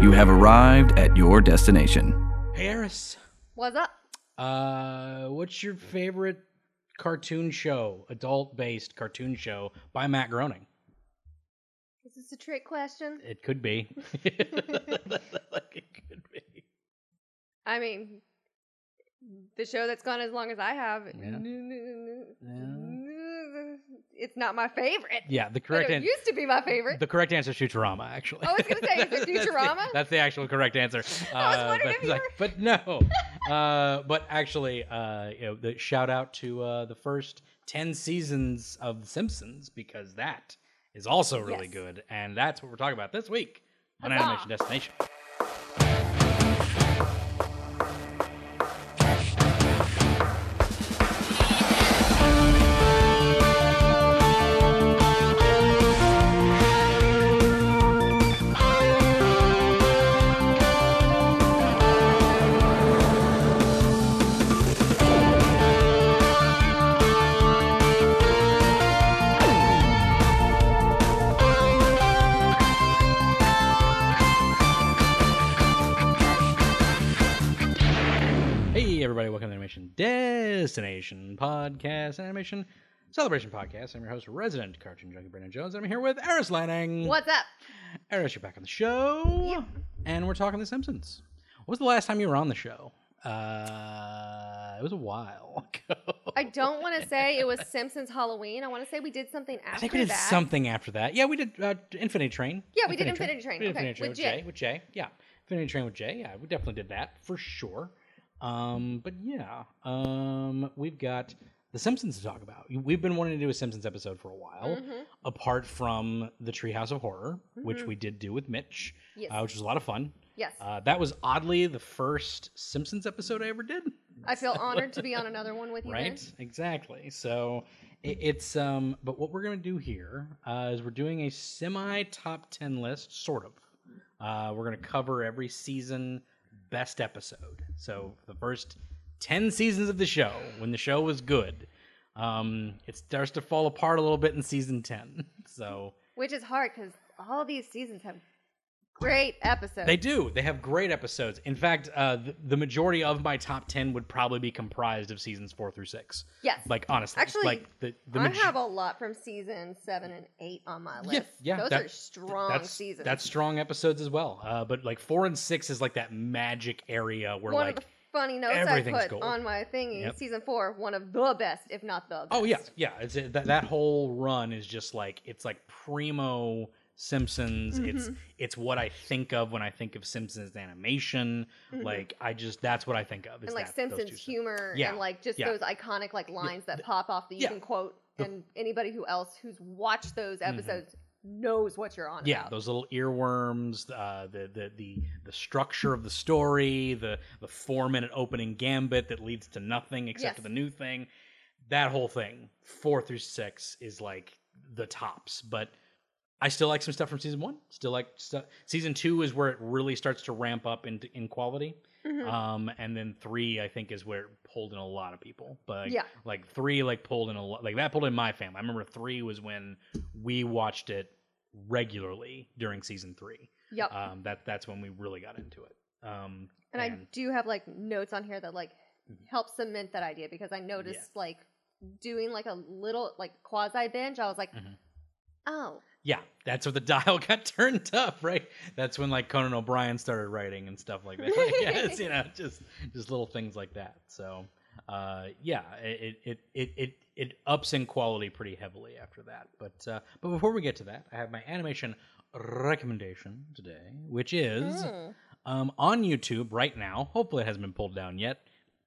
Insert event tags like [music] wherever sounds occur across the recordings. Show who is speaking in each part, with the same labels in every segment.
Speaker 1: You have arrived at your destination.
Speaker 2: Hey, Eris.
Speaker 3: What's up?
Speaker 2: Uh, what's your favorite cartoon show, adult based cartoon show by Matt Groening?
Speaker 3: Is this a trick question?
Speaker 2: It could [laughs] be. like it could be.
Speaker 3: I mean, the show that's gone as long as I have.
Speaker 2: Yeah. Yeah.
Speaker 3: It's not my favorite.
Speaker 2: Yeah, the
Speaker 3: But
Speaker 2: correct
Speaker 3: it
Speaker 2: answer.
Speaker 3: used to be my favorite.
Speaker 2: The correct answer is Futurama, actually.
Speaker 3: I was gonna say, is
Speaker 2: [laughs]
Speaker 3: it
Speaker 2: That's the-
Speaker 3: Futurama?
Speaker 2: That's the, actual correct answer.
Speaker 3: [laughs] I was
Speaker 2: Uh,
Speaker 3: wondering if
Speaker 2: but,
Speaker 3: you
Speaker 2: like-
Speaker 3: were-
Speaker 2: but
Speaker 3: [laughs]
Speaker 2: no. Uh, but actually, uh, you know, the shout out to uh, the first ten seasons of The Simpsons because that is also really
Speaker 3: Yes.
Speaker 2: good, and that's what we're talking about this week on
Speaker 3: Huzzah.
Speaker 2: Animation Destination. Hey everybody, welcome to the Animation Destination Podcast, an Animation Celebration Podcast. I'm your host, resident cartoon junkie Brandon Jones, and I'm here with Eris Lanning.
Speaker 3: [laughs] What's up?
Speaker 2: Eris, you're back on the show, and we're talking The Simpsons. What was the last time you were on the show? Uh, it was a while [laughs] ago.
Speaker 3: I don't want to say it was Simpsons Halloween. I want to say we did something after
Speaker 2: I think we did
Speaker 3: that.
Speaker 2: something after that. Yeah, we did uh, Infinity Train.
Speaker 3: Yeah, we did Infinity Train.
Speaker 2: We did
Speaker 3: Okay,
Speaker 2: Infinity Train
Speaker 3: with
Speaker 2: with,
Speaker 3: Jay.
Speaker 2: Jay. With Jay, yeah. Infinity Train with Jay. Yeah, we definitely did that for sure. Um, but yeah, um, we've got The Simpsons to talk about. We've been wanting to do a Simpsons episode for a while,
Speaker 3: Mhm.
Speaker 2: apart from the Treehouse of Horror, which
Speaker 3: Mhm.
Speaker 2: we did do with Mitch,
Speaker 3: Yes.
Speaker 2: uh, which was a lot of fun.
Speaker 3: yes.
Speaker 2: Uh, that was oddly the first Simpsons episode I ever did [laughs]
Speaker 3: I feel honored to be on another one with you.
Speaker 2: right
Speaker 3: man.
Speaker 2: exactly so i- it's um but what we're gonna do here uh, is we're doing a semi top 10 list sort of uh, we're gonna cover every season best episode so the first 10 seasons of the show when the show was good um it starts to fall apart a little bit in season 10 [laughs] so
Speaker 3: Which is hard because all these seasons have great episodes.
Speaker 2: They do. They have great episodes. In fact, uh, the, the majority of my top ten would probably be comprised of seasons four through six.
Speaker 3: Yes.
Speaker 2: Like honestly,
Speaker 3: Actually,
Speaker 2: like the, the
Speaker 3: I
Speaker 2: maj-
Speaker 3: have a lot from season seven and eight on my list.
Speaker 2: yeah,
Speaker 3: Those
Speaker 2: that-
Speaker 3: are strong
Speaker 2: that's,
Speaker 3: seasons.
Speaker 2: That's strong episodes as well. Uh, but like four and six is like that magic area where
Speaker 3: one
Speaker 2: like,
Speaker 3: of the funny notes I
Speaker 2: everything's
Speaker 3: put
Speaker 2: gold.
Speaker 3: on my thingy.
Speaker 2: Yep.
Speaker 3: Season four, one of the best, if not the. Best.
Speaker 2: oh yeah, yeah. It's it, that that whole run is just like it's like primo Simpsons.
Speaker 3: Mm-hmm.
Speaker 2: It's it's what I think of when I think of Simpsons animation. Like I just that's what I think of. Is
Speaker 3: Mm-hmm. and like
Speaker 2: that, those two
Speaker 3: Simpsons
Speaker 2: sen-
Speaker 3: humor
Speaker 2: Yeah,
Speaker 3: and like just
Speaker 2: yeah.
Speaker 3: those iconic like lines that pop off that you
Speaker 2: yeah.
Speaker 3: can quote,
Speaker 2: The- Mm-hmm.
Speaker 3: and anybody who else who's watched those episodes knows what you're on.
Speaker 2: Yeah,
Speaker 3: about.
Speaker 2: those little earworms, uh, the the the the structure of the story, the the four minute opening gambit that leads to nothing except for
Speaker 3: Yes.
Speaker 2: the new thing. That whole thing, four through six, is like the tops. But I still like some stuff from season one. Still like stuff. Season two is where it really starts to ramp up in in quality.
Speaker 3: Mm-hmm.
Speaker 2: Um, and then three, I think, is where it pulled in a lot of people. But like,
Speaker 3: Yeah.
Speaker 2: like three, like pulled in a lot. Like that pulled in my family. I remember three was when we watched it regularly during season three.
Speaker 3: Yep.
Speaker 2: Um, that that's when we really got into it. Um,
Speaker 3: Uh-huh. and I do have like notes on here that like
Speaker 2: Mm-hmm.
Speaker 3: help cement that idea because I noticed like doing like a little like quasi binge. I was like,
Speaker 2: Mhm.
Speaker 3: oh,
Speaker 2: yeah, that's where the [laughs] dial got turned up, right? That's when like Conan O'Brien started writing and stuff like that. [laughs] I guess you know, just just little things like that. So, uh, yeah, it it it it it ups in quality pretty heavily after that. But uh, but before we get to that, I have my animation recommendation today, which is
Speaker 3: mm,
Speaker 2: um, on YouTube right now. Hopefully, it hasn't been pulled down yet.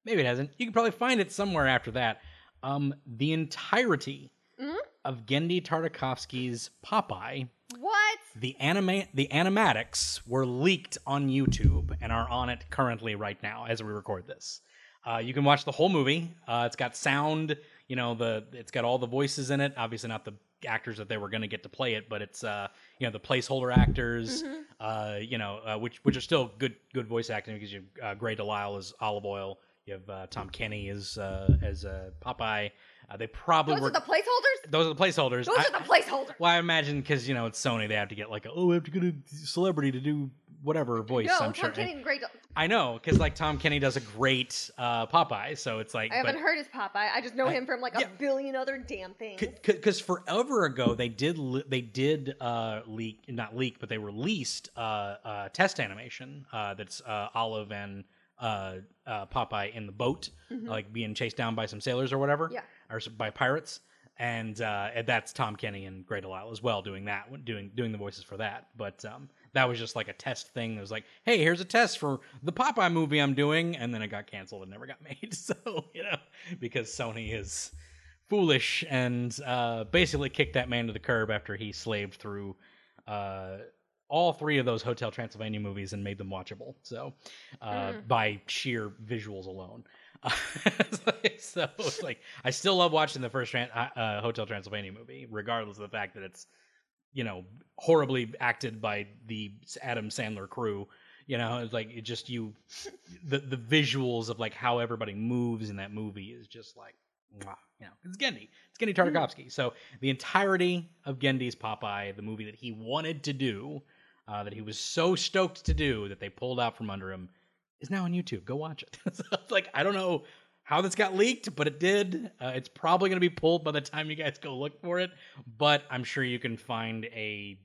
Speaker 2: Maybe it hasn't. You can probably find it somewhere after that. Um, the entirety
Speaker 3: Mhm.
Speaker 2: of Gendy Tartakovsky's Popeye,
Speaker 3: what?
Speaker 2: the anime, the animatics were leaked on YouTube and are on it currently right now as we record this. Uh, you can watch the whole movie. Uh, it's got sound. You know the it's got all the voices in it. Obviously, not the actors that they were going to get to play it, but it's uh, you know the placeholder actors
Speaker 3: Mm-hmm.
Speaker 2: uh, you know, uh, which which are still good good voice acting because you have uh, Gray Delisle is Olive Oil, you have uh, Tom Kenny as uh, as uh, Popeye. Uh, they probably
Speaker 3: Those
Speaker 2: were
Speaker 3: are the placeholders.
Speaker 2: those are the placeholders.
Speaker 3: Those
Speaker 2: I-
Speaker 3: are the placeholders.
Speaker 2: well, I imagine because you know it's Sony, they have to get like, oh, we have to get a celebrity to do whatever voice.
Speaker 3: no,
Speaker 2: I'm
Speaker 3: Tom
Speaker 2: sure.
Speaker 3: Kenny did great.
Speaker 2: I know because like Tom Kenny does a great uh, Popeye, so it's like
Speaker 3: I haven't
Speaker 2: but-
Speaker 3: heard his Popeye. I just know
Speaker 2: I-
Speaker 3: him from like
Speaker 2: yeah.
Speaker 3: a billion other damn things.
Speaker 2: because forever ago they did li- they did uh, leak not leak but they released uh, uh, test animation uh, that's uh, Olive and uh, uh, Popeye in the boat
Speaker 3: Mhm.
Speaker 2: like being chased down by some sailors or whatever
Speaker 3: Yeah.
Speaker 2: or s- by pirates and, uh, and that's Tom Kenny and Great Lyle as well doing that one- doing doing the voices for that but um, that was just like a test thing that was like hey here's a test for the Popeye movie I'm doing and then it got canceled and never got [laughs] made so you know because Sony is foolish and uh, basically kicked that man to the curb after he slaved through uh, all three of those Hotel Transylvania movies and made them watchable. So uh,
Speaker 3: Mm.
Speaker 2: by sheer visuals alone. [laughs] so it's like I still love watching the first Tran- uh, uh, Hotel Transylvania movie, regardless of the fact that it's you know horribly acted by the Adam Sandler crew. You know, it's like it just you the the visuals of like how everybody moves in that movie is just like mwah, you know it's Gendy it's Gendy
Speaker 3: Mm-hmm.
Speaker 2: Tartakovsky. So the entirety of Gendy's Popeye, the movie that he wanted to do, uh, that he was so stoked to do that they pulled out from under him, is now on YouTube. Go watch it. [laughs] so it's like I don't know how this got leaked, but it did. Uh, it's probably going to be pulled by the time you guys go look for it, but I'm sure you can find a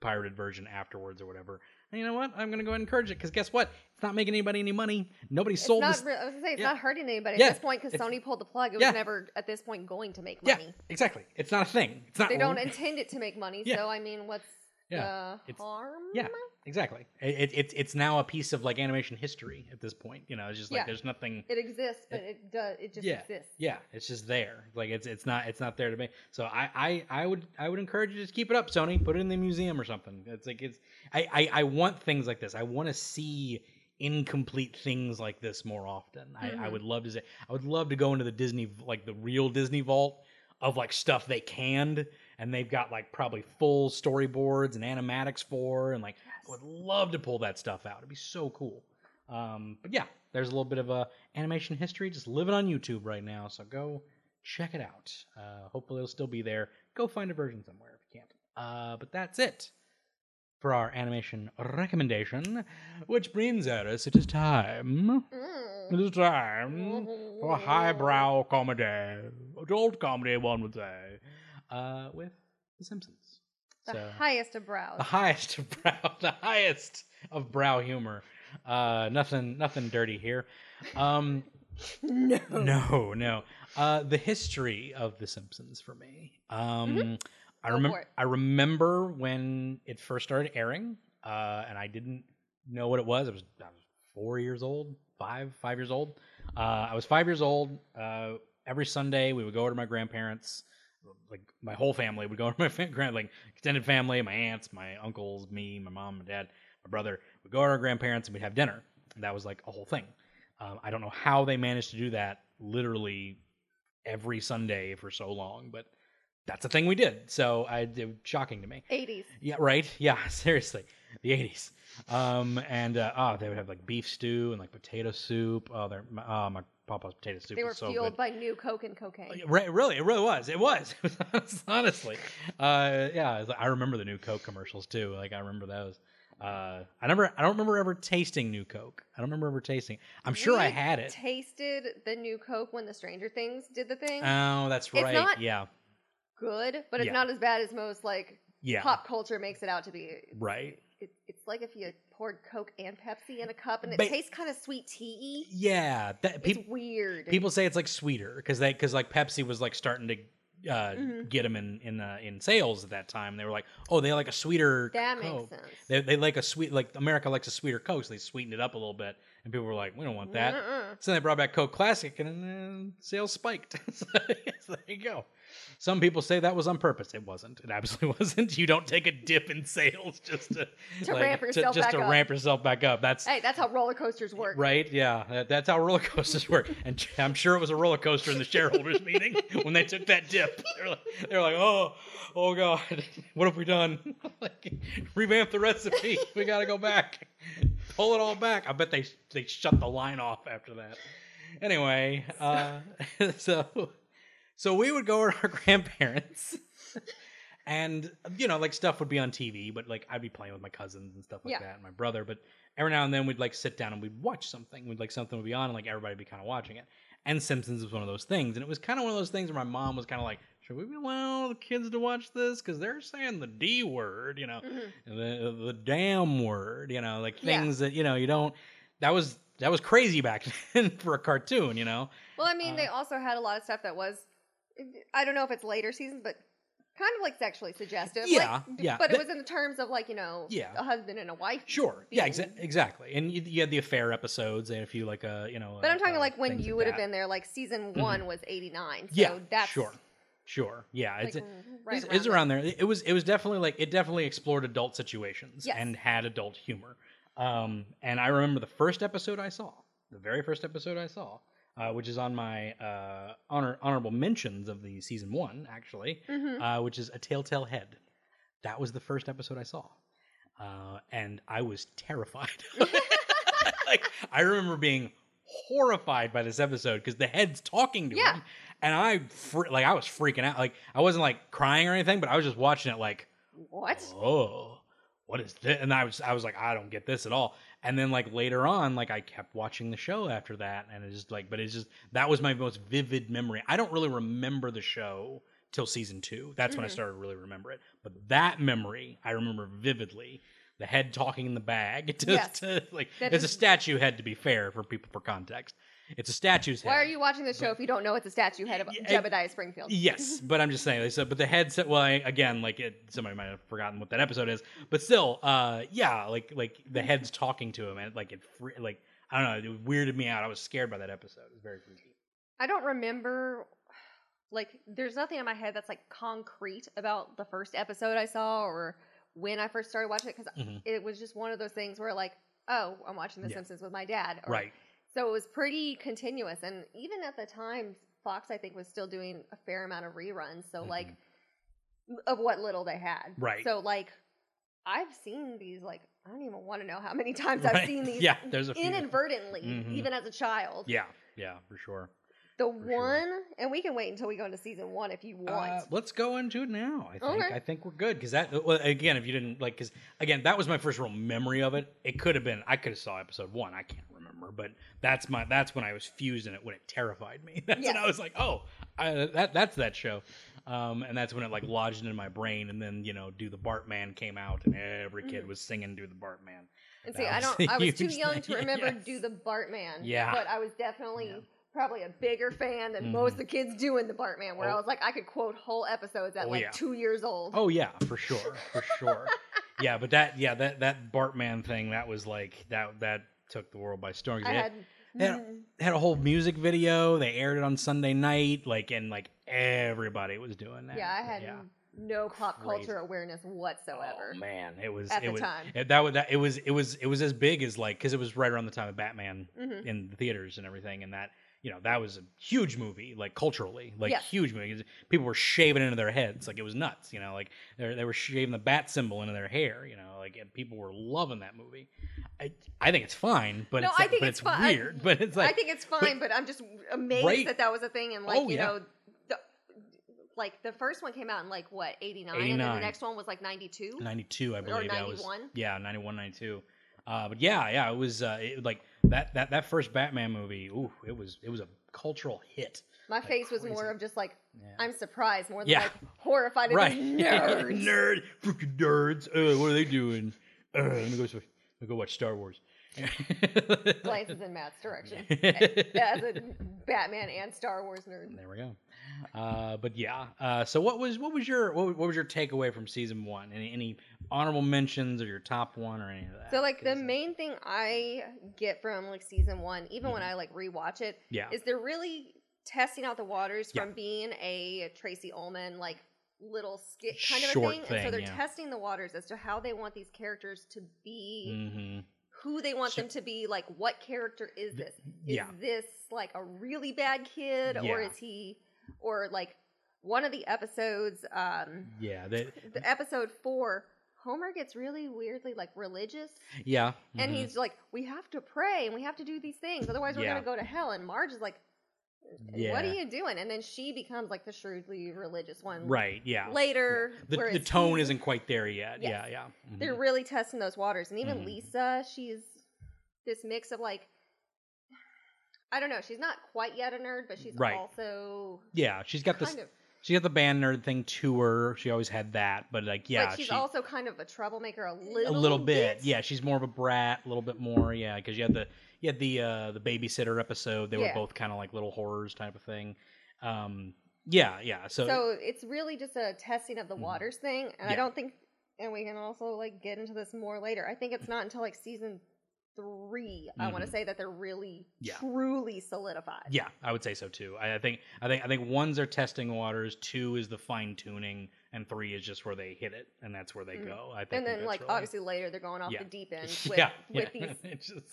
Speaker 2: pirated version afterwards or whatever. And you know what? I'm going to go ahead and encourage it because guess what? It's not making anybody any money. Nobody
Speaker 3: It's
Speaker 2: sold
Speaker 3: not.
Speaker 2: this.
Speaker 3: re- I was gonna say it's
Speaker 2: Yeah.
Speaker 3: not hurting anybody
Speaker 2: Yeah.
Speaker 3: at this point because
Speaker 2: It's-
Speaker 3: Sony pulled the plug. It was
Speaker 2: Yeah.
Speaker 3: never at this point going to make
Speaker 2: yeah,
Speaker 3: money.
Speaker 2: exactly. It's not a thing. It's not.
Speaker 3: They don't intend it to make money.
Speaker 2: Yeah.
Speaker 3: So I mean, what's
Speaker 2: Yeah.
Speaker 3: the
Speaker 2: It's-
Speaker 3: harm?
Speaker 2: yeah. Exactly. It, it, it's it's now a piece of like animation history at this point. You know, it's just like
Speaker 3: Yeah.
Speaker 2: there's nothing.
Speaker 3: It exists, but it does. It just
Speaker 2: Yeah.
Speaker 3: exists.
Speaker 2: Yeah, it's just there. Like it's it's not it's not there to me. So I I I would I would encourage you to just keep it up, Sony. Put it in the museum or something. It's like it's I I, I want things like this. I want to see incomplete things like this more often. I, I
Speaker 3: Mhm.
Speaker 2: would love to say I would love to go into the Disney like the real Disney vault of like stuff they canned and they've got like probably full storyboards and animatics for and like I would love to pull that stuff out. It'd be so cool. Um, but yeah, there's a little bit of a animation history just living on YouTube right now. So go check it out. Uh, hopefully it'll still be there. Go find a version somewhere if you can't. Uh, but that's it for our animation recommendation, which brings us it is time. It
Speaker 3: Mm.
Speaker 2: is time Mm. for highbrow comedy, adult comedy, one would say, uh, with The Simpsons.
Speaker 3: The
Speaker 2: so,
Speaker 3: highest of brows.
Speaker 2: the highest [laughs] of brow, the highest of brow humor. Uh, nothing, nothing dirty here. Um,
Speaker 3: no. [laughs]
Speaker 2: no, no. Uh, the history of The Simpsons for me. Um, I
Speaker 3: Mm-hmm. Go for
Speaker 2: remember.
Speaker 3: it.
Speaker 2: I remember when it first started airing, uh, and I didn't know what it was. I was, I was four years old, five, five years old. Uh, I was five years old. Uh, every Sunday, we would go over to my grandparents. Like my whole family would go over to [laughs] my fa- grand, like extended family, my aunts, my uncles, me, my mom, my dad, my brother. We'd go to our grandparents and we'd have dinner. And that was like a whole thing. Um, I don't know how they managed to do that literally every Sunday for so long, but that's a thing we did. So I, it was shocking to me.
Speaker 3: 80s.
Speaker 2: Yeah, right. [laughs] Yeah, seriously, the '80s. Um, and uh, oh, they would have like beef stew and like potato soup. Oh, their my- oh, my papa's potato soup
Speaker 3: They were
Speaker 2: was so
Speaker 3: fueled
Speaker 2: good. Oh,
Speaker 3: by new coke and cocaine.
Speaker 2: Re- really, it really was. It was [laughs] honestly, uh, yeah. it's like- I remember the new Coke commercials too. Like I remember those. Uh, I never. I don't remember ever tasting new Coke. I don't remember ever tasting. I'm sure I
Speaker 3: We
Speaker 2: had it.
Speaker 3: Tasted the new coke when the Stranger Things did the thing.
Speaker 2: Oh, that's
Speaker 3: It's
Speaker 2: right.
Speaker 3: not-
Speaker 2: yeah,
Speaker 3: Good, but it's
Speaker 2: Yeah.
Speaker 3: not as bad as most like
Speaker 2: yeah.
Speaker 3: pop culture makes it out to be.
Speaker 2: Right.
Speaker 3: It, it's like if you poured coke and Pepsi in a cup, and it
Speaker 2: Ba-
Speaker 3: tastes kind of sweet tea.
Speaker 2: Yeah. That
Speaker 3: It's
Speaker 2: people.
Speaker 3: weird.
Speaker 2: People say it's like sweeter because they because like Pepsi was like starting to uh,
Speaker 3: Mhm.
Speaker 2: get them in in uh, in sales at that time. They were like, oh, they like a sweeter
Speaker 3: that
Speaker 2: Coke.
Speaker 3: makes sense.
Speaker 2: They, they like a sweet like America likes a sweeter Coke, so they sweetened it up a little bit, and people were like, we don't want that.
Speaker 3: Mm-mm.
Speaker 2: So they brought back Coke Classic, and then sales spiked. [laughs] so, there you go. Some people say that was on purpose. It wasn't. It absolutely [laughs] wasn't. You don't take a dip in sales just to,
Speaker 3: To ramp yourself
Speaker 2: just
Speaker 3: back
Speaker 2: to
Speaker 3: up.
Speaker 2: ramp yourself back up. That's
Speaker 3: Hey, that's how roller coasters work.
Speaker 2: Right? Yeah, that, that's how roller coasters work. And [laughs] I'm sure it was a roller coaster in the shareholders meeting when they took that dip. They're like, they're like, oh, oh god, [laughs] what have we done? like, revamp the recipe. [laughs] We got to go back, pull it all back. I bet they they shut the line off after that. Anyway, [laughs] uh, so so we would go to our grandparents. and you know like stuff would be on tv but like i'd be playing with my cousins and stuff like
Speaker 3: Yeah.
Speaker 2: that and my brother but every now and then we'd like sit down and we'd watch something we'd like something would be on and like everybody'd be kind of watching it and simpsons was one of those things and it was kind of one of those things where my mom was kind of like should we allow the kids to watch this because they're saying the d word you know
Speaker 3: Mhm.
Speaker 2: the the damn word you know like
Speaker 3: Yeah.
Speaker 2: things that you know you don't that was that was crazy back [laughs] then for a cartoon you know
Speaker 3: Well, I mean,
Speaker 2: Uh,
Speaker 3: they also had a lot of stuff that was, I don't know if it's later seasons, but kind of like sexually suggestive. like,
Speaker 2: Yeah, yeah.
Speaker 3: But it
Speaker 2: Th-
Speaker 3: was in the terms of like you know,
Speaker 2: Yeah.
Speaker 3: a husband and a wife.
Speaker 2: Sure. Yeah.
Speaker 3: being-
Speaker 2: Exa- exactly. And you, you had the affair episodes and a few like uh you know.
Speaker 3: But I'm talking
Speaker 2: uh,
Speaker 3: like when
Speaker 2: things
Speaker 3: you
Speaker 2: like
Speaker 3: would have
Speaker 2: that. Mm-hmm.
Speaker 3: been there. Like season one was '89. So
Speaker 2: yeah.
Speaker 3: that's
Speaker 2: sure. Sure. Yeah.
Speaker 3: Like,
Speaker 2: it's it-
Speaker 3: right
Speaker 2: it's, it's
Speaker 3: around
Speaker 2: around there. It it was. It was definitely like it definitely explored adult situations
Speaker 3: Yes.
Speaker 2: and had adult humor. Um, and I remember the first episode I saw, the very first episode I saw, uh, which is on my uh, honor honorable mentions of the season one actually,
Speaker 3: Mhm.
Speaker 2: uh, which is a telltale head. That was the first episode I saw, uh, and I was terrified. [laughs] like I remember being horrified by this episode because the head's talking to
Speaker 3: Yeah.
Speaker 2: him, and I fr- like I was freaking out. Like I wasn't like crying or anything, but I was just watching it like,
Speaker 3: What?
Speaker 2: oh, what is this? And I was I was like, I don't get this at all. And then like later on, like I kept watching the show after that, and it's just like, but it's just that was my most vivid memory. I don't really remember the show till season two. That's when I
Speaker 3: Mhm.
Speaker 2: started to really remember it. But that memory I remember vividly. The head talking in the bag [laughs] to,
Speaker 3: Yes.
Speaker 2: to like
Speaker 3: That
Speaker 2: it's a
Speaker 3: is-
Speaker 2: statue head to be fair for people for context. It's a statue's head.
Speaker 3: Why are you watching the show if you don't know it's a statue head of
Speaker 2: Yeah, I-
Speaker 3: Jebediah Springfield?
Speaker 2: Yes, but I'm just saying. Like, so, but the headset. Well, I, again, like it, somebody might have forgotten what that episode is, but still, uh, yeah, like like the
Speaker 3: Mm-hmm.
Speaker 2: head's talking to him, and like it, fre- like I don't know, it weirded me out. I was scared by that episode. It was very freaky.
Speaker 3: I don't remember. Like, there's nothing in my head that's like concrete about the first episode I saw or when I first started watching it because
Speaker 2: Mhm.
Speaker 3: it was just one of those things where like, oh, I'm watching The
Speaker 2: Yeah.
Speaker 3: Simpsons with my dad. or-
Speaker 2: Right.
Speaker 3: So it was pretty continuous, and even at the time, Fox I think was still doing a fair amount of reruns. So like, of what little they had.
Speaker 2: Mm-hmm. Right.
Speaker 3: So like, I've seen these like I don't even want to know how many [laughs] times
Speaker 2: Right.
Speaker 3: I've seen
Speaker 2: [laughs]
Speaker 3: these.
Speaker 2: Yeah, there's a few.
Speaker 3: Inadvertently,
Speaker 2: Mhm.
Speaker 3: even as a child,
Speaker 2: Yeah, yeah, for sure.
Speaker 3: the
Speaker 2: For
Speaker 3: one,
Speaker 2: sure.
Speaker 3: and we can wait until we go into season one if you want.
Speaker 2: Uh, let's go into it now. I think
Speaker 3: Okay.
Speaker 2: I think we're good because that well, again, if you didn't like, because again, that was my first real memory of it. It could have been I could have saw episode one. I can't remember, but that's my that's when I was fused in it when it terrified me. [laughs] That's when I
Speaker 3: Yes.
Speaker 2: was like, oh, I, that that's that show, um, and that's when it like lodged into my brain. And then you know, do the Bartman came out, and every
Speaker 3: Mm-hmm.
Speaker 2: kid was singing "Do the Bartman."
Speaker 3: and
Speaker 2: that
Speaker 3: see, I
Speaker 2: was [laughs]
Speaker 3: don't.
Speaker 2: a
Speaker 3: I was too
Speaker 2: huge
Speaker 3: young
Speaker 2: thing.
Speaker 3: to
Speaker 2: [laughs]
Speaker 3: remember
Speaker 2: Yes.
Speaker 3: do the Bartman.
Speaker 2: Yeah.
Speaker 3: but I was definitely.
Speaker 2: Yeah.
Speaker 3: Probably a bigger fan than
Speaker 2: Mhm.
Speaker 3: most of the kids do in the Bartman, where
Speaker 2: Oh.
Speaker 3: I was like, I could quote whole episodes at
Speaker 2: Oh,
Speaker 3: like
Speaker 2: yeah.
Speaker 3: two years old.
Speaker 2: Oh yeah, for sure, for
Speaker 3: [laughs]
Speaker 2: sure. yeah, but that yeah that that Bartman thing that was like that that took the world by storm. 'cause
Speaker 3: I
Speaker 2: it-
Speaker 3: had
Speaker 2: Yeah. had a whole music video. They aired it on Sunday night, like and like everybody was doing that.
Speaker 3: Yeah, I had no pop
Speaker 2: Crazy.
Speaker 3: culture awareness whatsoever.
Speaker 2: Oh man, it was
Speaker 3: At
Speaker 2: it
Speaker 3: the
Speaker 2: was
Speaker 3: time.
Speaker 2: it- that was that it was it was it was as big as like because it was right around the time of Batman
Speaker 3: Mhm.
Speaker 2: in the theaters and everything, and that you know that was a huge movie like culturally, like
Speaker 3: Yeah.
Speaker 2: huge movie. 'cause People were shaving into their heads, like it was nuts. You know, like they they were shaving the bat symbol into their hair. You know, like and people were loving that movie. I, I think it's fine, but
Speaker 3: No,
Speaker 2: it's
Speaker 3: I think
Speaker 2: but
Speaker 3: it's
Speaker 2: it's
Speaker 3: fi- I-
Speaker 2: weird. [laughs] but it's like
Speaker 3: I think it's fine, but, I'm just amazed
Speaker 2: Right.
Speaker 3: that that was a thing. And like
Speaker 2: Oh,
Speaker 3: you
Speaker 2: yeah.
Speaker 3: know, the, like the first one came out in like what 89, and then
Speaker 2: 89.
Speaker 3: the next one was like 92.
Speaker 2: 92 i
Speaker 3: Or
Speaker 2: believe yeah, it was
Speaker 3: 91?
Speaker 2: yeah 91 92 uh, but yeah yeah it was uh, it, like that, that that first batman movie ooh it was it was a cultural hit
Speaker 3: My
Speaker 2: Like
Speaker 3: face was
Speaker 2: crazy.
Speaker 3: more of just like
Speaker 2: yeah.
Speaker 3: I'm surprised more than
Speaker 2: Yeah.
Speaker 3: like horrified
Speaker 2: [laughs]
Speaker 3: at
Speaker 2: right
Speaker 3: these nerds.
Speaker 2: nerd freaking nerds uh, what are they doing uh, let me go s- let me go watch star wars [laughs]
Speaker 3: Glances in Matt's direction.
Speaker 2: there
Speaker 3: As a Batman and Star Wars nerd.
Speaker 2: we go uh, but yeah uh, so what was what was your what, what was your takeaway from season one any, any honorable mentions or your top one or any of that
Speaker 3: So like the
Speaker 2: Because, uh,
Speaker 3: main thing I get from like season one, even when
Speaker 2: Mm-hmm.
Speaker 3: I like rewatch it,
Speaker 2: yeah
Speaker 3: is they're really testing out the waters
Speaker 2: Yeah.
Speaker 3: from being a Tracy Ullman like little skit kind of
Speaker 2: Short
Speaker 3: a thing.
Speaker 2: thing,
Speaker 3: and so they're
Speaker 2: yeah.
Speaker 3: testing the waters as to how they want these characters to be,
Speaker 2: mm-hmm.
Speaker 3: who they want
Speaker 2: So-
Speaker 3: them to be, like what character is
Speaker 2: Th-
Speaker 3: this? Is
Speaker 2: yeah.
Speaker 3: this like a really bad kid or
Speaker 2: Yeah.
Speaker 3: is he or like one of the episodes um
Speaker 2: yeah
Speaker 3: [laughs]
Speaker 2: that
Speaker 3: the episode 4 Homer gets really weirdly like religious
Speaker 2: Yeah.
Speaker 3: and
Speaker 2: mhm.
Speaker 3: he's like, "We have to pray and we have to do these things, otherwise we're
Speaker 2: Yeah.
Speaker 3: gonna go to hell." And Marge is like, What are
Speaker 2: Yeah.
Speaker 3: you doing? And then she becomes like the shrewdly religious one.
Speaker 2: Right. Yeah.
Speaker 3: Later,
Speaker 2: The, the
Speaker 3: whereas
Speaker 2: tone
Speaker 3: he's-
Speaker 2: isn't quite there yet.
Speaker 3: Yes.
Speaker 2: Yeah. Yeah. Mhm.
Speaker 3: They're really testing those waters, and even
Speaker 2: Mhm.
Speaker 3: Lisa, she's this mix of like, I don't know, she's not quite yet a nerd, but she's
Speaker 2: Right.
Speaker 3: also
Speaker 2: Yeah. She's got this.
Speaker 3: kind of
Speaker 2: She got the band nerd thing to her. She always had that. But like, yeah,
Speaker 3: like she's
Speaker 2: she,
Speaker 3: also kind of a troublemaker a
Speaker 2: a
Speaker 3: little
Speaker 2: little bit. Yeah, she's more of a brat, a little bit more. Yeah, because you had the you had the uh, the babysitter episode. They were
Speaker 3: Yeah.
Speaker 2: both kind of like little horrors type of thing. Um, yeah, yeah. So,
Speaker 3: So it's really just a testing of the
Speaker 2: Mhm.
Speaker 3: waters thing, and I
Speaker 2: Yeah.
Speaker 3: don't think, and we can also like get into this more later. I think it's not until like season 3 I want to
Speaker 2: Mhm.
Speaker 3: say that they're really
Speaker 2: Yeah.
Speaker 3: truly solidified.
Speaker 2: yeah, I would say so too. I, I think I think I think one's their testing waters, two is the fine tuning, and three is just where they hit it, and that's where they
Speaker 3: Mhm.
Speaker 2: go. I think
Speaker 3: and then
Speaker 2: that's
Speaker 3: like
Speaker 2: really-
Speaker 3: obviously later they're going off
Speaker 2: Yeah. [laughs]
Speaker 3: the deep end with
Speaker 2: yeah,
Speaker 3: with
Speaker 2: yeah. [laughs]
Speaker 3: these
Speaker 2: It's just-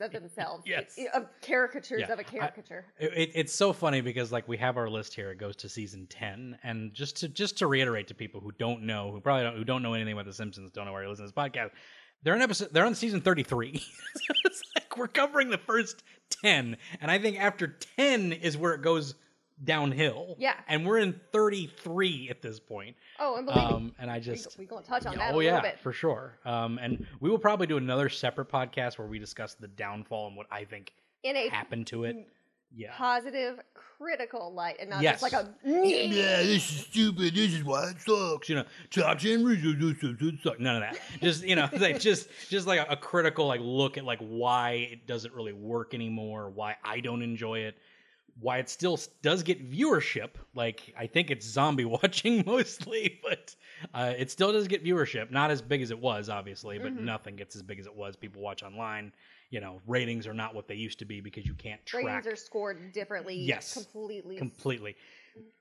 Speaker 2: [laughs]
Speaker 3: of themselves.
Speaker 2: Yes.
Speaker 3: Of caricatures
Speaker 2: Yeah.
Speaker 3: of a
Speaker 2: I-
Speaker 3: caricature.
Speaker 2: It, it- it's so funny because like we have our list here. It goes to season ten, and just to just to reiterate to people who don't know, who probably don't, who don't know anything about The Simpsons, don't know why you listen to this podcast. They're on episode. They're on season thirty three. [laughs] it's like we're covering the first ten, and I think after ten is where it goes downhill.
Speaker 3: Yeah.
Speaker 2: and we're in thirty three at this point.
Speaker 3: oh, and believe me,
Speaker 2: Um, and I
Speaker 3: we-
Speaker 2: just
Speaker 3: we, are gonna touch on
Speaker 2: yeah,
Speaker 3: that
Speaker 2: oh
Speaker 3: a
Speaker 2: yeah,
Speaker 3: little bit.
Speaker 2: for sure. Um, and we will probably do another separate podcast where we discuss the downfall and what I think
Speaker 3: In a
Speaker 2: happened to
Speaker 3: Mm.
Speaker 2: it. Yeah.
Speaker 3: positive, critical light, and not
Speaker 2: Yes.
Speaker 3: just like a
Speaker 4: Yeah, this is stupid. This is why it sucks.
Speaker 2: you know,
Speaker 4: Top 10 reasons this is suck.
Speaker 2: none of that. Just you know, [laughs] like just just like a, a critical like look at like why it doesn't really work anymore, why I don't enjoy it, why it still s- does get viewership. Like I think it's zombie [laughs] watching mostly, but uh, it still does get viewership. Not as big as it was, obviously, but
Speaker 3: Mhm.
Speaker 2: nothing gets as big as it was. People watch online. You know, ratings are not what they used to be because you can't track
Speaker 3: ratings are scored differently.
Speaker 2: Yes.
Speaker 3: completely.
Speaker 2: completely.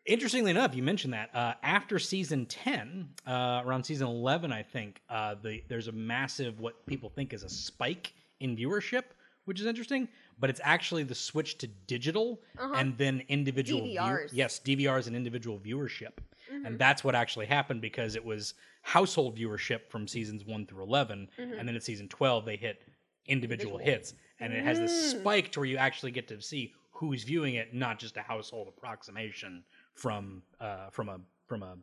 Speaker 2: Interestingly enough, you mentioned that uh, after season ten, uh, around season eleven, I think uh, the there's a massive what people think is a spike in viewership, which is interesting. But it's actually the switch to digital
Speaker 3: Uh-huh.
Speaker 2: and then individual view-
Speaker 3: DVRs.
Speaker 2: yes, DVRs and individual viewership,
Speaker 3: mm-hmm.
Speaker 2: and that's what actually happened because it was household viewership from seasons one through 11 and then at season twelve they hit individual,
Speaker 3: Mm-hmm. Individual. Mm.
Speaker 2: hits, and it has this spike to where you actually get to see who's viewing it, not just a household approximation from uh, from a from a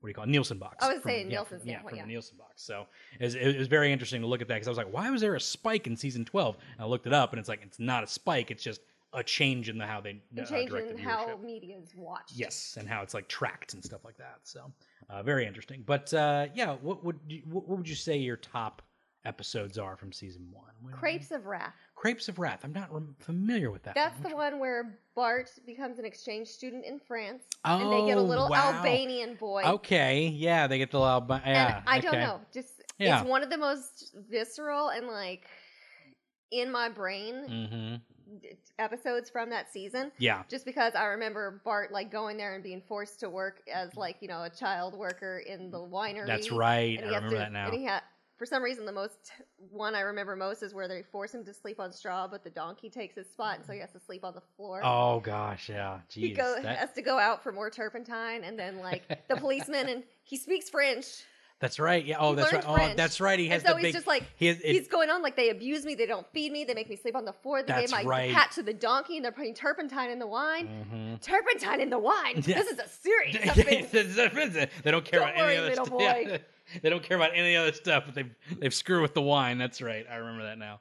Speaker 2: what do you call it? Nielsen box?
Speaker 3: I was
Speaker 2: From-
Speaker 3: saying
Speaker 2: yeah,
Speaker 3: Nielsen
Speaker 2: from- yeah,
Speaker 3: standpoint,
Speaker 2: from
Speaker 3: yeah.
Speaker 2: the Nielsen box. So it was, it was very interesting to look at that because I was like, why was there a spike in season twelve? And I looked it up, and it's like it's not a spike; it's just a change in the how they uh,
Speaker 3: And
Speaker 2: direct the
Speaker 3: changing how
Speaker 2: viewership.
Speaker 3: media is watched.
Speaker 2: Yes, and how it's like tracked and stuff like that. So uh, very interesting. But uh, yeah, what would you, what, what would you say your top episodes are from season one? What-
Speaker 3: Crepes of Wrath.
Speaker 2: Crepes of Wrath. I'm not rem- familiar with that.
Speaker 3: That's
Speaker 2: one.
Speaker 3: the one where Bart becomes an exchange student in France,
Speaker 2: Oh,
Speaker 3: and they get a little
Speaker 2: wow.
Speaker 3: Albanian boy.
Speaker 2: Okay, yeah, they get the loud. bu- Yeah,
Speaker 3: and I don't
Speaker 2: okay.
Speaker 3: know. Just
Speaker 2: Yeah.
Speaker 3: it's one of the most visceral and like in my brain
Speaker 2: Mhm.
Speaker 3: d- episodes from that season.
Speaker 2: Yeah,
Speaker 3: Just because I remember Bart like going there and being forced to work as like you know a child worker in the winery.
Speaker 2: Mm-hmm. Mm. that's right.
Speaker 3: And
Speaker 2: I
Speaker 3: he has
Speaker 2: remember
Speaker 3: to-
Speaker 2: that now.
Speaker 3: And he had, for some reason, the most one I remember most is where they force him to sleep on straw, but the donkey takes his spot, and so he has to sleep on the floor.
Speaker 2: Mm-hmm. Oh gosh, yeah. Jeez,
Speaker 3: he go,
Speaker 2: that-
Speaker 3: has to go out for more turpentine, and then like the policeman, and he speaks French,
Speaker 2: that's right. Yeah. Oh,
Speaker 3: he
Speaker 2: that's right.
Speaker 3: learned
Speaker 2: Oh,
Speaker 3: French.
Speaker 2: that's right. He
Speaker 3: and
Speaker 2: has
Speaker 3: so
Speaker 2: the
Speaker 3: he's
Speaker 2: big.
Speaker 3: just like.
Speaker 2: he has, it-
Speaker 3: He's going on like they abuse me, they don't feed me, they make me sleep on the floor, they
Speaker 2: That's
Speaker 3: gave my
Speaker 2: right.
Speaker 3: hat to the donkey, and they're putting turpentine in the wine.
Speaker 2: Mhm.
Speaker 3: Turpentine in the wine.
Speaker 2: Yeah.
Speaker 3: This is a serious
Speaker 2: [laughs]
Speaker 3: offense.
Speaker 2: they don't care
Speaker 3: Don't
Speaker 2: about
Speaker 3: worry,
Speaker 2: any other
Speaker 3: little
Speaker 2: stuff. [laughs] They don't care about any other stuff. But they've they've screwed with the wine. That's right. I remember that now.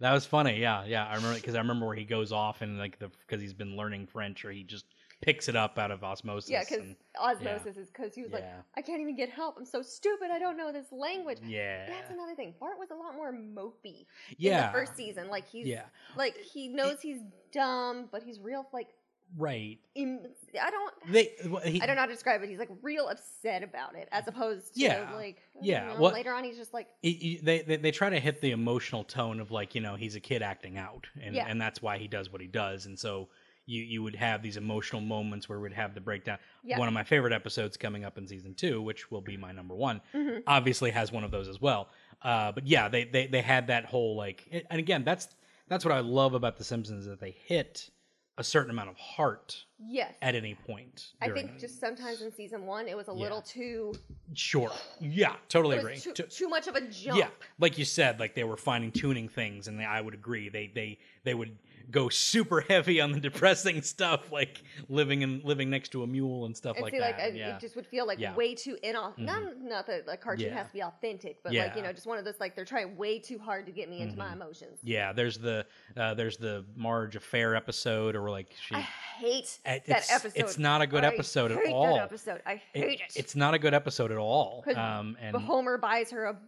Speaker 2: That was funny. Yeah, yeah. I remember because I remember where he goes off and like the because he's been learning French or he just picks it up out of osmosis.
Speaker 3: Yeah, because
Speaker 2: and-
Speaker 3: osmosis is because he was like,
Speaker 2: Yeah.
Speaker 3: I can't even get help. I'm so stupid. I don't know this language.
Speaker 2: yeah,
Speaker 3: That's another thing. Bart was a lot more mopey in
Speaker 2: yeah,
Speaker 3: the first season. Like he's
Speaker 2: yeah.
Speaker 3: like he knows he's dumb, but he's real like
Speaker 2: Right.
Speaker 3: Im- I don't
Speaker 2: They. Well, he,
Speaker 3: I don't know how to describe it. He's like real upset about it, as opposed to
Speaker 2: Yeah.
Speaker 3: like I don't
Speaker 2: Yeah,
Speaker 3: know,
Speaker 2: well-
Speaker 3: later on he's just like
Speaker 2: he- he- they, they they try to hit the emotional tone of like you know he's a kid acting out and
Speaker 3: Yeah.
Speaker 2: and that's why he does what he does and so you you would have these emotional moments where we'd have the breakdown
Speaker 3: Yeah.
Speaker 2: one of my favorite episodes coming up in season two which will be my number one
Speaker 3: Mhm.
Speaker 2: obviously has one of those as well uh but yeah they they, they had that whole like and again that's that's what i love about the simpsons is that they hit a certain amount of heart
Speaker 3: yes.
Speaker 2: at any point
Speaker 3: I
Speaker 2: during
Speaker 3: think
Speaker 2: it.
Speaker 3: just sometimes in season one it was a
Speaker 2: Yeah.
Speaker 3: little too
Speaker 2: sure yeah totally
Speaker 3: it
Speaker 2: agree
Speaker 3: was too,
Speaker 2: To-
Speaker 3: too much of a jump.
Speaker 2: Yeah, like you said, like they were finding tuning things, and they, I would agree. They they they would go super [laughs] heavy on the depressing stuff, like living and living next to a mule and stuff
Speaker 3: and
Speaker 2: like
Speaker 3: see,
Speaker 2: that.
Speaker 3: like I,
Speaker 2: and yeah.
Speaker 3: it just would feel like
Speaker 2: Yeah. Mm-hmm.
Speaker 3: way too inauthentic. Not, not that a cartoon
Speaker 2: Yeah.
Speaker 3: has to be authentic, but like
Speaker 2: Yeah. Mm-hmm.
Speaker 3: you know, just one of those like they're trying way too hard to get me into my emotions.
Speaker 2: yeah, there's the uh, there's the Marge affair episode, or like she.
Speaker 3: I hate
Speaker 2: It-
Speaker 3: Ah, that
Speaker 2: it's-
Speaker 3: episode.
Speaker 2: it's not a good
Speaker 3: I
Speaker 2: episode at
Speaker 3: hate
Speaker 2: all.
Speaker 3: That episode, I
Speaker 2: it-
Speaker 3: hate it.
Speaker 2: It's not a good episode at all.
Speaker 3: 'Cause
Speaker 2: Um, and
Speaker 3: but Homer buys her a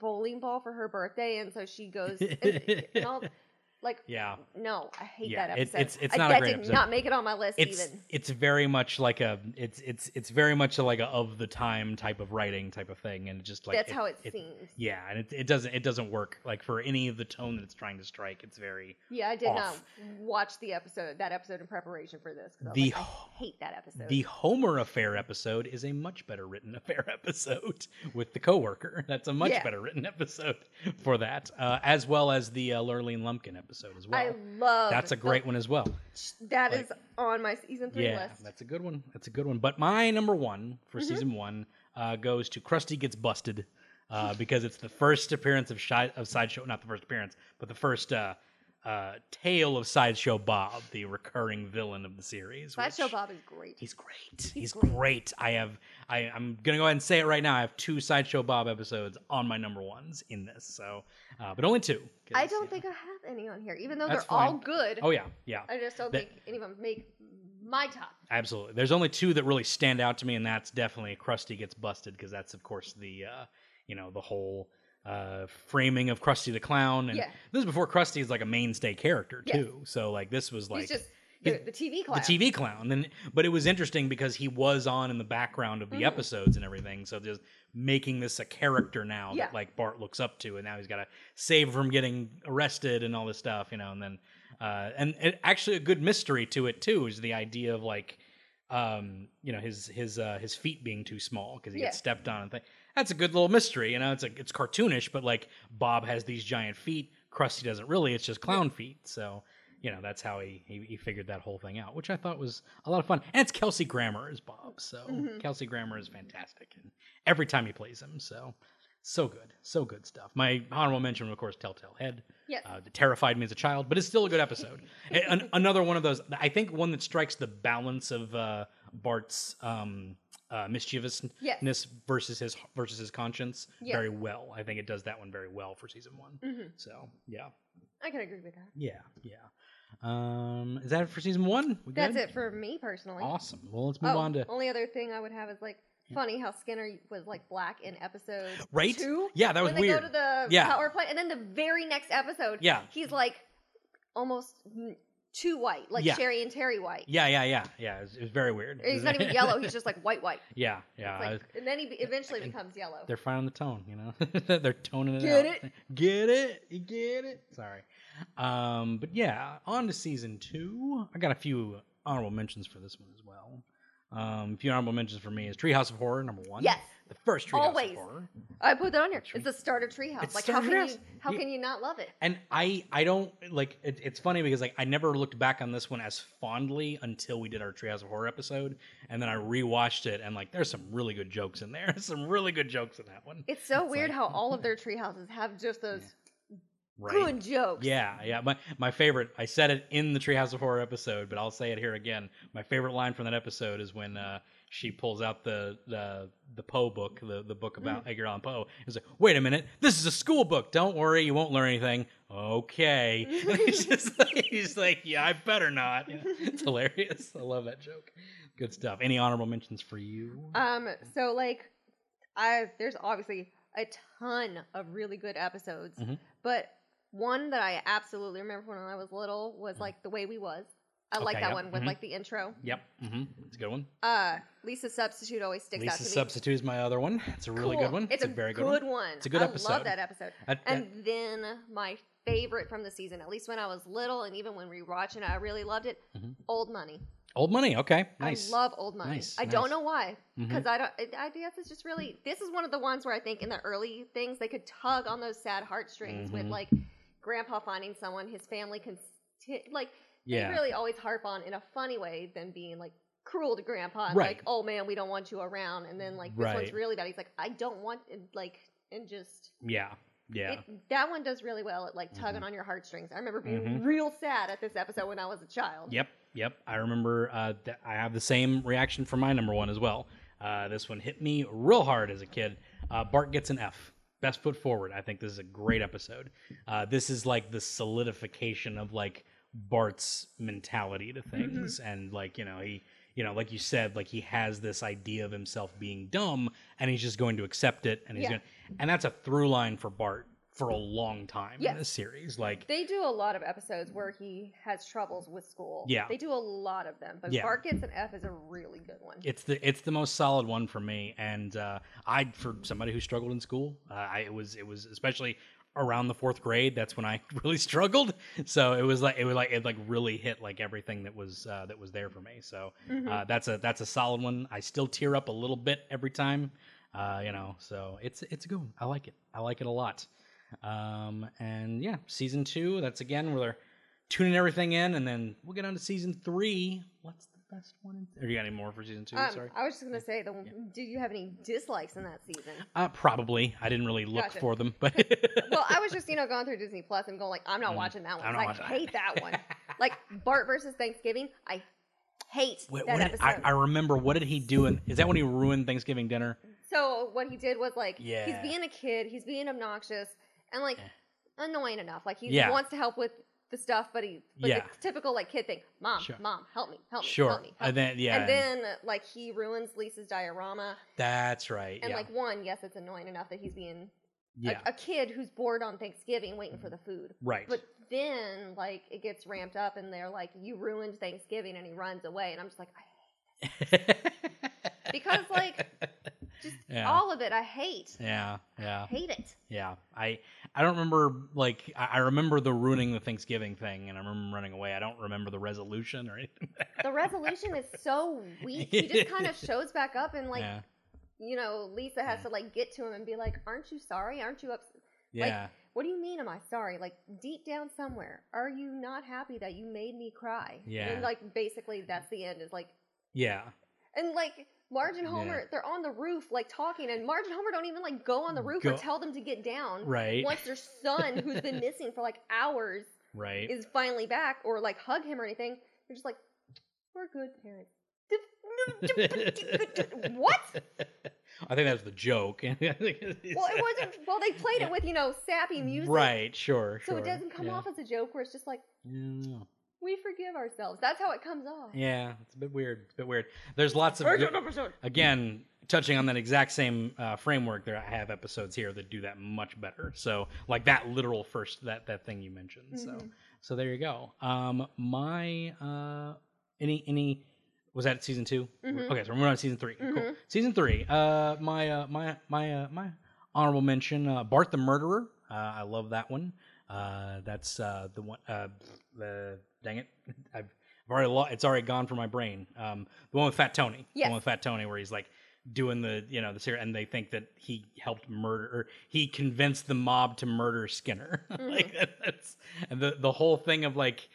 Speaker 3: bowling ball for her birthday, and so she goes. And,
Speaker 2: [laughs]
Speaker 3: and all, like, [laughs]
Speaker 2: yeah,
Speaker 3: no, I hate
Speaker 2: Yeah,
Speaker 3: that
Speaker 2: it-
Speaker 3: episode.
Speaker 2: it's- it's
Speaker 3: I,
Speaker 2: not a
Speaker 3: that
Speaker 2: great
Speaker 3: did
Speaker 2: episode.
Speaker 3: not make it on my list
Speaker 2: it's
Speaker 3: even.
Speaker 2: it's very much like a it's it's it's very much like a of the time type of writing type of thing, and just like
Speaker 3: That's how it,
Speaker 2: it-
Speaker 3: seems.
Speaker 2: Yeah, and it, it doesn't it doesn't work like for any of the tone that it's trying to strike. It's very
Speaker 3: Yeah, I did
Speaker 2: off.
Speaker 3: not watch the episode that episode in preparation for this because I, was
Speaker 2: The
Speaker 3: like, I
Speaker 2: ho-
Speaker 3: hate that episode.
Speaker 2: the Homer affair episode is a much better written [laughs] affair episode with the coworker. That's a much
Speaker 3: Yeah.
Speaker 2: better written episode for that, uh, as well as the uh, Lurleen Lumpkin episode as
Speaker 3: I
Speaker 2: well.
Speaker 3: love
Speaker 2: That's a great one as well.
Speaker 3: one. That
Speaker 2: like-
Speaker 3: is on my season three
Speaker 2: yeah,
Speaker 3: list.
Speaker 2: that's a good one. That's a good one. But my number one for
Speaker 3: Mm-hmm.
Speaker 2: season one uh, goes to Krusty gets busted uh,
Speaker 3: [laughs]
Speaker 2: because it's the first appearance of Shi- of sideshow, not the first appearance, but the first uh, uh, tale of sideshow Bob, the recurring villain of the series.
Speaker 3: Sideshow
Speaker 2: which-
Speaker 3: Bob is great.
Speaker 2: He's great. He's
Speaker 3: great.
Speaker 2: great. I have. I, I'm gonna go ahead and say it right now. I have two sideshow Bob episodes on my number ones in this. So, uh, but only two. 'cause,
Speaker 3: I don't
Speaker 2: yeah.
Speaker 3: think I have any on here, even though they're
Speaker 2: That's
Speaker 3: all
Speaker 2: fine.
Speaker 3: good.
Speaker 2: Oh yeah, yeah.
Speaker 3: I just don't
Speaker 2: that-
Speaker 3: think any of them make my top.
Speaker 2: Absolutely. There's only two that really stand out to me, and that's definitely Krusty gets busted because that's of course the uh, you know the whole uh, framing of Krusty the Clown, and
Speaker 3: Yeah.
Speaker 2: this is before Krusty is like a mainstay character
Speaker 3: Yes.
Speaker 2: too. So like this was like
Speaker 3: He's just
Speaker 2: the-
Speaker 3: the, the TV
Speaker 2: the
Speaker 3: clown.
Speaker 2: TV clown. And but it was interesting because he was on in the background
Speaker 3: Mm-hmm.
Speaker 2: of the episodes and everything. So just making this a character now
Speaker 3: Yeah.
Speaker 2: that like Bart looks up to, and now he's got to save from getting arrested and all this stuff, you know. And then uh, and it, actually a good mystery to it too is the idea of like um you know his his uh his feet being too small because he gets
Speaker 3: Yeah.
Speaker 2: stepped on and thing that's a good little mystery you know it's like it's cartoonish but like bob has these giant feet krusty doesn't really it's just clown feet so you know that's how he, he he figured that whole thing out which i thought was a lot of fun and it's kelsey grammer as bob so kelsey grammer is fantastic and every time he plays him so so good so good stuff my honorable mention of course telltale head
Speaker 3: Yes.
Speaker 2: uh, that terrified me as a child, but it's still a good
Speaker 3: [laughs]
Speaker 2: episode. A- an- another one of those, I think, one that strikes the balance of uh, Bart's um, uh, mischievousness
Speaker 3: Yes.
Speaker 2: versus his versus his conscience
Speaker 3: Yeah. Mm-hmm.
Speaker 2: very well. I think it does that one very well for season one. So yeah,
Speaker 3: I can agree with that.
Speaker 2: yeah, yeah. Um, is that it for season one? We
Speaker 3: That's
Speaker 2: good?
Speaker 3: it for me personally.
Speaker 2: Awesome. Well, let's move
Speaker 3: Oh,
Speaker 2: on to
Speaker 3: only other thing I would have is like funny how Skinner was like black in episode
Speaker 2: right.
Speaker 3: two.
Speaker 2: Yeah, that was
Speaker 3: when they
Speaker 2: weird.
Speaker 3: go to the
Speaker 2: Yeah.
Speaker 3: power plant, and then the very next episode,
Speaker 2: Yeah.
Speaker 3: he's like almost n- too white, like
Speaker 2: Yeah.
Speaker 3: Sherry and Terry white.
Speaker 2: yeah, yeah, yeah, yeah. It was, it was very weird.
Speaker 3: And He's not
Speaker 2: [laughs]
Speaker 3: even yellow; he's just like white, white.
Speaker 2: yeah, yeah.
Speaker 3: It's
Speaker 2: I
Speaker 3: like,
Speaker 2: was-
Speaker 3: and then he be- eventually becomes yellow.
Speaker 2: They're finding the tone, you know. [laughs] They're toning it
Speaker 3: Get
Speaker 2: out. [laughs] Get it? You get it? Sorry. Um, but yeah, on to season two. I got a few honorable mentions for this one as well. Um, a few honorable mentions for me is Treehouse of Horror number one.
Speaker 3: Yes.
Speaker 2: the first Treehouse
Speaker 3: Always.
Speaker 2: of Horror.
Speaker 3: I put that on here. It's the start of Treehouse.
Speaker 2: It's
Speaker 3: Like
Speaker 2: start
Speaker 3: how
Speaker 2: of
Speaker 3: can
Speaker 2: Treehouse.
Speaker 3: you how
Speaker 2: You-
Speaker 3: can you not love it?
Speaker 2: And I, I don't like. It, it's funny because like I never looked back on this one as fondly until we did our Treehouse of Horror episode, and then I rewatched it and like there's some really good jokes in there. [laughs] some really good jokes in that one.
Speaker 3: It's so weird how all of their treehouses have just those
Speaker 2: right.
Speaker 3: good jokes.
Speaker 2: Yeah, yeah. My my favorite. I said it in the Treehouse of Horror episode, but I'll say it here again. My favorite line from that episode is when uh, she pulls out the the the Poe book, the the book about
Speaker 3: Mm.
Speaker 2: Edgar Allan Poe. It's like, wait a minute, this is a school book. Don't worry, you won't learn anything.
Speaker 3: [laughs]
Speaker 2: Okay. [laughs] And he's just like, he's like, yeah, I better not. You know, [laughs] it's hilarious. I love that joke. Good stuff. Any honorable mentions for you?
Speaker 3: Um, so like, I there's obviously a ton of really good episodes,
Speaker 2: Mhm.
Speaker 3: but one that I absolutely remember from when I was little was like the way we was. I
Speaker 2: Mm-hmm.
Speaker 3: like
Speaker 2: Okay,
Speaker 3: that
Speaker 2: yep,
Speaker 3: one with
Speaker 2: mhm.
Speaker 3: like the intro.
Speaker 2: Yep. Mm-hmm. It's a good one.
Speaker 3: Uh, Lisa substitute always sticks out
Speaker 2: Lisa
Speaker 3: to me.
Speaker 2: substitute is my other one. It's a really
Speaker 3: Cool.
Speaker 2: good one.
Speaker 3: It's, a,
Speaker 2: very
Speaker 3: good, one.
Speaker 2: It's a good
Speaker 3: I love
Speaker 2: episode.
Speaker 3: that episode.
Speaker 2: That- that-
Speaker 3: and then my favorite from the season, at least when I was little, and even when rewatching it, I really loved it. Old money.
Speaker 2: Old money. Okay. Mm-hmm. Nice.
Speaker 3: I love old money.
Speaker 2: Nice,
Speaker 3: I don't
Speaker 2: nice.
Speaker 3: know why,
Speaker 2: Mm-hmm.
Speaker 3: because I don't. it- I guess it's just really. This is one of the ones where I think in the early things they could tug on those sad heartstrings
Speaker 2: Mm-hmm.
Speaker 3: with like grandpa finding someone his family can sti- like.
Speaker 2: Yeah.
Speaker 3: They really always harp on in a funny way than being like cruel to grandpa and
Speaker 2: Right.
Speaker 3: like, oh man, we don't want you around. And then like this
Speaker 2: Right.
Speaker 3: one's really bad. He's like, I don't want and, like and just
Speaker 2: Yeah. Yeah. Mm-hmm.
Speaker 3: It, that one does really well at like tugging on your heartstrings. I remember being
Speaker 2: Mhm.
Speaker 3: real sad at this episode when I was a child.
Speaker 2: Yep, yep. I remember. Uh, th- I have the same reaction for my number one as well. Uh, this one hit me real hard as a kid. Uh, Bart gets an F. Best foot forward. I think this is a great episode. Uh, this is like the solidification of like Bart's mentality
Speaker 3: Mm-hmm.
Speaker 2: to things, and like you know he, you know, like you said, like he has this idea of himself being dumb, and he's just going to accept it, and he's
Speaker 3: Yeah.
Speaker 2: going, to and that's a through line for Bart for a long time
Speaker 3: Yes.
Speaker 2: in this series. Like,
Speaker 3: They do a lot of episodes where he has troubles with school.
Speaker 2: Yeah.
Speaker 3: They do a lot of them, but
Speaker 2: Yeah.
Speaker 3: Bart gets an F is a really good one.
Speaker 2: It's the it's the most solid one for me, and uh, I for somebody who struggled in school, uh, I it was it was especially around the fourth grade. That's when I [laughs] really struggled. So it was like it was like it like really hit like everything that was uh, that was there for me. So
Speaker 3: Mm-hmm.
Speaker 2: uh, that's a that's a solid one. I still tear up a little bit every time, uh, you know. So it's it's a good one. I like it. I like it a lot. Um, and yeah, season two. That's again where they're tuning everything in, and then we'll get on to season three. What's the best one? in- Or you got any more for season two?
Speaker 3: Um,
Speaker 2: Sorry.
Speaker 3: I was just gonna say, the, do you have any dislikes in that season?
Speaker 2: Uh, probably. I didn't really look
Speaker 3: Gotcha.
Speaker 2: for them, but
Speaker 3: [laughs] well, I was just you know going through Disney Plus and going like, I'm not
Speaker 2: Mm.
Speaker 3: watching that one.
Speaker 2: I'm not
Speaker 3: I
Speaker 2: watching that. [laughs]
Speaker 3: hate that one. like Bart versus Thanksgiving, I hate
Speaker 2: Wait,
Speaker 3: that
Speaker 2: what did-
Speaker 3: episode.
Speaker 2: I, I remember. What did he do? In, is that when he ruined Thanksgiving dinner?
Speaker 3: So what he did was like he's
Speaker 2: Yeah.
Speaker 3: being a kid, he's being obnoxious and like annoying enough. Like he
Speaker 2: Yeah.
Speaker 3: wants to help with the stuff, but he but
Speaker 2: Yeah.
Speaker 3: the typical like kid thing. Mom,
Speaker 2: Sure.
Speaker 3: mom, help me, help me,
Speaker 2: Sure.
Speaker 3: help me. help
Speaker 2: And
Speaker 3: me."
Speaker 2: then yeah,
Speaker 3: and then like he ruins Lisa's diorama.
Speaker 2: that's right.
Speaker 3: And
Speaker 2: yeah.
Speaker 3: like one, yes, it's annoying enough that he's being a-
Speaker 2: yeah. Mm-hmm.
Speaker 3: a, kid who's bored on Thanksgiving waiting for the food.
Speaker 2: right.
Speaker 3: But then like it gets ramped up and they're like, You ruined Thanksgiving and he runs away and I'm just like I [laughs] because like just
Speaker 2: Yeah.
Speaker 3: all of it I hate.
Speaker 2: yeah. Yeah.
Speaker 3: Hate it.
Speaker 2: Yeah, I I don't remember like I, I remember the ruining the Thanksgiving thing, and I remember running away. I don't remember the resolution or anything.
Speaker 3: the resolution is so weak. He just
Speaker 2: [laughs]
Speaker 3: kind of shows back up and like
Speaker 2: yeah,
Speaker 3: you know, Lisa has to like get to him and be like, "Aren't you sorry? Aren't you upset?
Speaker 2: yeah,
Speaker 3: Like, what do you mean? Am I sorry? Like deep down somewhere, are you not happy that you made me cry?
Speaker 2: Yeah.
Speaker 3: And like basically, that's the end. Is like
Speaker 2: yeah.
Speaker 3: and like. Marge and
Speaker 2: Yeah.
Speaker 3: Homer, they're on the roof, like talking, and Marge and Homer don't even like go on the roof or
Speaker 2: Mm, Go-
Speaker 3: tell them to get down.
Speaker 2: Right.
Speaker 3: Once their son,
Speaker 2: [laughs]
Speaker 3: who's been missing for like hours,
Speaker 2: Right. [laughs]
Speaker 3: is finally back or like hug him or anything. They're just like, we're good parents. [laughs] what?
Speaker 2: I think that was the joke. [laughs] well,
Speaker 3: Well, it wasn't. Well, they played it with you know sappy music,
Speaker 2: right. Sure.
Speaker 3: So
Speaker 2: sure.
Speaker 3: it doesn't come
Speaker 2: yeah.
Speaker 3: off as a joke where it's just like
Speaker 2: Yeah.
Speaker 3: we forgive ourselves. That's how it comes off.
Speaker 2: Yeah, it's a bit weird. It's a bit weird. There's lots of good- again touching on that exact same uh, framework. There, I have episodes here that do that much better. So, like that literal first that that thing you mentioned. So, so there you go. Um, my uh, any any was that season 2 Okay, so we're moving on to season 3 Cool. Season three. Uh, my uh, my my uh, my honorable mention: uh, Bart the Murderer. Uh, I love that one. Uh, that's uh, the one. Uh, the dang it, [laughs] I've, I've already lo- it's already gone from my brain. Um, the one with Fat Tony. The
Speaker 3: Yes.
Speaker 2: one with Fat Tony, where he's like doing the you know the ser- and they think that he helped murder or he convinced the mob to murder Skinner. [laughs] like that's and the the whole thing of like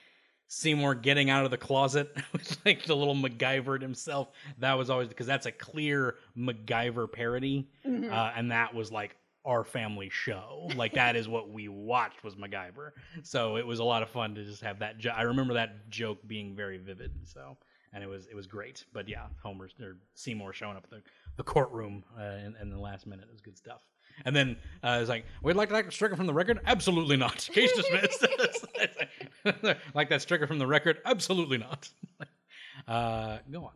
Speaker 2: Seymour getting out of the closet [laughs] with like the little MacGyver himself. That was always because that's a clear MacGyver parody,
Speaker 3: Mm-hmm.
Speaker 2: uh, and that was like our family show. Like that is what we watched was MacGyver. So it was a lot of fun to just have that. Jo- I remember that joke being very vivid. So and it was it was great. But yeah, Homer's or Seymour showing up at the, the courtroom uh, in, in the last minute is good stuff. And then uh, it's like, we'd like that stricken from the record. Absolutely not. [laughs] Case dismissed. like [laughs] that stricken from the record. Absolutely not. [laughs] Uh, go on.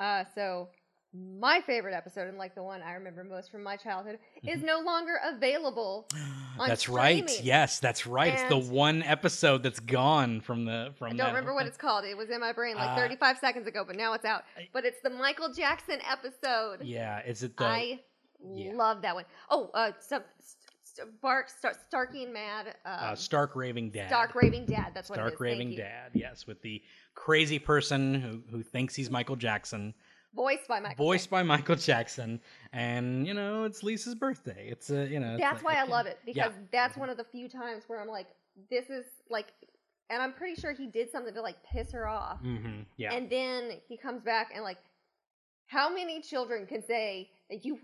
Speaker 3: Uh, so my favorite episode and like the one I remember most from my childhood is
Speaker 2: Mm-hmm.
Speaker 3: no longer available.
Speaker 2: [sighs]
Speaker 3: On
Speaker 2: that's right.
Speaker 3: streaming.
Speaker 2: Yes, that's right. it's the
Speaker 3: And-
Speaker 2: one episode that's gone from the from.
Speaker 3: I
Speaker 2: that-
Speaker 3: don't remember what it's called. It was in my brain like
Speaker 2: Uh,
Speaker 3: 35 seconds ago, but now it's out. But it's the Michael Jackson episode.
Speaker 2: Yeah, is it the?
Speaker 3: I
Speaker 2: yeah.
Speaker 3: love that one. Oh, uh, some st- Bark Star- Starky and Mad. Uh,
Speaker 2: uh, Stark Raving Dad.
Speaker 3: Stark Raving Dad. That's what. it
Speaker 2: Stark
Speaker 3: is.
Speaker 2: Raving
Speaker 3: Thank you.
Speaker 2: Dad. Yes, with the crazy person who who thinks he's Michael Jackson.
Speaker 3: Voiced by Michael.
Speaker 2: voiced by Michael Jackson, and you know it's Lisa's birthday. It's a you know. it's
Speaker 3: That's
Speaker 2: like-
Speaker 3: why I love it
Speaker 2: Yeah. Mm-hmm.
Speaker 3: because that's one of the few times where I'm like, this is like, and I'm pretty sure he did something to like piss her off,
Speaker 2: Mhm, Yeah.
Speaker 3: and then he comes back and like, how many children can say that you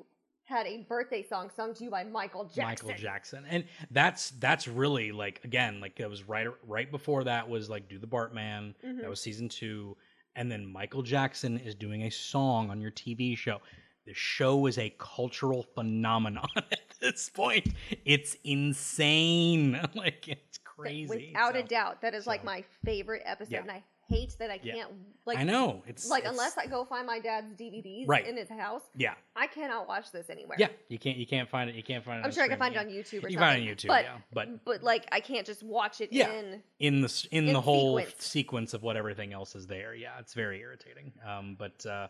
Speaker 3: had a birthday song sung to you by Michael Jackson.
Speaker 2: Michael Jackson. And that's that's really like again, like it was right right before that was like Do the Bartman.
Speaker 3: Mhm.
Speaker 2: That was season 2 and then Michael Jackson is doing a song on your TV show. The show is a cultural phenomenon [laughs] at this point. It's insane. [laughs] Like it's crazy.
Speaker 3: Without a
Speaker 2: So,
Speaker 3: doubt, that is like
Speaker 2: so-
Speaker 3: my favorite episode,
Speaker 2: Yeah.
Speaker 3: and I hate that I
Speaker 2: Yeah.
Speaker 3: can't like.
Speaker 2: I know. It's
Speaker 3: Like
Speaker 2: it's-
Speaker 3: unless I go find my dad's DVDs
Speaker 2: Right.
Speaker 3: in his house,
Speaker 2: Yeah.
Speaker 3: I cannot watch this anywhere.
Speaker 2: Yeah. You can't you can't find it. You can't find it
Speaker 3: I'm sure I can
Speaker 2: streaming.
Speaker 3: find it on YouTube or
Speaker 2: You
Speaker 3: something.
Speaker 2: can find it on YouTube,
Speaker 3: but,
Speaker 2: yeah, but-
Speaker 3: like I can't just watch it
Speaker 2: Yeah.
Speaker 3: in.
Speaker 2: in the s- in,
Speaker 3: In
Speaker 2: the whole
Speaker 3: sequence.
Speaker 2: sequence. of what everything else is there. Yeah, it's very irritating. Um, but uh,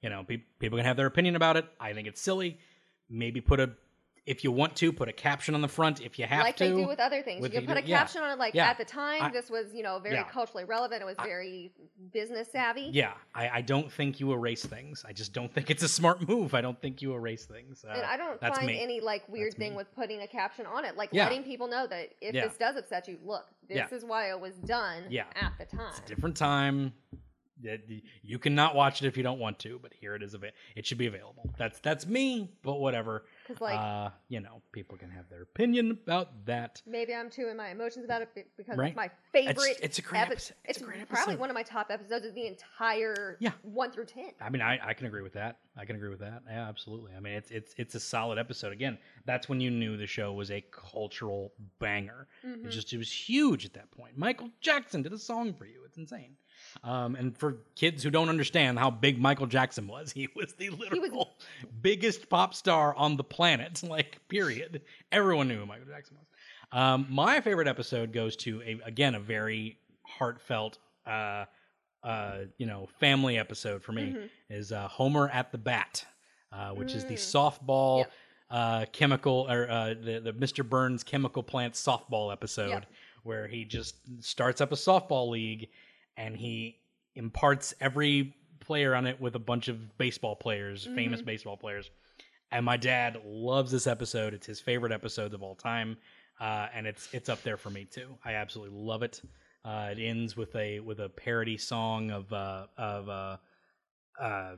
Speaker 2: you know, pe- people can have their opinion about it. I think it's silly. Maybe put a if you want to put a caption on the front if you have
Speaker 3: like
Speaker 2: to.
Speaker 3: they do with other things.
Speaker 2: with
Speaker 3: you
Speaker 2: the-
Speaker 3: can put a
Speaker 2: yeah.
Speaker 3: caption on it, like
Speaker 2: Yeah.
Speaker 3: at the time,
Speaker 2: I-
Speaker 3: this was you know very
Speaker 2: Yeah.
Speaker 3: culturally relevant. It was
Speaker 2: I-
Speaker 3: very business savvy.
Speaker 2: yeah, I, I don't think you erase things. I just don't think it's a smart [laughs] move. I don't think you erase things. Uh,
Speaker 3: and I don't
Speaker 2: that's
Speaker 3: find
Speaker 2: me.
Speaker 3: any like weird
Speaker 2: That's
Speaker 3: thing
Speaker 2: me.
Speaker 3: with putting a caption on it, like
Speaker 2: Yeah.
Speaker 3: letting people know that if
Speaker 2: Yeah.
Speaker 3: this does upset you, look, this
Speaker 2: Yeah.
Speaker 3: is why it was done
Speaker 2: Yeah.
Speaker 3: at the time.
Speaker 2: It's a different time. That y- You cannot watch it if you don't want to, but here it is. Av- it should be available. That's that's me, but whatever.
Speaker 3: Because like
Speaker 2: uh, you know, people can have their opinion about that.
Speaker 3: maybe I'm too in my emotions about it be- because
Speaker 2: Right.
Speaker 3: it's my
Speaker 2: It's-
Speaker 3: favorite.
Speaker 2: It's, a great
Speaker 3: epi-
Speaker 2: episode. It's, a great
Speaker 3: probably
Speaker 2: episode.
Speaker 3: one of my top episodes of the entire
Speaker 2: Yeah.
Speaker 3: one through ten.
Speaker 2: I mean, I, I can agree with that. I can agree with that. Yeah, absolutely. I mean, it's it's it's a solid episode. Again, that's when you knew the show was a cultural banger.
Speaker 3: Mhm.
Speaker 2: It just it was huge at that point. Michael Jackson did a song for you. It's insane. Um, and for kids who don't understand how big Michael Jackson was, he was the literal biggest pop star on the planet. [laughs] Like, period. Everyone knew who Michael Jackson was. Um, my favorite episode goes to a again a very heartfelt, uh, uh, you know, family episode for me
Speaker 3: Mhm.
Speaker 2: is uh, Homer at the Bat, uh, which is the softball
Speaker 3: Mm. Yep.
Speaker 2: uh, chemical or uh, the the Mr. Burns chemical plant softball episode
Speaker 3: Yep.
Speaker 2: where he just starts up a softball league and he imparts every player on it with a bunch of baseball players, famous baseball players. And my dad loves this episode. It's his favorite episode of all time, uh, and it's it's up there for me too. I absolutely love it. Uh, it ends with a with a parody song of uh, of uh, uh,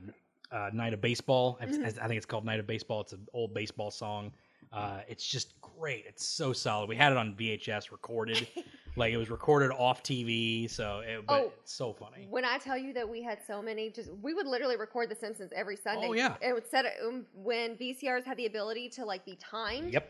Speaker 2: uh, Night of Baseball. I,
Speaker 3: Mm-hmm.
Speaker 2: I think it's called Night of Baseball. It's an old baseball song. Uh, it's just great. It's so solid. We had it on VHS
Speaker 3: [laughs]
Speaker 2: recorded, like it was recorded off TV. So, it, but
Speaker 3: Oh.
Speaker 2: it's so funny.
Speaker 3: When I tell you that we had so many, just we would literally record The Simpsons every Sunday.
Speaker 2: Oh, yeah.
Speaker 3: and it would set it um, when VCRs had the ability to like be timed.
Speaker 2: Yep.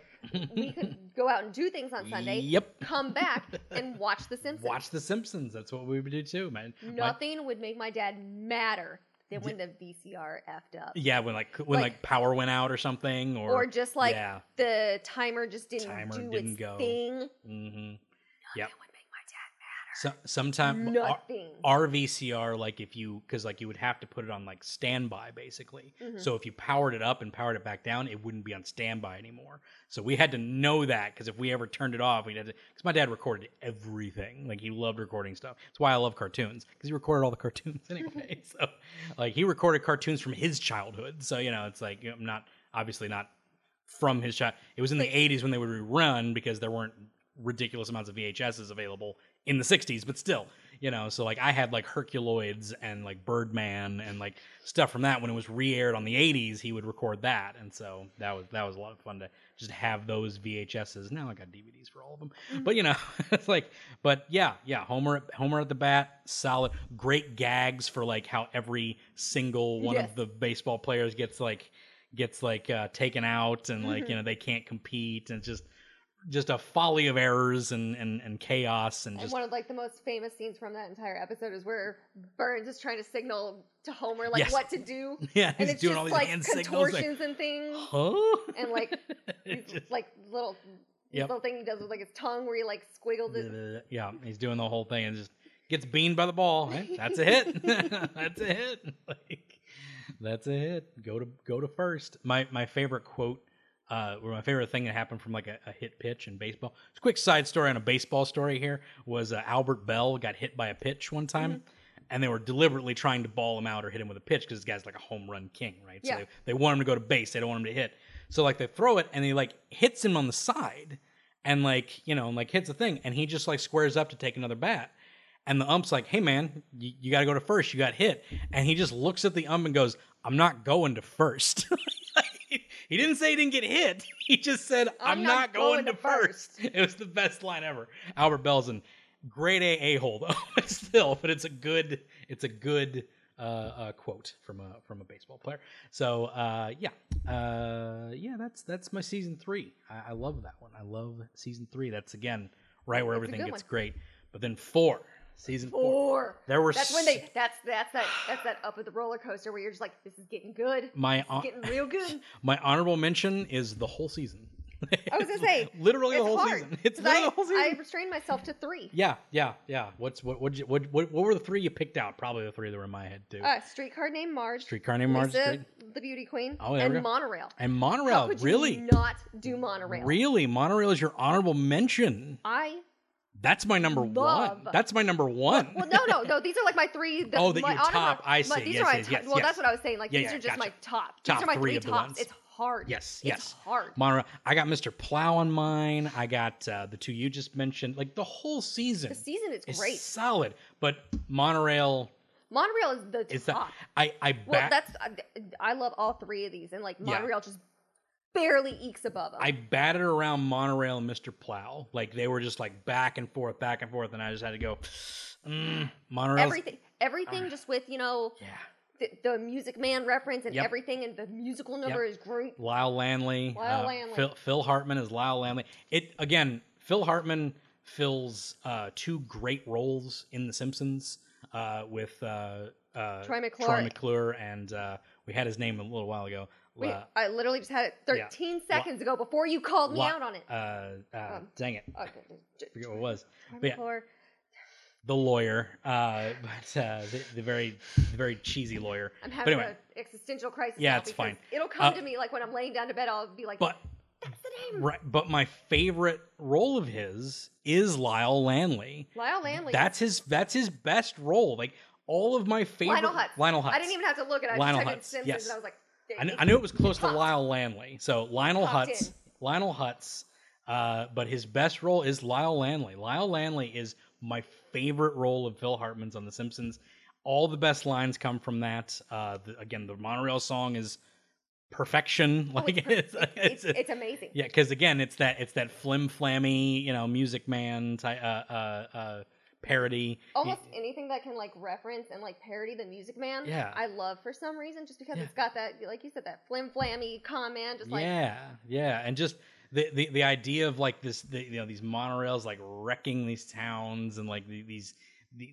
Speaker 3: we could go out and do things on Sunday.
Speaker 2: Yep.
Speaker 3: Come
Speaker 2: [laughs]
Speaker 3: back and watch The Simpsons.
Speaker 2: Watch The Simpsons. That's what we would do too, man. My-
Speaker 3: Nothing would make my dad madder than when the VCR effed up,
Speaker 2: yeah, when like when
Speaker 3: Like-
Speaker 2: like, power went out or something, or,
Speaker 3: or just like
Speaker 2: yeah,
Speaker 3: the timer just didn't
Speaker 2: Timer
Speaker 3: do
Speaker 2: didn't
Speaker 3: its
Speaker 2: go.
Speaker 3: thing.
Speaker 2: hmm yep.
Speaker 3: Would make my dad
Speaker 2: So, sometimes
Speaker 3: nothing.
Speaker 2: RVCR, like if you, because like you would have to put it on like standby basically.
Speaker 3: Mhm.
Speaker 2: So if you powered it up and powered it back down, it wouldn't be on standby anymore. So we had to know that because if we ever turned it off, we'd have to. Because my dad recorded everything. Like he loved recording stuff. That's why I love cartoons because he recorded all the cartoons [laughs] anyway. so like he recorded cartoons from his childhood. So you know, it's like you know, I'm not obviously not from his child. It was in the 80s when they would rerun because there weren't ridiculous amounts of VHSs available in the 60s, but still, you know, so like I had like Herculoids and like Birdman and like stuff from that when it was re-aired on the 80s, he would record that. And so that was that was a lot of fun to just have those VHSs. Now I got DVDs for all of them. But you know, [laughs] it's like but yeah, yeah, Homer Homer at the bat, solid great gags for like how every single one
Speaker 3: Yes.
Speaker 2: of the baseball players gets like gets like uh, taken out and like you know they can't compete and just just a folly of errors and and, and chaos and
Speaker 3: And
Speaker 2: just
Speaker 3: one of like the most famous scenes from that entire episode is where Burns is trying to signal to Homer like
Speaker 2: Yes.
Speaker 3: what to do,
Speaker 2: [laughs] yeah [laughs]
Speaker 3: and
Speaker 2: he's
Speaker 3: it's
Speaker 2: doing
Speaker 3: just
Speaker 2: all these
Speaker 3: like
Speaker 2: hand signals
Speaker 3: contortions
Speaker 2: like,
Speaker 3: and things,
Speaker 2: huh [laughs]
Speaker 3: and like
Speaker 2: It
Speaker 3: these,
Speaker 2: just-
Speaker 3: like little
Speaker 2: Yep.
Speaker 3: little thing he does with like his tongue where he like squiggles it.
Speaker 2: yeah he's doing the whole thing and just gets beamed by the ball Eh, that's a hit [laughs] that's a hit [laughs] like that's a hit go to go to first my my favorite quote uh, or my favorite thing that happened from like a, a hit pitch in baseball. Just a quick side story on a baseball story here was uh, Albert Bell got hit by a pitch one time,
Speaker 3: Mm-hmm.
Speaker 2: and they were deliberately trying to ball him out or hit him with a pitch because this guy's like a home run king, right?
Speaker 3: Yeah.
Speaker 2: So they, they want him to go to base, they don't want him to hit. So like they throw it and he like hits him on the side, and like you know and like hits the thing, and he just like squares up to take another bat. And the ump's like, "Hey man, you, you got to go to first. You got hit." And he just looks at the ump and goes, "I'm not going to first. [laughs] He didn't say he didn't get hit. He just said, I'm, not, going, to first. [laughs] It was the best line ever. Albert Belzin, great a a hole though [laughs] still, but it's a good it's a good uh, uh, quote from a from a baseball player. So uh, yeah, uh, yeah, that's that's my season three. I, I love that one. I love season three. That's again right where
Speaker 3: It's a
Speaker 2: everything
Speaker 3: good
Speaker 2: gets
Speaker 3: one.
Speaker 2: great. But then four, season four,
Speaker 3: Four.
Speaker 2: there were
Speaker 3: That's when
Speaker 2: s-
Speaker 3: they. That's that's that.
Speaker 2: [sighs]
Speaker 3: That's that up of the roller coaster where you're just like, this is getting good.
Speaker 2: my hon- [laughs]
Speaker 3: Getting real good.
Speaker 2: my honorable mention is the whole season.
Speaker 3: I was gonna say,
Speaker 2: [laughs] literally the
Speaker 3: it's
Speaker 2: whole
Speaker 3: hard,
Speaker 2: season. It's
Speaker 3: 'cause
Speaker 2: literally
Speaker 3: I,
Speaker 2: the whole season.
Speaker 3: I restrained myself to three.
Speaker 2: Yeah, yeah, yeah. What's what? What? What? What? What were the three you picked out? Probably the three that were in my head too.
Speaker 3: Uh, streetcar named Marge.
Speaker 2: Streetcar named Marge. is
Speaker 3: Lisa,
Speaker 2: great.
Speaker 3: the beauty queen.
Speaker 2: Oh, there
Speaker 3: and
Speaker 2: we go.
Speaker 3: monorail.
Speaker 2: And
Speaker 3: How
Speaker 2: monorail.
Speaker 3: could you
Speaker 2: Really,
Speaker 3: not do monorail.
Speaker 2: really, monorail is your honorable mention.
Speaker 3: I
Speaker 2: That's my number
Speaker 3: Love.
Speaker 2: one. That's my number one.
Speaker 3: well, no, no, no. These are like my
Speaker 2: [laughs]
Speaker 3: three. The,
Speaker 2: Oh, that
Speaker 3: my
Speaker 2: you
Speaker 3: honorable-
Speaker 2: top. I
Speaker 3: my-
Speaker 2: see.
Speaker 3: These
Speaker 2: Yes,
Speaker 3: are my
Speaker 2: yes,
Speaker 3: top-
Speaker 2: yes,
Speaker 3: Well,
Speaker 2: yes.
Speaker 3: that's what I was saying. Like
Speaker 2: Yeah,
Speaker 3: these
Speaker 2: yeah,
Speaker 3: are just my
Speaker 2: gotcha.
Speaker 3: top.
Speaker 2: Top
Speaker 3: these are my
Speaker 2: three
Speaker 3: three,
Speaker 2: of the
Speaker 3: tops.
Speaker 2: ones.
Speaker 3: It's hard.
Speaker 2: Yes,
Speaker 3: It's
Speaker 2: yes.
Speaker 3: hard.
Speaker 2: [laughs] Monorail. I got Mr. Plow on mine. I got uh, the two you just mentioned. Like the whole season.
Speaker 3: the season is
Speaker 2: is
Speaker 3: great.
Speaker 2: solid, but monorail
Speaker 3: Monorail is the
Speaker 2: is that
Speaker 3: top.
Speaker 2: I I
Speaker 3: well,
Speaker 2: back.
Speaker 3: that's I, I love all three of these, and like
Speaker 2: Yeah.
Speaker 3: monorail just barely ekes above them.
Speaker 2: I batted around Monorail and Mr. Plow. Like they were just like back and forth, back and forth, and I just had to go. Mm, Monorail.
Speaker 3: everything, everything, just with you know
Speaker 2: Yeah.
Speaker 3: the, the Music Man reference and
Speaker 2: Yep.
Speaker 3: everything, and the musical number is great.
Speaker 2: Lyle Lanley.
Speaker 3: Lyle
Speaker 2: uh,
Speaker 3: Lanley.
Speaker 2: Phil, Phil Hartman is Lyle Lanley. It again. Phil Hartman fills uh, two great roles in The Simpsons uh, with uh, uh,
Speaker 3: Troy
Speaker 2: Troy
Speaker 3: McClure.
Speaker 2: McClure, and uh, we had his name a little while ago.
Speaker 3: Wait,
Speaker 2: La-
Speaker 3: I literally just had it 13 seconds ago before you called me
Speaker 2: La-
Speaker 3: out on it.
Speaker 2: Uh, uh,
Speaker 3: Um,
Speaker 2: dang it,
Speaker 3: Okay, j-
Speaker 2: I
Speaker 3: j-
Speaker 2: forget what it was.
Speaker 3: Troy
Speaker 2: yeah.
Speaker 3: McClure.
Speaker 2: the lawyer, uh, [laughs] but uh, the, the very, the very cheesy lawyer.
Speaker 3: I'm
Speaker 2: But
Speaker 3: having
Speaker 2: anyway,
Speaker 3: an existential crisis.
Speaker 2: Yeah,
Speaker 3: now
Speaker 2: it's
Speaker 3: because
Speaker 2: fine.
Speaker 3: It'll come
Speaker 2: Uh,
Speaker 3: to me like when I'm laying down to bed. I'll be like,
Speaker 2: but
Speaker 3: "That's the name,
Speaker 2: right, but my favorite role of his is Lyle Lanley.
Speaker 3: Lyle Landley."
Speaker 2: That's his. That's his best role. Like all of my favorite
Speaker 3: Lionel Hutz.
Speaker 2: Lionel
Speaker 3: I didn't even have to look at it. I
Speaker 2: Lionel
Speaker 3: just typed in
Speaker 2: Hutz,
Speaker 3: Simpsons
Speaker 2: yes.
Speaker 3: and I was like,
Speaker 2: I kn-
Speaker 3: "Dang."
Speaker 2: I
Speaker 3: [laughs]
Speaker 2: knew it was close to
Speaker 3: popped.
Speaker 2: Lionel Lanley. So Lionel
Speaker 3: Popped
Speaker 2: Hutz,
Speaker 3: in.
Speaker 2: Lionel Hutz, uh, but his best role is Lyle Lanley. Lyle Lanley is my favorite role of Phil Hartman's on The Simpsons. All the best lines come from that. Uh, the, again, the monorail song is perfection.
Speaker 3: Oh,
Speaker 2: Like
Speaker 3: it's, per-
Speaker 2: it's, [laughs]
Speaker 3: it's, [laughs] it's,
Speaker 2: it's-
Speaker 3: it's amazing.
Speaker 2: yeah, because again, it's that it's that flim flammy, you know, Music Man type uh, uh, uh, parody.
Speaker 3: Almost anything that can like reference and like parody the Music Man,
Speaker 2: Yeah.
Speaker 3: I love for some reason, just because
Speaker 2: Yeah.
Speaker 3: it's got that, like you said, that flim flammy comment, just like
Speaker 2: yeah yeah and just the, the the idea of like this the, you know these monorails like wrecking these towns and like the, these the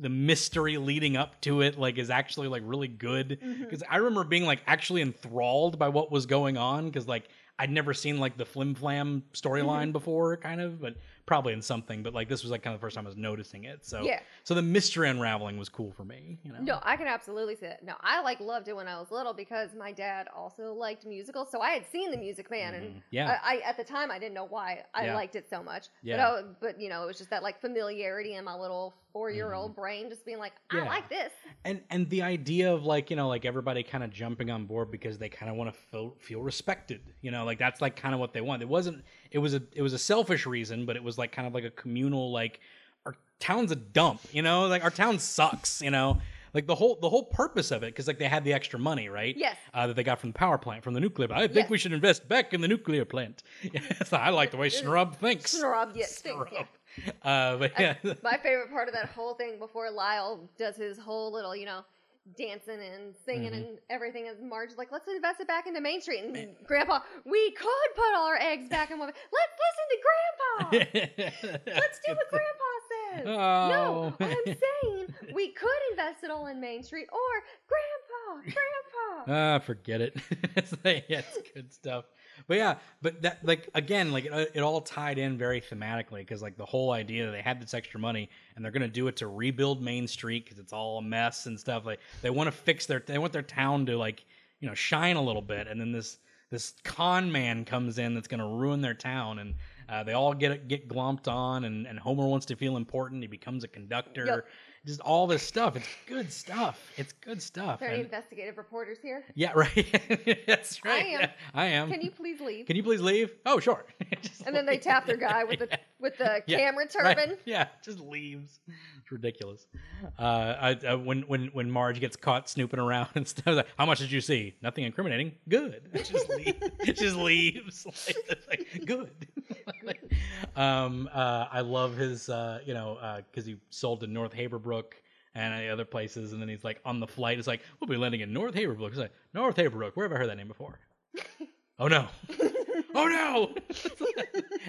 Speaker 2: the mystery leading up to it like is actually like really good
Speaker 3: Mhm.
Speaker 2: because i remember being like actually enthralled by what was going on because like i'd never seen like the flim flam
Speaker 3: Mm-hmm.
Speaker 2: storyline before kind of but probably in something but like this was like kind of the first time i was noticing it so
Speaker 3: yeah.
Speaker 2: so the mystery unraveling was cool for me you know
Speaker 3: No, I can absolutely see that. No, I like loved it when I was little because my dad also liked musicals, so I had seen The Music Man, and
Speaker 2: Mhm. yeah
Speaker 3: I, I at the time I didn't know why I
Speaker 2: Yeah.
Speaker 3: liked it so much.
Speaker 2: Yeah.
Speaker 3: But, I, but you know, it was just that like familiarity in my little four year old brain, just being like, I
Speaker 2: Mm-hmm. Yeah.
Speaker 3: like this. [laughs]
Speaker 2: and and the idea of like you know like everybody kind of jumping on board because they kind of want to feel feel respected you know like that's like kind of what they want it wasn't it was a it was a selfish reason but it was like kind of like a communal like our town's a dump you know like our town sucks you know like the whole the whole purpose of it because like they had the extra money right
Speaker 3: Yes.
Speaker 2: uh, that they got from the power plant from the nuclear i think
Speaker 3: Yes.
Speaker 2: we should invest back in the nuclear plant [laughs] so i like the way Snurub thinks
Speaker 3: Snob,
Speaker 2: [laughs]
Speaker 3: yes, thanks, yeah.
Speaker 2: Snurub. uh but yeah
Speaker 3: [laughs] My favorite part of that whole thing before Lyle does his whole little, you know, dancing and singing
Speaker 2: Mm-hmm.
Speaker 3: and everything is Marge's like, let's invest it back into Main Street. And Grandpa, we could put all our eggs back in women. Let's listen
Speaker 2: [laughs]
Speaker 3: to Grandpa. [laughs] Let's do what Grandpa says. No,
Speaker 2: Oh. [laughs]
Speaker 3: I'm saying we could invest it all in Main Street or Grandpa,
Speaker 2: [laughs]
Speaker 3: Grandpa.
Speaker 2: Ah, forget it. it's, like, yeah, it's good stuff. But yeah, but that like again, like uh, it, it all tied in very thematically because like the whole idea that they had this extra money and they're gonna do it to rebuild Main Street because it's all a mess and stuff. Like they want to fix their, they want their town to like you know shine a little bit, and then this this con man comes in that's gonna ruin their town, and Uh, they all get get glomped on, and, and Homer wants to feel important. He becomes a conductor.
Speaker 3: Yep.
Speaker 2: Just all this stuff. It's good stuff. It's good stuff.
Speaker 3: there any
Speaker 2: and-
Speaker 3: investigative reporters
Speaker 2: [laughs]
Speaker 3: here?
Speaker 2: yeah, right. That's
Speaker 3: I
Speaker 2: right.
Speaker 3: am.
Speaker 2: Yeah, I am.
Speaker 3: Can you please leave?
Speaker 2: Can you please leave? Oh, sure. [laughs] Just
Speaker 3: and then they
Speaker 2: leave.
Speaker 3: tap their guy with the
Speaker 2: Yeah.
Speaker 3: with the
Speaker 2: Yeah,
Speaker 3: camera
Speaker 2: [laughs] Right.
Speaker 3: turban.
Speaker 2: Yeah, just leaves. It's ridiculous. Uh, I, I, when when when Marge gets caught snooping around [laughs] and stuff, like, how much did you see? Nothing incriminating. Good. [laughs] Just leaves. just leaves. [laughs] Like, it's like, good. [laughs] um, uh, I love his. Uh, you know, because he sold to North Haverbrook. And other places, and then he's like on the flight. It's like we'll be landing in North Haverbrook. It's like North Haverbrook. Where have I heard that name before? oh no! oh no! [laughs]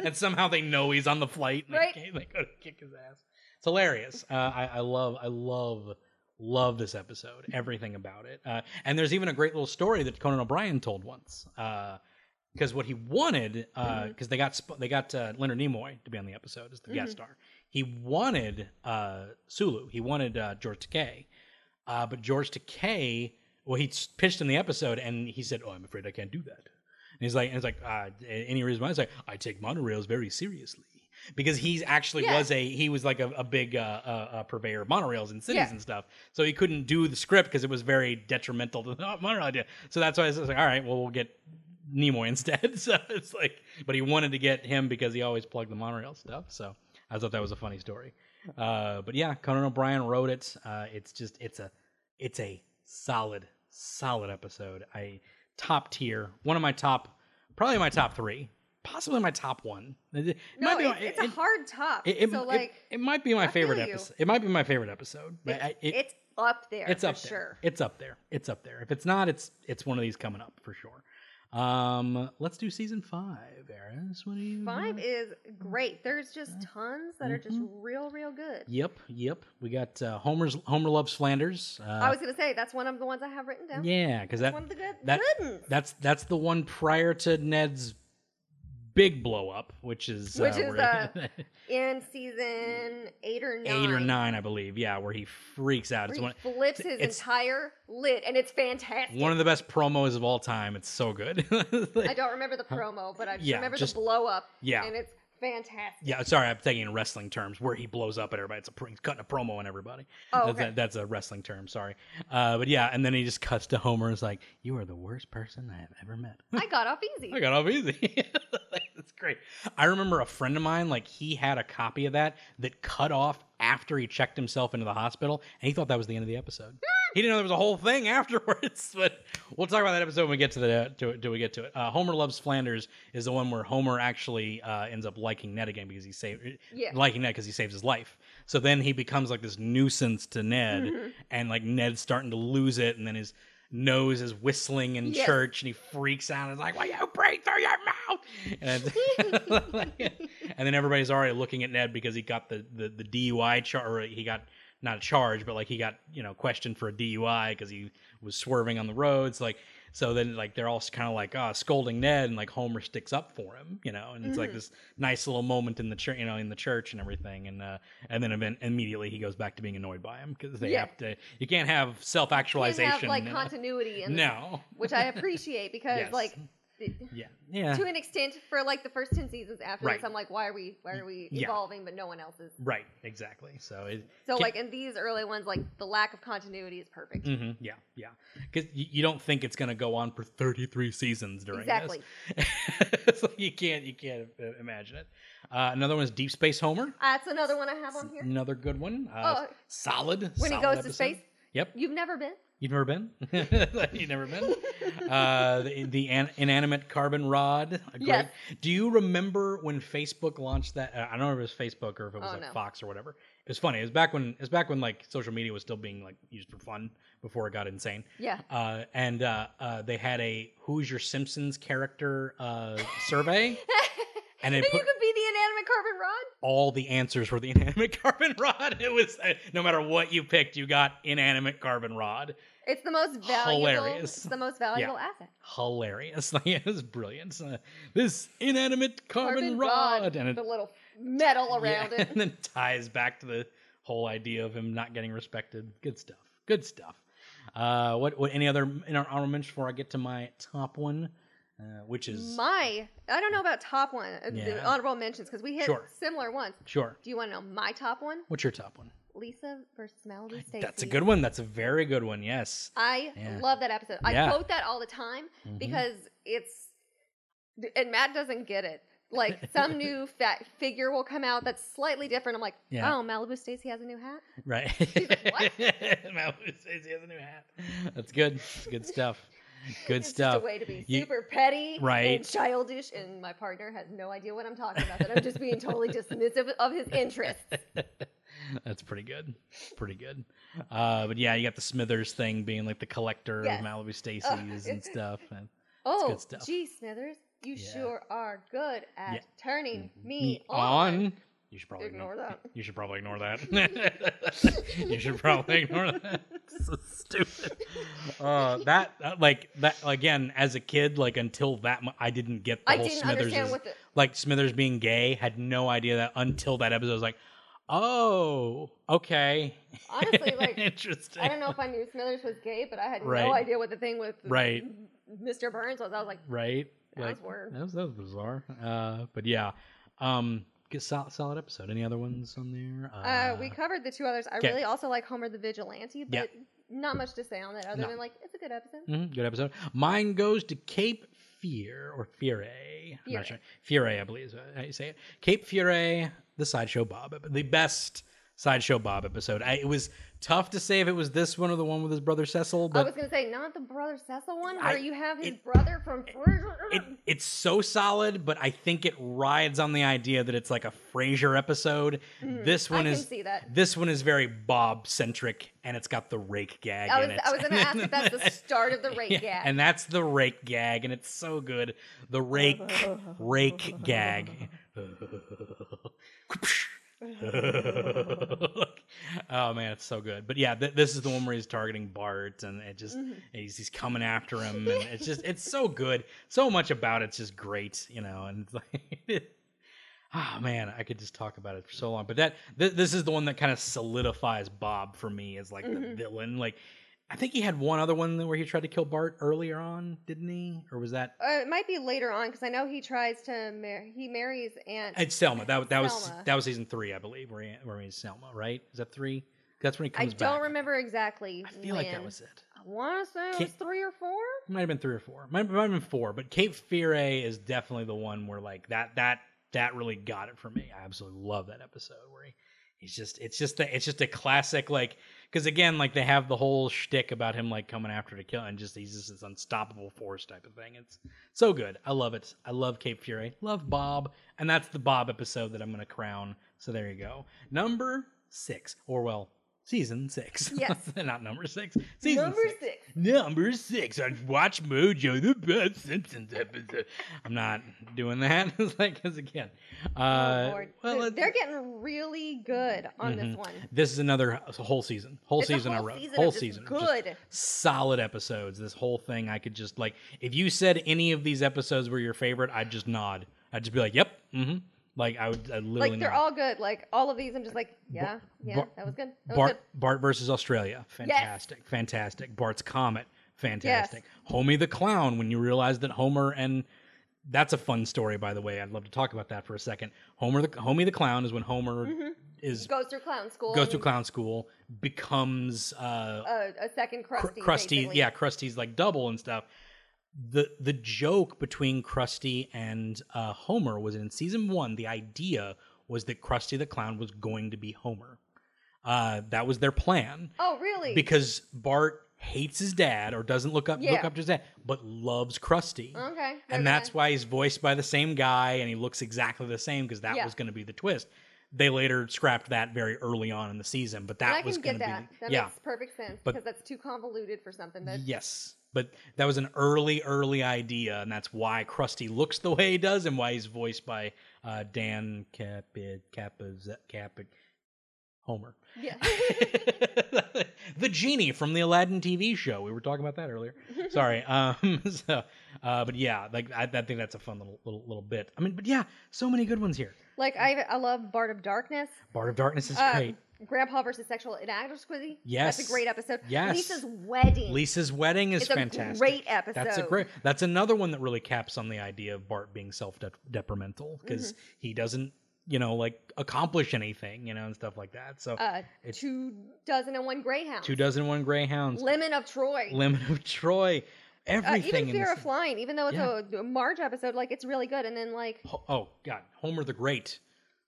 Speaker 2: and somehow they know he's on the flight. and they
Speaker 3: Right.
Speaker 2: can't- They go to kick his ass. It's hilarious. Uh, I, I love, I love, love this episode. Everything about it. Uh, and there's even a great little story that Conan O'Brien told once. Because what he wanted, because they got sp- they got uh, Leonard Nimoy to be on the episode as the guest star. He wanted uh, Sulu. He wanted uh, George Takei. Uh, but George Takei, well, he s- pitched in the episode, and he said, "Oh, I'm afraid I can't do that." And he's like, and it's like, uh, a- any reason why? It's like, I take monorails very seriously because he's actually
Speaker 3: Yeah.
Speaker 2: was a he was like a, a big uh, uh, uh, purveyor of monorails in cities
Speaker 3: Yeah.
Speaker 2: and stuff. So he couldn't do the script because it was very detrimental to the [laughs] monorail idea. So that's why I was like, all right, well, we'll get Nimoy [laughs] instead. So it's like, but he wanted to get him because he always plugged the monorail stuff. So I thought that was a funny story. Uh, but yeah, Conan O'Brien wrote it. Uh, it's just it's a it's a solid solid episode. I top tier, one of my top, probably my top three, possibly my top one. It, it
Speaker 3: No,
Speaker 2: might be-
Speaker 3: it's, it's a
Speaker 2: it-
Speaker 3: hard top.
Speaker 2: it- it-
Speaker 3: so
Speaker 2: it-
Speaker 3: like
Speaker 2: it, might be my
Speaker 3: I feel
Speaker 2: favorite
Speaker 3: you.
Speaker 2: episode. It might be my favorite episode. But I- it-
Speaker 3: it's up there.
Speaker 2: it's
Speaker 3: for
Speaker 2: up
Speaker 3: sure.
Speaker 2: there. It's up there. It's up there. If it's not, it's it's one of these coming up for sure. Um, let's do season five, Eris. What do you?
Speaker 3: Five is great. There's just
Speaker 2: Mm-hmm.
Speaker 3: tons that are just real, real good.
Speaker 2: Yep, yep. We got uh, Homer's Homer loves Flanders. Uh,
Speaker 3: I was gonna say that's one of the ones I have written down.
Speaker 2: yeah, because
Speaker 3: Oh, That's
Speaker 2: that
Speaker 3: one of the good
Speaker 2: that-
Speaker 3: good ones.
Speaker 2: that's that's the one prior to Ned's big blow up, which is
Speaker 3: Which
Speaker 2: uh,
Speaker 3: is,
Speaker 2: where-
Speaker 3: uh, in season eight or
Speaker 2: [laughs]
Speaker 3: nine.
Speaker 2: eight or nine, I believe. Yeah, where he freaks out.
Speaker 3: where
Speaker 2: It's
Speaker 3: he
Speaker 2: one
Speaker 3: flips his
Speaker 2: it's-
Speaker 3: entire lid, and it's fantastic.
Speaker 2: one of the best promos of all time. It's so good. [laughs]
Speaker 3: I don't remember the promo, but I just
Speaker 2: Yeah,
Speaker 3: remember
Speaker 2: just-
Speaker 3: the blow up.
Speaker 2: Yeah.
Speaker 3: and it's fantastic.
Speaker 2: Yeah, sorry, I'm thinking in wrestling terms where he blows up at everybody. It's a pr- he's cutting a promo on everybody.
Speaker 3: Oh,
Speaker 2: that's,
Speaker 3: okay.
Speaker 2: a, that's a wrestling term. Sorry, uh, but yeah, and then he just cuts to Homer. and is like, "You are the worst person I have ever met."
Speaker 3: I got off easy.
Speaker 2: I got off easy. [laughs] That's great. I remember a friend of mine, like he had a copy of that that cut off after he checked himself into the hospital, and he thought that was the end of the episode.
Speaker 3: Hmm.
Speaker 2: he didn't know there was a whole thing [laughs] afterwards. But we'll talk about that episode when we get to the to, it- to we get to it. Uh, Homer loves Flanders is the one where Homer actually uh, ends up liking Ned again because he saved
Speaker 3: Yeah.
Speaker 2: liking Ned because he saves his life. So then he becomes like this nuisance to Ned,
Speaker 3: Mm-hmm.
Speaker 2: and like Ned's starting to lose it, and then his nose is whistling in
Speaker 3: Yes.
Speaker 2: church, and he freaks out and is like, "Will you breathe through your mouth?" And, [laughs] and then everybody's already looking at Ned because he got the the, the DUI char, or he got not a charge, but like he got you know questioned for a DUI because he was swerving on the roads, like. So then, like they're all kind of like uh, scolding Ned, and like Homer sticks up for him, you know, and it's like this nice little moment in the church, you know, in the church and everything, and uh, and then event- immediately he goes back to being annoyed by him because they
Speaker 3: Yeah.
Speaker 2: have to. You can't have self
Speaker 3: Can't
Speaker 2: actualization.
Speaker 3: have like continuity in this,
Speaker 2: no.
Speaker 3: which
Speaker 2: [laughs]
Speaker 3: I appreciate because
Speaker 2: Yes.
Speaker 3: like it-
Speaker 2: Yeah. Yeah.
Speaker 3: to an extent for like the first 10 seasons after
Speaker 2: Right.
Speaker 3: this i'm like why are we why are we
Speaker 2: Yeah.
Speaker 3: evolving but no one else is
Speaker 2: Right. Exactly. So it.
Speaker 3: so
Speaker 2: Can-
Speaker 3: like in these early ones like the lack of continuity is perfect
Speaker 2: hmm yeah. Yeah. Because you don't think it's going to go on for 33 seasons during this.
Speaker 3: exactly
Speaker 2: [laughs] It's like you can't. You can't uh, imagine it. Uh, another one is Deep Space Homer.
Speaker 3: that's another one i have on here
Speaker 2: Another good one. Uh,
Speaker 3: Oh.
Speaker 2: solid.
Speaker 3: when he
Speaker 2: solid
Speaker 3: goes to
Speaker 2: episode.
Speaker 3: space
Speaker 2: Yep.
Speaker 3: you've never been
Speaker 2: You've never been. [laughs] You've never been. Uh, the the an- inanimate carbon rod. A Great.
Speaker 3: Yes.
Speaker 2: Do you remember when Facebook launched that? Uh, I don't know if it was Facebook or if it was
Speaker 3: Oh,
Speaker 2: like
Speaker 3: no.
Speaker 2: Fox or whatever. It was funny. It was back when it was back when like social media was still being like used for fun before it got insane.
Speaker 3: yeah
Speaker 2: Uh, and uh, uh, they had a "Who's Your Simpsons Character" uh,
Speaker 3: [laughs]
Speaker 2: survey, and
Speaker 3: and
Speaker 2: it
Speaker 3: you
Speaker 2: put
Speaker 3: could be the inanimate carbon rod
Speaker 2: all the answers were the [laughs] inanimate carbon rod. It was uh, no matter what you picked, you got inanimate carbon rod.
Speaker 3: it's the most valuable
Speaker 2: Hilarious.
Speaker 3: it's the most valuable asset
Speaker 2: hilarious. [laughs] Like, it was brilliant. Uh, this inanimate carbon, rod. and it,
Speaker 3: the little metal around
Speaker 2: yeah,
Speaker 3: it
Speaker 2: [laughs] and then ties back to the whole idea of him not getting respected. Good stuff. Good stuff. Uh, what, what any other in our armaments before I get to my top one? uh, which is
Speaker 3: My, I don't know about top one, uh, the
Speaker 2: Yeah.
Speaker 3: honorable mentions, because we hit
Speaker 2: Sure.
Speaker 3: similar ones.
Speaker 2: sure.
Speaker 3: Do you want to know my top one?
Speaker 2: What's your top one?
Speaker 3: Lisa versus Melody Stacy.
Speaker 2: That's a good one. That's a very good one. Yes. [laughs]
Speaker 3: I
Speaker 2: Yeah.
Speaker 3: love that episode.
Speaker 2: Yeah. Mm-hmm.
Speaker 3: I quote that all the time because it's and Matt doesn't get it. Like
Speaker 2: [laughs]
Speaker 3: some new fat figure will come out that's slightly different. I'm like,
Speaker 2: Yeah.
Speaker 3: oh, Malibu Stacy has a new hat.
Speaker 2: Right.
Speaker 3: like,
Speaker 2: [laughs]
Speaker 3: "What?"
Speaker 2: Malibu says he has a new hat. That's good. It's good
Speaker 3: [laughs]
Speaker 2: stuff. Good
Speaker 3: It's
Speaker 2: stuff.
Speaker 3: just a way to be
Speaker 2: You-
Speaker 3: super petty,
Speaker 2: Right.
Speaker 3: and childish, and my partner has no idea what I'm talking about. That I'm just being totally dismissive
Speaker 2: [laughs]
Speaker 3: of his interests.
Speaker 2: That's pretty good. Pretty good. Uh, but yeah, you got the Smithers thing being like the collector
Speaker 3: Yes.
Speaker 2: of
Speaker 3: [laughs]
Speaker 2: Malibu Stacy's and stuff. And
Speaker 3: Oh,
Speaker 2: good stuff.
Speaker 3: gee, Smithers, you
Speaker 2: Yeah.
Speaker 3: sure are good
Speaker 2: Yeah.
Speaker 3: at
Speaker 2: Mm-hmm. Mm,
Speaker 3: turning me, Mm, on.
Speaker 2: on. You should probably
Speaker 3: Ignore
Speaker 2: igno-
Speaker 3: that.
Speaker 2: [laughs] You should probably ignore
Speaker 3: [laughs]
Speaker 2: that. [laughs] you should probably ignore that. [laughs] so stupid. Uh, that uh, like that again. As a kid, like until that, mo- I didn't get the
Speaker 3: I
Speaker 2: whole
Speaker 3: didn't
Speaker 2: Smithers.
Speaker 3: understand
Speaker 2: is-
Speaker 3: what the
Speaker 2: like Smithers being gay. Had no idea that until that episode. I was like, oh, okay.
Speaker 3: honestly
Speaker 2: [laughs]
Speaker 3: like.
Speaker 2: interesting.
Speaker 3: I don't know if I knew Smithers was gay, but I had
Speaker 2: Right.
Speaker 3: no idea what the thing with
Speaker 2: Right.
Speaker 3: Mr. Burns was. I was like,
Speaker 2: right?
Speaker 3: That was weird.
Speaker 2: That was, that was bizarre. Uh, but yeah, um, good solid, solid episode. Any other ones on there?
Speaker 3: uh, we covered the two others. I
Speaker 2: 'kay.
Speaker 3: really also like Homer the Vigilante, but
Speaker 2: Yeah.
Speaker 3: not much to say on that other
Speaker 2: No.
Speaker 3: than like it's a good episode.
Speaker 2: mhm, good episode. Mine goes to Cape Fear or Fiere. I'm
Speaker 3: Fiere.
Speaker 2: not sure. Fiere, I believe is how you say it. Cape Fiere, the sideshow Bob, ep- the best sideshow Bob episode. I, it was tough to say if it was this one or the one with his brother Cecil,
Speaker 3: I
Speaker 2: but
Speaker 3: was gonna say not the brother Cecil one
Speaker 2: I-
Speaker 3: where you have his
Speaker 2: it-
Speaker 3: brother from
Speaker 2: it, it's so solid, but I think it rides on the idea that it's like a Frasier episode. This
Speaker 3: Mm-hmm. I
Speaker 2: one
Speaker 3: can
Speaker 2: is
Speaker 3: see that.
Speaker 2: this one is very Bob centric, and it's got the rake gag
Speaker 3: I
Speaker 2: in
Speaker 3: was
Speaker 2: it.
Speaker 3: I was gonna ask if that's the start of the
Speaker 2: [laughs]
Speaker 3: rape
Speaker 2: Yeah,
Speaker 3: gag.
Speaker 2: and that's the rake gag, and it's so good. The rake rake
Speaker 3: [laughs]
Speaker 2: gag. [laughs] oh man, it's so good. But yeah, th- this is the one where he's targeting Bart, and it just
Speaker 3: Mm-hmm.
Speaker 2: he's, he's coming after him, and it's just it's so good. So much about it's just great, you know. And it's like, [laughs] ah man, I could just talk about it for so long. But that th- this is the one that kind of solidifies Bob for me as like
Speaker 3: Mm-hmm.
Speaker 2: the villain. Like I think he had one other one where he tried to kill Bart earlier on, didn't he? Or was that
Speaker 3: Uh, it might be later on because I know he tries to marry. He marries Aunt.
Speaker 2: uh, it's Selma? That that was
Speaker 3: Selma.
Speaker 2: that was season three, I believe, where he, where he's Selma, right? Is that three? That's when he
Speaker 3: I
Speaker 2: comes
Speaker 3: don't
Speaker 2: back.
Speaker 3: remember exactly.
Speaker 2: I feel like that was it.
Speaker 3: I want to say it
Speaker 2: Can't-
Speaker 3: was three or four.
Speaker 2: Might have been three or four. Might, might have been four. But Cape Fear is definitely the one where like that that that really got it for me. I absolutely love that episode where he, he's just it's just the, it's just a classic like because again like they have the whole shtick about him like coming after to kill and just he's just this unstoppable force type of thing. It's so good. I love it. I love Cape Fury. Love Bob. And that's the Bob episode that I'm gonna crown. So there you go. Number six. Or well, season six.
Speaker 3: Yes.
Speaker 2: [laughs] Not number six. Season
Speaker 3: Number
Speaker 2: six.
Speaker 3: six.
Speaker 2: Number six on Watch Mojo, the best Simpsons episode. I'm not doing that. [laughs] it's like, because again, uh,
Speaker 3: oh, Lord.
Speaker 2: well,
Speaker 3: They're-
Speaker 2: it-
Speaker 3: they're getting really good on this one.
Speaker 2: this is another it's a whole season, whole
Speaker 3: It's a
Speaker 2: season
Speaker 3: whole
Speaker 2: I wrote,
Speaker 3: season
Speaker 2: whole
Speaker 3: of just
Speaker 2: season, of just
Speaker 3: good.
Speaker 2: solid episodes. This whole thing, I could just like, if you said any of these episodes were your favorite, I'd just nod. I'd just be like, yep, mm-hmm. Like I would, I literally
Speaker 3: Like they're
Speaker 2: nod.
Speaker 3: all good. Like all of these, I'm just like, yeah, yeah,
Speaker 2: Bar-
Speaker 3: that was good. That was
Speaker 2: Bart Bart versus Australia. Fantastic. Fantastic. Bart's Comet. Fantastic. Homie the Clown when you realize that Homer and that's a fun story by the way. I'd love to talk about that for a second. Homer the Homie the Clown is when Homer
Speaker 3: Mm-hmm.
Speaker 2: is
Speaker 3: good. Goes through clown school.
Speaker 2: goes to
Speaker 3: and,
Speaker 2: clown school, becomes uh
Speaker 3: uh, a second
Speaker 2: Cr-
Speaker 3: crusty.
Speaker 2: Krusty,
Speaker 3: basically.
Speaker 2: yeah, Krusty's like double and stuff. The the joke between Krusty and uh, Homer was in season one. The idea was that Krusty the Clown was going to be Homer. Uh, that was their plan
Speaker 3: Oh really?
Speaker 2: because Bart hates his dad or doesn't look up look
Speaker 3: Yeah. Uh-huh.
Speaker 2: up to his dad, but loves Krusty.
Speaker 3: okay.
Speaker 2: And that's why he's voiced by the same guy and he looks exactly the same because that
Speaker 3: Yeah.
Speaker 2: was going to be the twist. They later scrapped that very early on in the season, but that
Speaker 3: and I
Speaker 2: was
Speaker 3: can
Speaker 2: going
Speaker 3: get
Speaker 2: to be
Speaker 3: that.
Speaker 2: the-
Speaker 3: that
Speaker 2: yeah.
Speaker 3: makes perfect sense
Speaker 2: But-
Speaker 3: because that's too convoluted for something that
Speaker 2: Yes, but that was an early, early idea, and that's why Krusty looks the way he does, and why he's voiced by uh, Dan Capit Capaz Capit. Homer.
Speaker 3: Yeah.
Speaker 2: [laughs] the genie from the Aladdin TV show. We were talking about that
Speaker 3: [laughs]
Speaker 2: earlier. Sorry. Um. [laughs] So, uh. But yeah, like I, I think that's a fun little, little little bit. I mean, but yeah, so many good ones here.
Speaker 3: Like I, I love Bard of Darkness.
Speaker 2: Bard of Darkness is
Speaker 3: Um,
Speaker 2: great.
Speaker 3: Grandpa versus sexual inadequacy. that's
Speaker 2: Yes.
Speaker 3: a great episode.
Speaker 2: Yes.
Speaker 3: Lisa's wedding.
Speaker 2: Lisa's wedding is
Speaker 3: it's a
Speaker 2: fantastic.
Speaker 3: great episode.
Speaker 2: That's a great. That's another one that really caps on the idea of Bart being self-deprimental because
Speaker 3: Mm-hmm.
Speaker 2: he doesn't, you know, like accomplish anything, you know, and stuff like that. So
Speaker 3: Uh,
Speaker 2: It's-
Speaker 3: two dozen and one greyhounds.
Speaker 2: two dozen and one greyhounds,
Speaker 3: Lemon of Troy.
Speaker 2: Limit of Troy,
Speaker 3: uh,
Speaker 2: everything.
Speaker 3: even
Speaker 2: in
Speaker 3: Fear
Speaker 2: this
Speaker 3: of Flying, even though it's a, a Marge episode, like it's really good. And then like
Speaker 2: Ho- oh God, Homer the Great,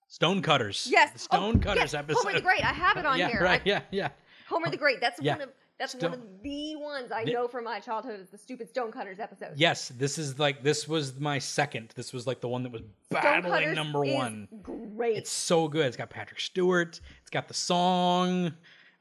Speaker 2: Stonecutters.
Speaker 3: yes,
Speaker 2: the
Speaker 3: oh,
Speaker 2: Stonecutters
Speaker 3: yes,
Speaker 2: episode.
Speaker 3: Homer the Great. I have it
Speaker 2: [laughs]
Speaker 3: on
Speaker 2: yeah,
Speaker 3: here.
Speaker 2: right.
Speaker 3: I-
Speaker 2: Yeah, yeah.
Speaker 3: Homer the Great. That's
Speaker 2: Yeah.
Speaker 3: one of that's
Speaker 2: Stone-
Speaker 3: one of the ones I
Speaker 2: Th-
Speaker 3: know from my childhood is the stupid Stonecutters episode.
Speaker 2: Yes, this is like this was my second. This was like the one that was battling
Speaker 3: Stonecutters
Speaker 2: number
Speaker 3: is
Speaker 2: one.
Speaker 3: Great.
Speaker 2: It's so good. It's got Patrick Stewart. It's got the song.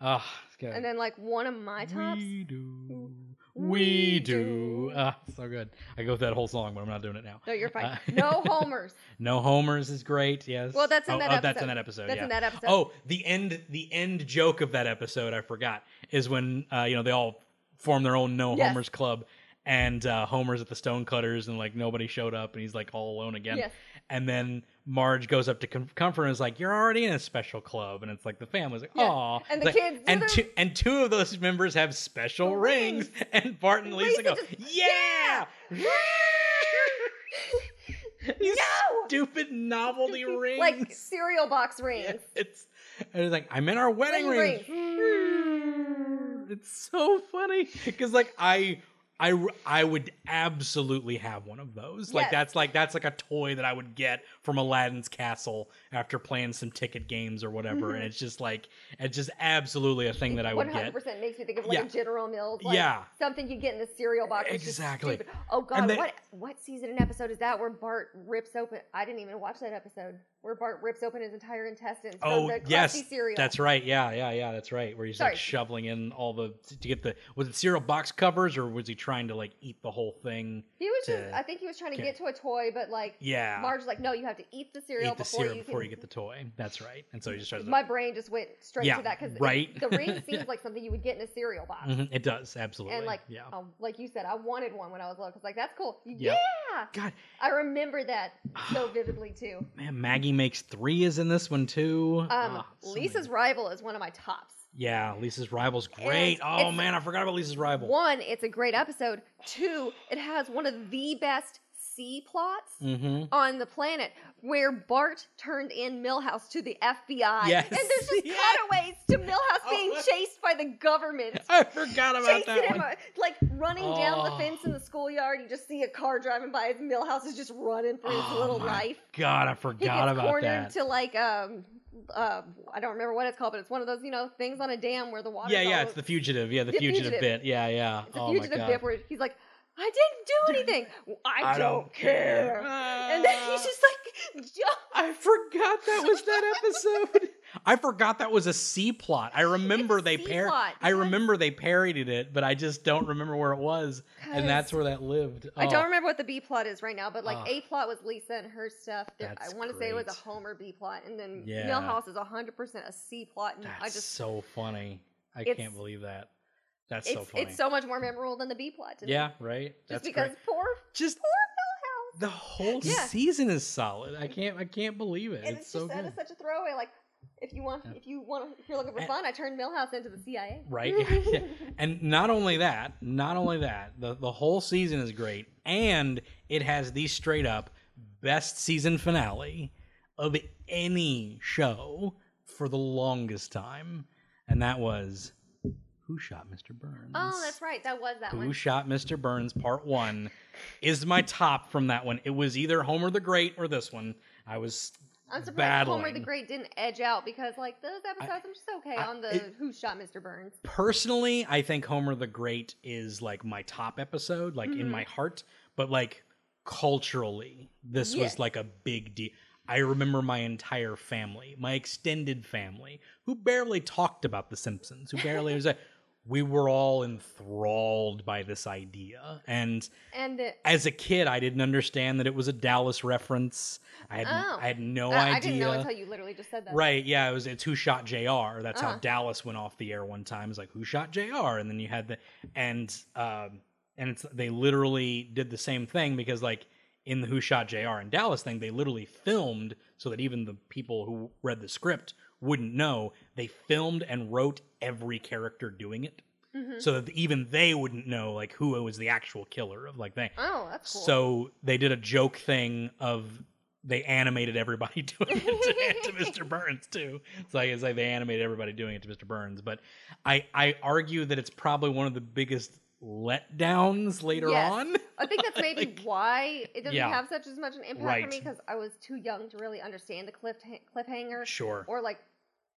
Speaker 2: Uh, it's got
Speaker 3: and then like one of my tops.
Speaker 2: We do.
Speaker 3: We
Speaker 2: We do.
Speaker 3: do.
Speaker 2: Uh, so good. I go with that whole song, but I'm not doing it now.
Speaker 3: No, you're fine.
Speaker 2: [laughs] Uh,
Speaker 3: no homers.
Speaker 2: No Homers is great. Yes.
Speaker 3: Well, that's in
Speaker 2: oh,
Speaker 3: that
Speaker 2: oh,
Speaker 3: episode.
Speaker 2: that's in that episode.
Speaker 3: That's
Speaker 2: yeah.
Speaker 3: in that episode.
Speaker 2: Oh, the end. The end joke of that episode, I forgot, is when uh, you know they all form their own No
Speaker 3: Yes.
Speaker 2: Homers club, and uh, Homer's at the Stonecutters, and like nobody showed up, and he's like all alone again.
Speaker 3: Yes.
Speaker 2: And then Marge goes up to com- comfort and is like, "You're already in a special club," and it's like the family's like,
Speaker 3: Yeah.
Speaker 2: "Aw."
Speaker 3: And the
Speaker 2: Like,
Speaker 3: kids do
Speaker 2: and
Speaker 3: their-
Speaker 2: two and two of those members have special
Speaker 3: The
Speaker 2: rings, [laughs] and Bart and Lisa,
Speaker 3: Lisa
Speaker 2: go,
Speaker 3: just-
Speaker 2: "Yeah." [laughs]
Speaker 3: [laughs]
Speaker 2: These
Speaker 3: No!
Speaker 2: stupid novelty rings.
Speaker 3: Like cereal box rings.
Speaker 2: Yeah, [laughs] it's and it's like I'm in our wedding
Speaker 3: Wedding
Speaker 2: ring. Hmm. It's so funny because like I. I, r- I would absolutely have one of those. Like
Speaker 3: Yes.
Speaker 2: that's like that's like a toy that I would get from Aladdin's castle after playing some ticket games or whatever. And it's just like it's just absolutely a thing that I would
Speaker 3: Mm-hmm. One
Speaker 2: get.
Speaker 3: hundred percent makes me think of like
Speaker 2: Yeah.
Speaker 3: a General Mills, like
Speaker 2: Yeah.
Speaker 3: something you get in the cereal box. which is
Speaker 2: Exactly.
Speaker 3: stupid. Oh God,
Speaker 2: And they-
Speaker 3: what what season and episode is that where Bart rips open? I didn't even watch that episode where Bart rips open his entire intestines
Speaker 2: Oh
Speaker 3: from the
Speaker 2: yes,
Speaker 3: Krusty cereal.
Speaker 2: that's right. Yeah, yeah, yeah. That's right. Where he's
Speaker 3: Sorry.
Speaker 2: like shoveling in all the to get the was it cereal box covers or was he trying to like eat the whole thing?
Speaker 3: He was just,
Speaker 2: to
Speaker 3: I think he was trying to
Speaker 2: get-
Speaker 3: get to a toy, but like
Speaker 2: Yeah,
Speaker 3: Marge was like, no, you have to eat the cereal
Speaker 2: eat the
Speaker 3: before
Speaker 2: cereal
Speaker 3: you
Speaker 2: before
Speaker 3: can
Speaker 2: you
Speaker 3: [laughs]
Speaker 2: get the toy. That's right. And so he just tries to.
Speaker 3: My brain just went straight
Speaker 2: Yeah,
Speaker 3: to that because
Speaker 2: right? [laughs]
Speaker 3: the ring
Speaker 2: Yeah.
Speaker 3: seems like something you would get in a cereal box.
Speaker 2: Mhm, it does absolutely.
Speaker 3: And like,
Speaker 2: yeah. [sighs]
Speaker 3: um, like you said, I wanted one when I was little because like that's cool.
Speaker 2: Yeah.
Speaker 3: Yeah,
Speaker 2: God,
Speaker 3: I remember that so vividly too.
Speaker 2: [sighs] man, Maggie makes three is in this one too.
Speaker 3: Um,
Speaker 2: Ah, so many
Speaker 3: Lisa's
Speaker 2: good-
Speaker 3: rival is one of my tops.
Speaker 2: yeah, Lisa's rival's great.
Speaker 3: And
Speaker 2: Oh
Speaker 3: it's-
Speaker 2: man, I forgot about Lisa's rival.
Speaker 3: One, it's a great episode. Two, it has one of the best C plots. [laughs]
Speaker 2: Mm-hmm.
Speaker 3: On the planet where Bart turned in Millhouse to the FBI,
Speaker 2: Yes.
Speaker 3: and there's
Speaker 2: [laughs]
Speaker 3: just
Speaker 2: Yes.
Speaker 3: cutaways to Millhouse being
Speaker 2: Oh.
Speaker 3: chased by the government.
Speaker 2: [laughs] I forgot about
Speaker 3: chasing
Speaker 2: that
Speaker 3: him,
Speaker 2: one.
Speaker 3: uh, like running down the
Speaker 2: Oh.
Speaker 3: fence in the schoolyard. You just see a car driving by. His millhouse is just running for his
Speaker 2: Oh,
Speaker 3: little
Speaker 2: my
Speaker 3: life.
Speaker 2: God, I
Speaker 3: He
Speaker 2: forgot
Speaker 3: gets
Speaker 2: about
Speaker 3: cornered
Speaker 2: that.
Speaker 3: to like um, uh, I don't remember what it's called, but it's one of those you know things on a dam where the water.
Speaker 2: Yeah, yeah, it's the fugitive. Yeah, the,
Speaker 3: The
Speaker 2: fugitive,
Speaker 3: fugitive.
Speaker 2: bit. Yeah, yeah.
Speaker 3: it's a
Speaker 2: oh
Speaker 3: fugitive
Speaker 2: my god.
Speaker 3: bit where he's like, I
Speaker 2: [laughs]
Speaker 3: didn't do anything. "Well, I, don't, care. And then
Speaker 2: Uh.
Speaker 3: he's just like, [laughs] jump.
Speaker 2: Ah, I forgot that was that
Speaker 3: [laughs]
Speaker 2: episode. I forgot that was a C plot. I remember
Speaker 3: It's
Speaker 2: they
Speaker 3: a C
Speaker 2: par-
Speaker 3: plot,
Speaker 2: I
Speaker 3: yes.
Speaker 2: remember they parodied it, but I just don't remember where it was. And that's where that lived.
Speaker 3: I
Speaker 2: Oh,
Speaker 3: don't remember what the B plot is right now, but like
Speaker 2: Ah.
Speaker 3: A plot was Lisa and her stuff. There,
Speaker 2: That's
Speaker 3: I want to say it was a
Speaker 2: great.
Speaker 3: Homer B plot, and then
Speaker 2: Yeah.
Speaker 3: Millhouse is hundred percent a C plot. And
Speaker 2: That's
Speaker 3: I just
Speaker 2: so funny. I
Speaker 3: It's-
Speaker 2: can't believe that. That's
Speaker 3: it's,
Speaker 2: so funny.
Speaker 3: it's so much more memorable than the B plot. To me.
Speaker 2: yeah, right.
Speaker 3: just
Speaker 2: that's
Speaker 3: because
Speaker 2: great.
Speaker 3: poor
Speaker 2: Just
Speaker 3: poor Millhouse.
Speaker 2: the whole
Speaker 3: Yeah.
Speaker 2: season is solid. I can't. I can't believe it.
Speaker 3: And
Speaker 2: it's
Speaker 3: it's,
Speaker 2: so
Speaker 3: just that
Speaker 2: good.
Speaker 3: is such a throwaway. Like if you want, if you want, if you're looking for
Speaker 2: And-
Speaker 3: fun, I turned Millhouse into the CIA.
Speaker 2: Eh.
Speaker 3: [laughs]
Speaker 2: right? Yeah. And not only that, not only that, the the whole season is great, and it has the straight up best season finale of any show for the longest time, and that was Who Shot Mr. Burns.
Speaker 3: Oh, that's right. That was that
Speaker 2: Who
Speaker 3: one.
Speaker 2: Shot Mr. Burns Part 1 is my top from that one. It was either Homer the Great or this one. I was
Speaker 3: I'm surprised
Speaker 2: battling.
Speaker 3: Homer the Great didn't edge out because like those episodes I'm just okay
Speaker 2: I-
Speaker 3: on the
Speaker 2: it-
Speaker 3: Who Shot Mr. Burns.
Speaker 2: personally, I think Homer the Great is like my top episode, like
Speaker 3: Mm-hmm.
Speaker 2: in my heart. But like culturally, this
Speaker 3: Yes.
Speaker 2: was like a big deal. I remember my entire
Speaker 3: [laughs]
Speaker 2: family, my extended family, who barely talked about The Simpsons, who barely was like, we were all enthralled by this idea. And
Speaker 3: And it,
Speaker 2: as a kid, I didn't understand that it was a Dallas reference. I had
Speaker 3: Oh.
Speaker 2: I had no
Speaker 3: I-
Speaker 2: idea.
Speaker 3: I didn't know until you literally just said that.
Speaker 2: Right, yeah, it was it's who shot JR. That's how
Speaker 3: Uh-huh.
Speaker 2: Dallas went off the air one time. It's like who shot JR and then you had the and um and it's they literally did the same thing because like in the who shot JR and Dallas thing, they literally filmed so that even the people who read the script wouldn't know. They filmed and wrote every character doing it
Speaker 3: Mhm.
Speaker 2: so that even they wouldn't know like who was the actual killer of like thing.
Speaker 3: Oh, that's cool.
Speaker 2: So they did a joke thing of they animated everybody [laughs] doing it
Speaker 3: [laughs]
Speaker 2: to, to Mr. Burns too. It's like it's like they animated everybody doing it to Mr. Burns. But I I argue that it's probably one of the biggest letdowns later
Speaker 3: Yes.
Speaker 2: on.
Speaker 3: I think that's maybe
Speaker 2: Like-
Speaker 3: why it doesn't
Speaker 2: Yeah.
Speaker 3: have such as much an impact
Speaker 2: Right.
Speaker 3: for me because I was too young to really understand the cliff cliffhanger
Speaker 2: [laughs] Sure.
Speaker 3: or like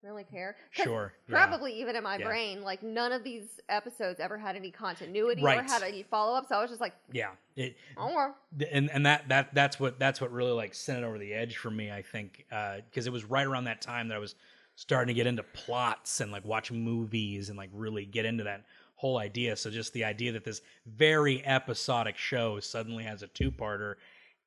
Speaker 3: really care. 'Cause
Speaker 2: Sure. yeah.
Speaker 3: Probably even in my
Speaker 2: Yeah.
Speaker 3: brain, like none of these episodes ever had any continuity or
Speaker 2: Right.
Speaker 3: had any follow up. So I was just like,
Speaker 2: Yeah. It,
Speaker 3: oh, well.
Speaker 2: th- and and that that that's what that's what really like sent it over the edge for me. I think because it was right around that time that I was starting to get into plots and like watch movies and like really get into that whole idea. So just the idea that this very episodic show suddenly has a two parter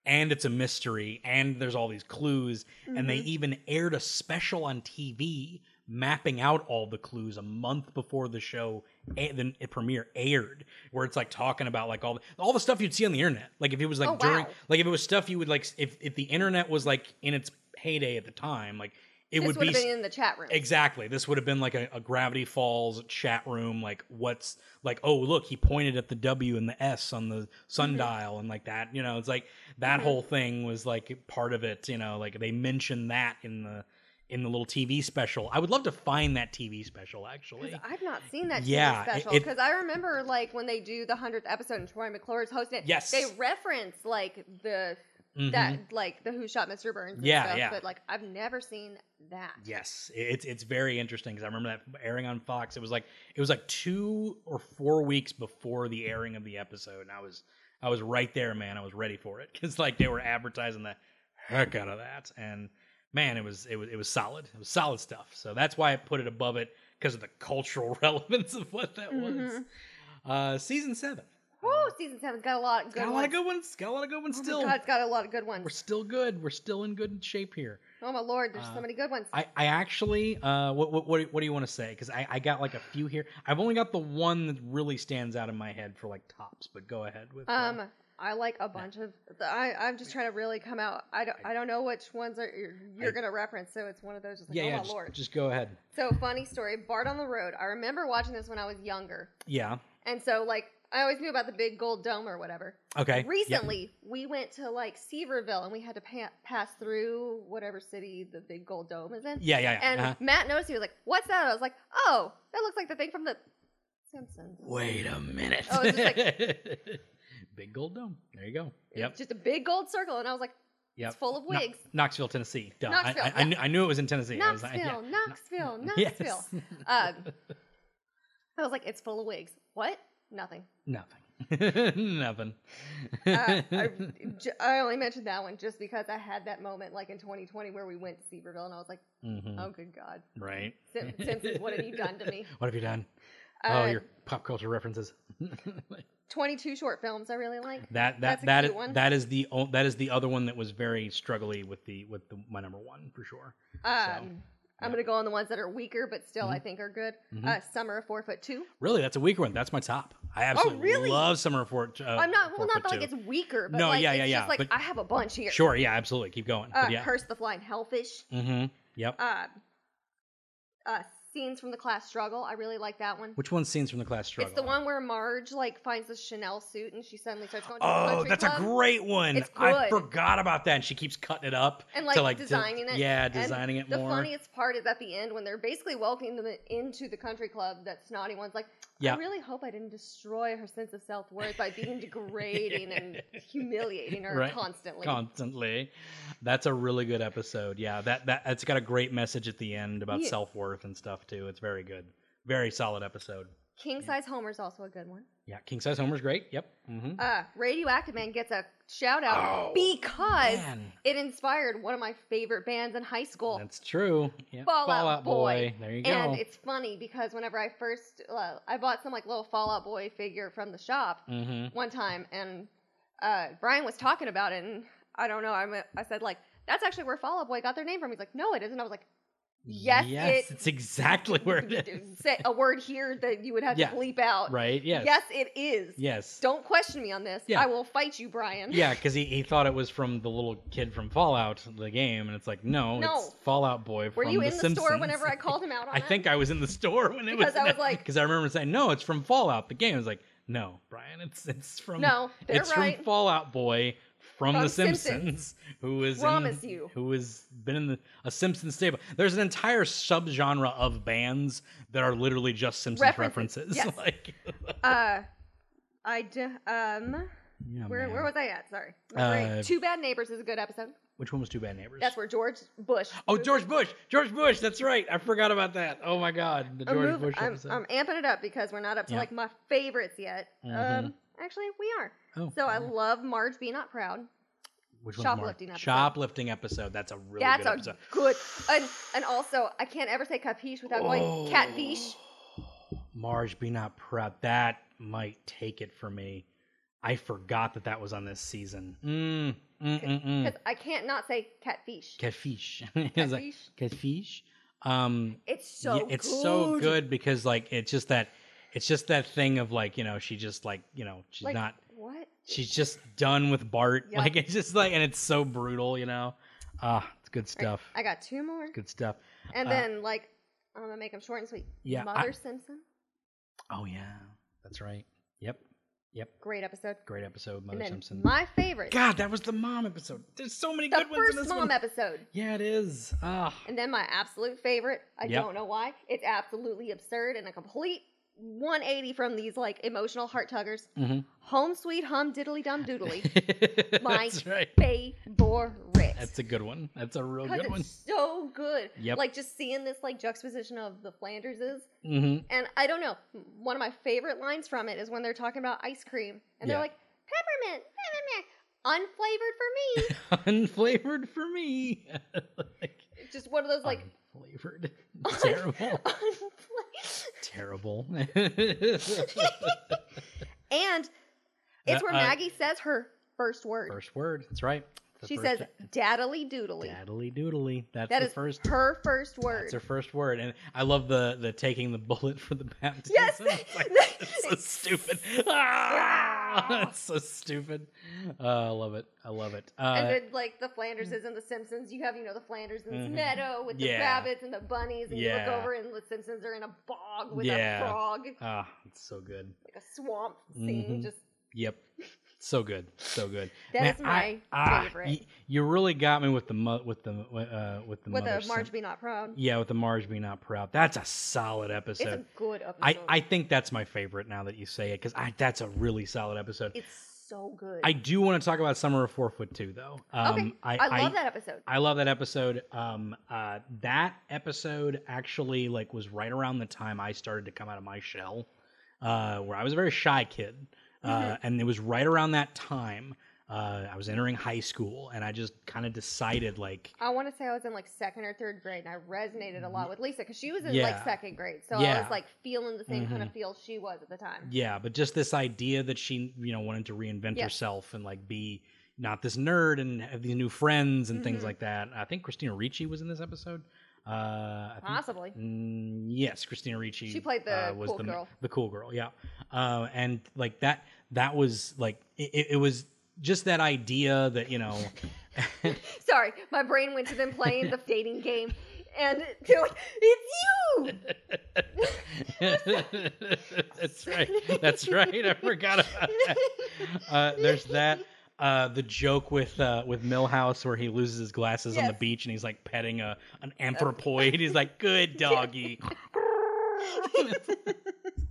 Speaker 2: and it's a mystery and there's all these clues and
Speaker 3: Mm-hmm.
Speaker 2: they even aired a special on TV mapping out all the clues a month before the show a- then it premiere aired where it's like talking about like all the, all the stuff you'd see on the internet like if it was like
Speaker 3: Oh,
Speaker 2: during
Speaker 3: wow.
Speaker 2: like if it was stuff you would like s- if if the internet was like in its heyday at the time like it
Speaker 3: this
Speaker 2: would be
Speaker 3: have
Speaker 2: s-
Speaker 3: been in the chat room.
Speaker 2: Exactly. This would have been like a, a Gravity Falls chat room. Like, what's like? Oh, look, he pointed at the W and the S on the sundial and like that. You know, it's like that whole thing was like part of it. You know, like they mentioned that in the in the little TV special. I would love to find that TV special actually.
Speaker 3: I've not seen that TV
Speaker 2: Yeah, it-
Speaker 3: special
Speaker 2: it-
Speaker 3: because I remember like when they do the hundredth episode and Troy McClure's hosting it.
Speaker 2: Yes.
Speaker 3: they reference like the
Speaker 2: Mhm.
Speaker 3: that like the Who Shot Mr. Burns. And
Speaker 2: Yeah,
Speaker 3: stuff,
Speaker 2: yeah.
Speaker 3: But like I've never seen that.
Speaker 2: Yes, it- it's it's very interesting because I remember that airing on Fox. It was like it was like two or four weeks before the airing of the episode, and I was I was right there, man. I was ready for it because like they were advertising the heck out of that, and man, it was it was it was solid. It was solid stuff. So that's why I put it above it because of the cultural [laughs] relevance of what that was.
Speaker 3: Mhm.
Speaker 2: Uh, season seven.
Speaker 3: Oh, season seven's got a lot of
Speaker 2: It's
Speaker 3: good
Speaker 2: got a lot
Speaker 3: ones.
Speaker 2: of good ones. It's Got a lot of good ones
Speaker 3: Oh my
Speaker 2: still.
Speaker 3: God, it's got a lot of good
Speaker 2: We're
Speaker 3: ones.
Speaker 2: still good. We're still in good shape here.
Speaker 3: Oh my lord, there's
Speaker 2: uh,
Speaker 3: so many good ones.
Speaker 2: I, I actually, uh, what, what, what, what do you want to say? Because I, I got like a few here. I've only got the one that really stands out in my head for like tops, but go ahead with. uh,
Speaker 3: um, I like a bunch of. The, I I'm just trying to really come out. I don't I don't know which ones are you're, you're
Speaker 2: I-
Speaker 3: gonna reference. So it's one of those. Just like,
Speaker 2: yeah,
Speaker 3: oh
Speaker 2: yeah,
Speaker 3: my
Speaker 2: just,
Speaker 3: lord.
Speaker 2: just go ahead.
Speaker 3: So funny story. Bart on the road. I remember watching this when I was younger,
Speaker 2: Yeah.
Speaker 3: and so like I always knew about the big gold dome or whatever.
Speaker 2: Okay.
Speaker 3: Recently, we went to like Seaverville, and we had to pa- pass through whatever city the big gold dome is in.
Speaker 2: Yeah. Yeah. yeah,
Speaker 3: And
Speaker 2: uh-huh.
Speaker 3: Matt noticed he was like, "What's that?" I was like, "Oh, that looks like the thing from the Simpsons."
Speaker 2: Wait a minute.
Speaker 3: Oh, it's
Speaker 2: [laughs] Big gold dome. There you go. Yep.
Speaker 3: It's just a big gold circle, and I was like,
Speaker 2: Yep.
Speaker 3: "It's full of
Speaker 2: Kno-
Speaker 3: wigs."
Speaker 2: Knoxville, Tennessee. Duh. I-
Speaker 3: Knoxville,
Speaker 2: I, I,
Speaker 3: yeah.
Speaker 2: knew, I knew it was in Tennessee. I was
Speaker 3: Knoxville,
Speaker 2: like, yeah. [laughs]
Speaker 3: Knoxville,
Speaker 2: Yes.
Speaker 3: Knoxville. Um, I was like, "It's full of wigs." What? Nothing.
Speaker 2: Nothing. [laughs] Nothing.
Speaker 3: Uh,
Speaker 2: [laughs]
Speaker 3: I, j- I only mentioned that one just because I had that moment, like in 2020, where we went to Seaverville, and I was like,
Speaker 2: Mhm.
Speaker 3: "Oh, good God,
Speaker 2: Right.
Speaker 3: Sim- Simpsons, what have you done to me?"
Speaker 2: [laughs] What have you done?
Speaker 3: Uh,
Speaker 2: oh, your pop culture references. [laughs]
Speaker 3: 22 short films I really like.
Speaker 2: that that
Speaker 3: That's a
Speaker 2: that
Speaker 3: cute
Speaker 2: is,
Speaker 3: one.
Speaker 2: that is the o- that is the other one that was very struggly with the with the, my number one for sure.
Speaker 3: Um,
Speaker 2: yeah.
Speaker 3: I'm gonna go on the ones that are weaker, but still
Speaker 2: Mm-hmm.
Speaker 3: I think are good. Uh, Summer of Four Foot Two.
Speaker 2: Really, that's a weaker one. That's my top. I absolutely
Speaker 3: Oh, really?
Speaker 2: love Summer for. Uh,
Speaker 3: I'm not well,
Speaker 2: Four
Speaker 3: not
Speaker 2: Foot
Speaker 3: that, like
Speaker 2: Two.
Speaker 3: it's weaker, but
Speaker 2: No,
Speaker 3: like,
Speaker 2: yeah,
Speaker 3: it's
Speaker 2: yeah, yeah,
Speaker 3: just like
Speaker 2: but-
Speaker 3: I have a bunch here.
Speaker 2: Sure, yeah, absolutely. Keep going.
Speaker 3: Uh,
Speaker 2: but yeah.
Speaker 3: Curse the Flying Hellfish.
Speaker 2: mm-hmm. Yep.
Speaker 3: Uh, uh, Scenes from the Class Struggle. I really like that one.
Speaker 2: Which one's scenes from the class struggle?
Speaker 3: It's the one where Marge like finds the Chanel suit and she suddenly starts going. To the
Speaker 2: Oh,
Speaker 3: country
Speaker 2: that's a
Speaker 3: club.
Speaker 2: great one.
Speaker 3: It's
Speaker 2: I
Speaker 3: good.
Speaker 2: forgot about that. And she keeps cutting it up
Speaker 3: and
Speaker 2: to,
Speaker 3: like,
Speaker 2: to-
Speaker 3: designing it.
Speaker 2: Yeah,
Speaker 3: And
Speaker 2: designing it
Speaker 3: the
Speaker 2: more.
Speaker 3: funniest part is at the end when they're basically welcoming them into the country club. That snotty one's like,
Speaker 2: Yeah.
Speaker 3: I really hope I didn't destroy her sense of self worth
Speaker 2: [laughs]
Speaker 3: by being degrading and humiliating her
Speaker 2: Right.
Speaker 3: constantly.
Speaker 2: constantly. That's a really good episode. Yeah, that that it's got a great message at the end about
Speaker 3: Yeah.
Speaker 2: self worth and stuff too. It's very good, very solid episode.
Speaker 3: King size Homer's also a good one.
Speaker 2: Yeah, King Size Homer's great. Yep. Mm-hmm.
Speaker 3: Uh, Radioactive Man gets a shout out
Speaker 2: Oh,
Speaker 3: because
Speaker 2: man.
Speaker 3: it inspired one of my favorite bands in high school.
Speaker 2: That's true. Yep.
Speaker 3: Fallout Boy.
Speaker 2: There you go.
Speaker 3: and it's funny because whenever I first, uh, I bought some like little Fallout Boy figure from the shop
Speaker 2: mm-hmm.
Speaker 3: one time, and uh, Brian was talking about it, and I don't know, I I said like, that's actually where Fallout Boy got their name from. He's like, no, it isn't. I was like, yes,
Speaker 2: Yes,
Speaker 3: it-
Speaker 2: it's exactly where
Speaker 3: [laughs]
Speaker 2: it is.
Speaker 3: say a word here that you would have
Speaker 2: Yeah.
Speaker 3: to bleep out.
Speaker 2: Right? Yes.
Speaker 3: Yes, it is.
Speaker 2: Yes.
Speaker 3: Don't question me on this.
Speaker 2: Yeah.
Speaker 3: I will fight you, Brian.
Speaker 2: Yeah, because he, he thought it was from the little kid from Fallout, the game, and it's like, no,
Speaker 3: No.
Speaker 2: it's Fallout Boy from
Speaker 3: Were you
Speaker 2: The
Speaker 3: in the
Speaker 2: Simpsons.
Speaker 3: store whenever I called him out on
Speaker 2: I
Speaker 3: it?
Speaker 2: think I was in the [laughs] store when it was
Speaker 3: Because
Speaker 2: [laughs]
Speaker 3: I was like-
Speaker 2: because I remember saying, no, it's from Fallout, the game. I was like, no, Brian, it's it's from
Speaker 3: No, they're
Speaker 2: it's
Speaker 3: right.
Speaker 2: from Fallout Boy from,
Speaker 3: From
Speaker 2: The Simpsons,
Speaker 3: Simpsons.
Speaker 2: who is in-
Speaker 3: Promise you.
Speaker 2: who has been in the, a Simpsons stable. There's an entire subgenre of bands that are literally just Simpsons references.
Speaker 3: References,
Speaker 2: [laughs]
Speaker 3: yes.
Speaker 2: like,
Speaker 3: Uh, I d- um,
Speaker 2: yeah,
Speaker 3: where
Speaker 2: Oh, man.
Speaker 3: where was I at? Sorry. My brain.
Speaker 2: Uh,
Speaker 3: Two Bad Neighbors is a good episode.
Speaker 2: Which one was Two Bad Neighbors?
Speaker 3: That's where George Bush.
Speaker 2: Oh,
Speaker 3: moved-
Speaker 2: George Bush. George Bush. That's right. I forgot about that. Oh my God, the
Speaker 3: I'm
Speaker 2: George
Speaker 3: moving-
Speaker 2: Bush
Speaker 3: I'm,
Speaker 2: episode.
Speaker 3: I'm amping it up because we're not up to
Speaker 2: Yeah.
Speaker 3: like my favorites yet.
Speaker 2: Mhm.
Speaker 3: Um, actually, we are.
Speaker 2: oh,
Speaker 3: So I
Speaker 2: yeah.
Speaker 3: love Marge Be Not Proud.
Speaker 2: Which one's Mark?
Speaker 3: shoplifting episode.
Speaker 2: Shoplifting episode. That's a really
Speaker 3: That's
Speaker 2: good
Speaker 3: a
Speaker 2: episode.
Speaker 3: good. And, and also, I can't ever say capiche without
Speaker 2: Oh.
Speaker 3: going catfish.
Speaker 2: Marge, be not proud. That might take it for me. I forgot that that was on this season. Mm, mm, mm, mm.
Speaker 3: Because I can't not say catfish.
Speaker 2: Catfish. [laughs] It's like,
Speaker 3: Catfish.
Speaker 2: Catfish. Um,
Speaker 3: It's so
Speaker 2: yeah, it's so good because like it's just that it's just that thing of like you know she just like you know she's
Speaker 3: Like,
Speaker 2: not
Speaker 3: What?
Speaker 2: she's just done with Bart.
Speaker 3: Yeah.
Speaker 2: Like it's just like, and it's so brutal, you know. Ah, it's good stuff.
Speaker 3: I got two more.
Speaker 2: Good stuff.
Speaker 3: And
Speaker 2: uh,
Speaker 3: then, like, I'm going to make them short and sweet.
Speaker 2: Yeah, I-
Speaker 3: Mother Simpson.
Speaker 2: Oh yeah, that's right. Yep, yep.
Speaker 3: Great episode.
Speaker 2: Great episode,
Speaker 3: and
Speaker 2: Mother
Speaker 3: then
Speaker 2: Simpson.
Speaker 3: my favorite.
Speaker 2: God, that was the mom episode. There's so many
Speaker 3: the
Speaker 2: good ones in
Speaker 3: first
Speaker 2: this
Speaker 3: mom
Speaker 2: one.
Speaker 3: episode.
Speaker 2: yeah, it is. Ah,
Speaker 3: And then my absolute favorite. I
Speaker 2: Yep.
Speaker 3: don't know why. It's absolutely absurd and a complete 180 from these, like, emotional heart tuggers.
Speaker 2: [laughs] Mhm.
Speaker 3: Home sweet hum diddly dum doodly.
Speaker 2: [laughs]
Speaker 3: My-
Speaker 2: that's right.
Speaker 3: favorite.
Speaker 2: That's a good one. That's a real
Speaker 3: because
Speaker 2: good
Speaker 3: it's
Speaker 2: one.
Speaker 3: so good.
Speaker 2: Yep.
Speaker 3: Like just seeing this like juxtaposition of the Flanderses,
Speaker 2: hmm
Speaker 3: and I don't know. One of my favorite lines from it is when they're talking about ice cream, and
Speaker 2: Yeah.
Speaker 3: they're like peppermint, peppermint,
Speaker 2: [laughs]
Speaker 3: unflavored for me.
Speaker 2: Mm-hmm. Unflavored for me. [laughs] like,
Speaker 3: It's just one of those like [laughs]
Speaker 2: unflavored. Terrible.
Speaker 3: unfla- [laughs]
Speaker 2: Terrible. [laughs]
Speaker 3: and it's
Speaker 2: Uh, uh,
Speaker 3: where Maggie says her first word.
Speaker 2: First word. That's right. The
Speaker 3: she
Speaker 2: first
Speaker 3: says
Speaker 2: word.
Speaker 3: daddly doodly.
Speaker 2: daddly doodly. That's
Speaker 3: That
Speaker 2: the
Speaker 3: is
Speaker 2: first.
Speaker 3: her first word.
Speaker 2: That's her first word, and I love the the taking the bullet for the baptism. [laughs]
Speaker 3: Yes!
Speaker 2: It's
Speaker 3: [laughs]
Speaker 2: like, that's so stupid. [laughs] Ah, that's so stupid. Uh, I love it. I love it.
Speaker 3: and
Speaker 2: Uh,
Speaker 3: then, like the Flanderses and the Simpsons, you have you know the Flanders in this
Speaker 2: Mhm.
Speaker 3: meadow with
Speaker 2: Yeah.
Speaker 3: the rabbits and the bunnies, and you
Speaker 2: Yeah.
Speaker 3: look over and the Simpsons are in a bog with
Speaker 2: Yeah.
Speaker 3: a frog,
Speaker 2: ah, it's so good.
Speaker 3: like a swamp scene.
Speaker 2: Mhm.
Speaker 3: Just
Speaker 2: Yep. So good. So good.
Speaker 3: that
Speaker 2: Man,
Speaker 3: is my
Speaker 2: I- ah,
Speaker 3: favorite.
Speaker 2: y- you really got me with the mo- with the uh, with the
Speaker 3: with
Speaker 2: mother
Speaker 3: a
Speaker 2: son-
Speaker 3: Marge be not proud.
Speaker 2: Yeah, with the Marge being not proud. That's a solid episode.
Speaker 3: It's a good episode.
Speaker 2: I, I think that's my favorite now that you say it because that's a really solid episode.
Speaker 3: it's so good.
Speaker 2: I do want to talk about Summer of Four Foot Two though. Um,
Speaker 3: okay, I, love that episode.
Speaker 2: I love that episode. Um, uh, that episode actually like was right around the time I started to come out of my shell, uh, where I was a very shy kid, uh,
Speaker 3: Mm-hmm.
Speaker 2: and it was right around that time uh, I was entering high school, and I just kind of decided like,
Speaker 3: I want to say I was in like second or third grade, and I resonated a lot with Lisa because she was in
Speaker 2: Mm-hmm. Yeah.
Speaker 3: like second grade, so I
Speaker 2: Yeah.
Speaker 3: was like feeling the same kind
Speaker 2: Mhm.
Speaker 3: of feel she was at the time.
Speaker 2: yeah, but just this idea that she you know wanted to reinvent
Speaker 3: Yeah.
Speaker 2: herself and like be not this nerd and have these new friends and things
Speaker 3: Mhm.
Speaker 2: like that. I think Christina Ricci was in this episode. Uh, I think
Speaker 3: Possibly,
Speaker 2: Mm, yes, Christina Ricci.
Speaker 3: She played the
Speaker 2: uh, was
Speaker 3: cool
Speaker 2: the,
Speaker 3: girl.
Speaker 2: The cool girl, yeah. Uh, and like that, that was like it, it- it was just that idea that you know, [laughs]
Speaker 3: Sorry, my brain went to them
Speaker 2: [laughs]
Speaker 3: playing the dating game, and they're like, "It's you."
Speaker 2: that's right, that's right. I forgot about that. Uh, there's that. Uh, the joke with uh, with Millhouse where he loses his glasses on the
Speaker 3: Yes. [laughs]
Speaker 2: [laughs] beach and he's like petting a an anthropoid. He's like, "Good doggy."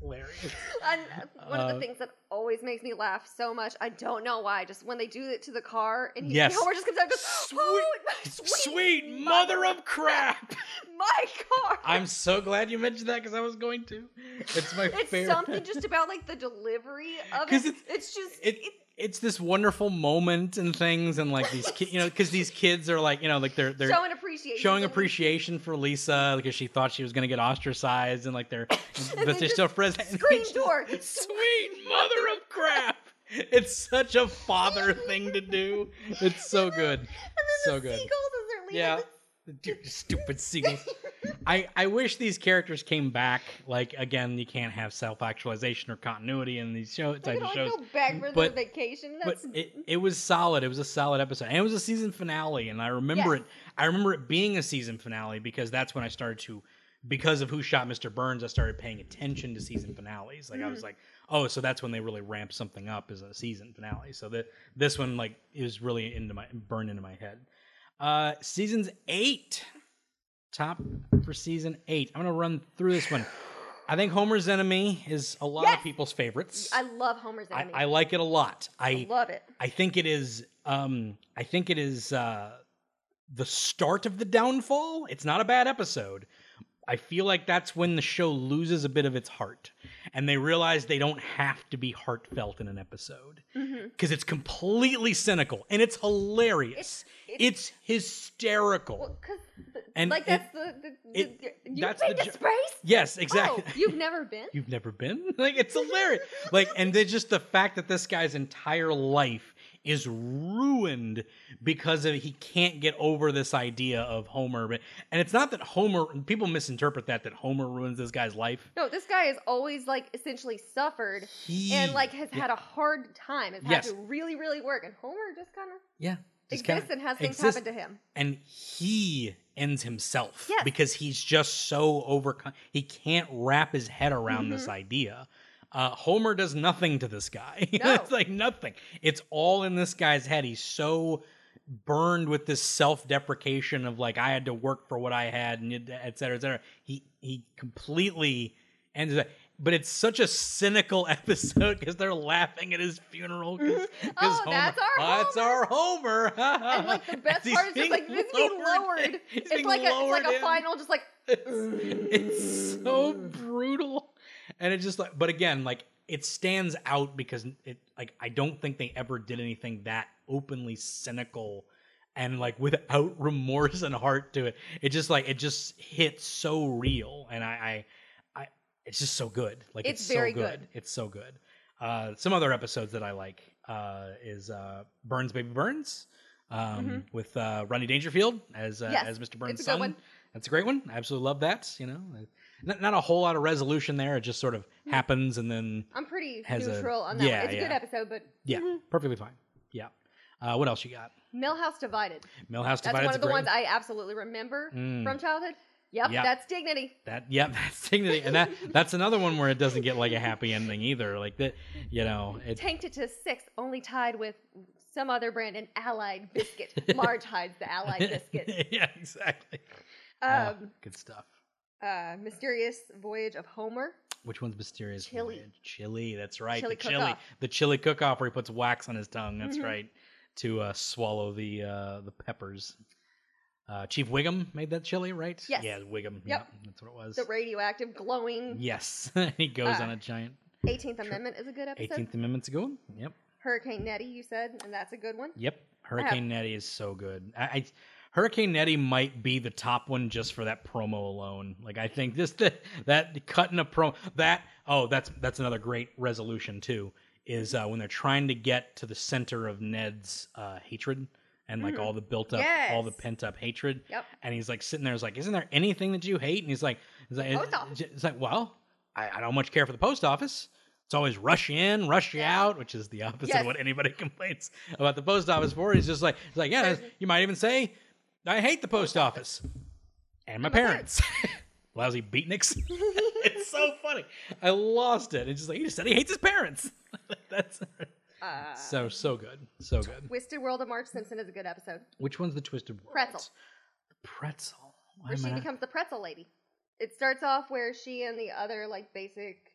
Speaker 2: Hilarious.
Speaker 3: And one of
Speaker 2: Uh,
Speaker 3: the things that always makes me laugh so much, I don't know why, just when they do it to the car and he,
Speaker 2: Yes.
Speaker 3: Homer just comes out and goes, oh, [laughs] my sweet,
Speaker 2: Sweet mother of crap.
Speaker 3: my car.
Speaker 2: I'm so glad you mentioned that because I was going to. It's my
Speaker 3: it's
Speaker 2: favorite. [laughs]
Speaker 3: something just about like the delivery of
Speaker 2: 'Cause
Speaker 3: it.
Speaker 2: it's-
Speaker 3: It's just
Speaker 2: it, it's this wonderful moment and things and like these kids, you know, because these kids are like, you know, like they're they're showing,
Speaker 3: showing appreciation.
Speaker 2: appreciation for Lisa because she thought she was gonna get ostracized and like
Speaker 3: [laughs]
Speaker 2: they're, but
Speaker 3: then
Speaker 2: they're
Speaker 3: just
Speaker 2: still friends. [laughs] and
Speaker 3: Screen
Speaker 2: it's-
Speaker 3: door.
Speaker 2: [laughs] Sweet mother of crap! It's such a father thing to do. It's so
Speaker 3: [laughs]
Speaker 2: good.
Speaker 3: And then
Speaker 2: So
Speaker 3: the
Speaker 2: good.
Speaker 3: seagulls as they're leaving.
Speaker 2: Yeah.
Speaker 3: it's-
Speaker 2: Dude, stupid seagulls. I, I wish these characters came back. Like again, you can't have self actualization or continuity in these show
Speaker 3: [laughs] They
Speaker 2: type
Speaker 3: can
Speaker 2: of
Speaker 3: only
Speaker 2: shows.
Speaker 3: go back for
Speaker 2: But-
Speaker 3: their vacation.
Speaker 2: But
Speaker 3: That's
Speaker 2: it, it was solid. It was a solid episode. And it was a season finale. And I remember
Speaker 3: Yes.
Speaker 2: it I remember it being a season finale because that's when I started to because of who shot Mr. Burns, I started paying attention to season finales. Like I
Speaker 3: Mm.
Speaker 2: was like, oh, so that's when they really ramp something up as a season finale. So that this one like is really into my burned into my head. Uh seasons eight. Top for season eight. I'm gonna run through this one. I think Homer's Enemy is a lot of
Speaker 3: Yes.
Speaker 2: people's favorites.
Speaker 3: I love Homer's
Speaker 2: I,
Speaker 3: enemy.
Speaker 2: I like it a lot. I
Speaker 3: love it.
Speaker 2: I think it is. Um, I think it is uh, the start of the downfall. It's not a bad episode. I feel like that's when the show loses a bit of its heart, and they realize they don't have to be heartfelt in an episode because it's completely cynical and it's hilarious. It's, hysterical.
Speaker 3: Well, cause the-
Speaker 2: And
Speaker 3: like
Speaker 2: it-
Speaker 3: that's the, the, the
Speaker 2: it-
Speaker 3: the- you've
Speaker 2: that's
Speaker 3: been
Speaker 2: the
Speaker 3: to
Speaker 2: jo-
Speaker 3: space.
Speaker 2: yes, exactly. [laughs]
Speaker 3: Oh, you've never been.
Speaker 2: You've never been? [laughs] Like it's hilarious. like and then just the fact that this guy's entire life is ruined because of he can't get over this idea of Homer. But and it's not that Homer people misinterpret that that Homer ruins this guy's life.
Speaker 3: No, this guy has always like essentially suffered
Speaker 2: He
Speaker 3: and like has
Speaker 2: yeah,
Speaker 3: had a hard time. Has
Speaker 2: Yes.
Speaker 3: had to really, really work. And Homer just kind of
Speaker 2: yeah, just kinda
Speaker 3: exists and has things
Speaker 2: exists.
Speaker 3: happen
Speaker 2: [laughs]
Speaker 3: to him.
Speaker 2: and he ends himself
Speaker 3: Yes.
Speaker 2: because he's just so overcome. He can't wrap his head around this
Speaker 3: Mm-hmm.
Speaker 2: idea. Uh, Homer does nothing to this guy. [laughs]
Speaker 3: No.
Speaker 2: it's like nothing. It's all in this guy's head. He's so burned with this self-deprecation of like I had to work for what I had and it- et cetera, et cetera. He he completely ends that. But it's such a cynical [laughs] episode because they're laughing at his funeral. 'cause- 'cause
Speaker 3: Oh, that's our
Speaker 2: That's our Homer. [laughs]
Speaker 3: And like the best
Speaker 2: He's
Speaker 3: part is
Speaker 2: being
Speaker 3: just like this is being lowered.
Speaker 2: He's
Speaker 3: [laughs] It's
Speaker 2: being
Speaker 3: like a it's
Speaker 2: lowered
Speaker 3: like a
Speaker 2: in.
Speaker 3: final just like
Speaker 2: It's, it's so brutal, and it just like. But again, like it stands out because it like I don't think they ever did anything that openly cynical and like without [laughs] remorse and heart to it. It just like it just hits so real, and I, I, I it's just so good. Like it's,
Speaker 3: It's very
Speaker 2: so good.
Speaker 3: good.
Speaker 2: It's so good. Uh, some other episodes that I like uh, is uh, Burns Baby Burns um, with uh, Ronnie Dangerfield as uh,
Speaker 3: Yes,
Speaker 2: as Mr. Burns'
Speaker 3: it's a good
Speaker 2: son.
Speaker 3: one.
Speaker 2: That's a great one. I absolutely love that. You know, not, not a whole lot of resolution there. It just sort of happens and then
Speaker 3: I'm pretty
Speaker 2: Has a-
Speaker 3: neutral on that.
Speaker 2: yeah,
Speaker 3: one. It's a good
Speaker 2: yeah.
Speaker 3: episode, but
Speaker 2: yeah, perfectly fine. Yeah. Uh, what else you got?
Speaker 3: Millhouse divided.
Speaker 2: Millhouse
Speaker 3: That's
Speaker 2: Divided's
Speaker 3: one
Speaker 2: a
Speaker 3: of the
Speaker 2: great
Speaker 3: ones I absolutely remember
Speaker 2: Mm.
Speaker 3: from childhood. Yep,
Speaker 2: Yeah.
Speaker 3: that's dignity.
Speaker 2: That yeah, [laughs] that's dignity, and that that's another one where it doesn't get like a happy ending either. Like that, you know, it,
Speaker 3: Tanked it to sixth, only tied with some other brand, an Allied
Speaker 2: [laughs]
Speaker 3: biscuit. Large hides the Allied biscuit.
Speaker 2: yeah, exactly. Ah,
Speaker 3: Um,
Speaker 2: good stuff.
Speaker 3: uh, mysterious voyage of Homer.
Speaker 2: Which one's mysterious?
Speaker 3: Chili.
Speaker 2: Voyage? Chili. That's right.
Speaker 3: Chili
Speaker 2: the
Speaker 3: Mm-hmm.
Speaker 2: chili.
Speaker 3: cook-off.
Speaker 2: The chili cook-off where he puts wax on his tongue. That's right. To uh, swallow the uh, the peppers. Uh, Chief Wiggum made that chili, right?
Speaker 3: Yes.
Speaker 2: Yeah, Wiggum. Yep. that's what it was.
Speaker 3: The radioactive glowing.
Speaker 2: yes. [laughs] he goes
Speaker 3: Uh,
Speaker 2: on a giant.
Speaker 3: 18th Amendment is a good episode.
Speaker 2: Eighteenth Amendment's a good one. Yep.
Speaker 3: Hurricane Nettie, you said, and that's a good one.
Speaker 2: Yep. Hurricane Nettie is so good. I, I Hurricane Nettie might be the top one just for that promo alone. Like I think this that that cutting a promo that oh that's that's another great resolution too is uh, when they're trying to get to the center of Ned's uh, hatred and like all the built up all the
Speaker 3: Yes.
Speaker 2: pent up hatred.
Speaker 3: Yep.
Speaker 2: And he's like sitting there, is like, isn't there anything that you hate? And he's like, he's like,
Speaker 3: Post office.
Speaker 2: it's like, well, I, I don't much care for the post office. It's always rush you in, rush you out, which is the opposite of
Speaker 3: Yes.
Speaker 2: what anybody [laughs] complains about the post office for. He's just like, he's like, yeah, you might even say, I hate the post office and my parents. [laughs] Lousy beatniks. [laughs] it's so funny. I lost it. It's just like he just said he hates his parents. [laughs] That's
Speaker 3: Uh,
Speaker 2: so so good, so good.
Speaker 3: Twisted World of Marge Simpson is a good episode.
Speaker 2: Which one's the twisted world?
Speaker 3: Pretzel.
Speaker 2: Pretzel. Why
Speaker 3: Where
Speaker 2: am I
Speaker 3: she
Speaker 2: not-
Speaker 3: becomes the pretzel lady. it starts off where she and the other like basic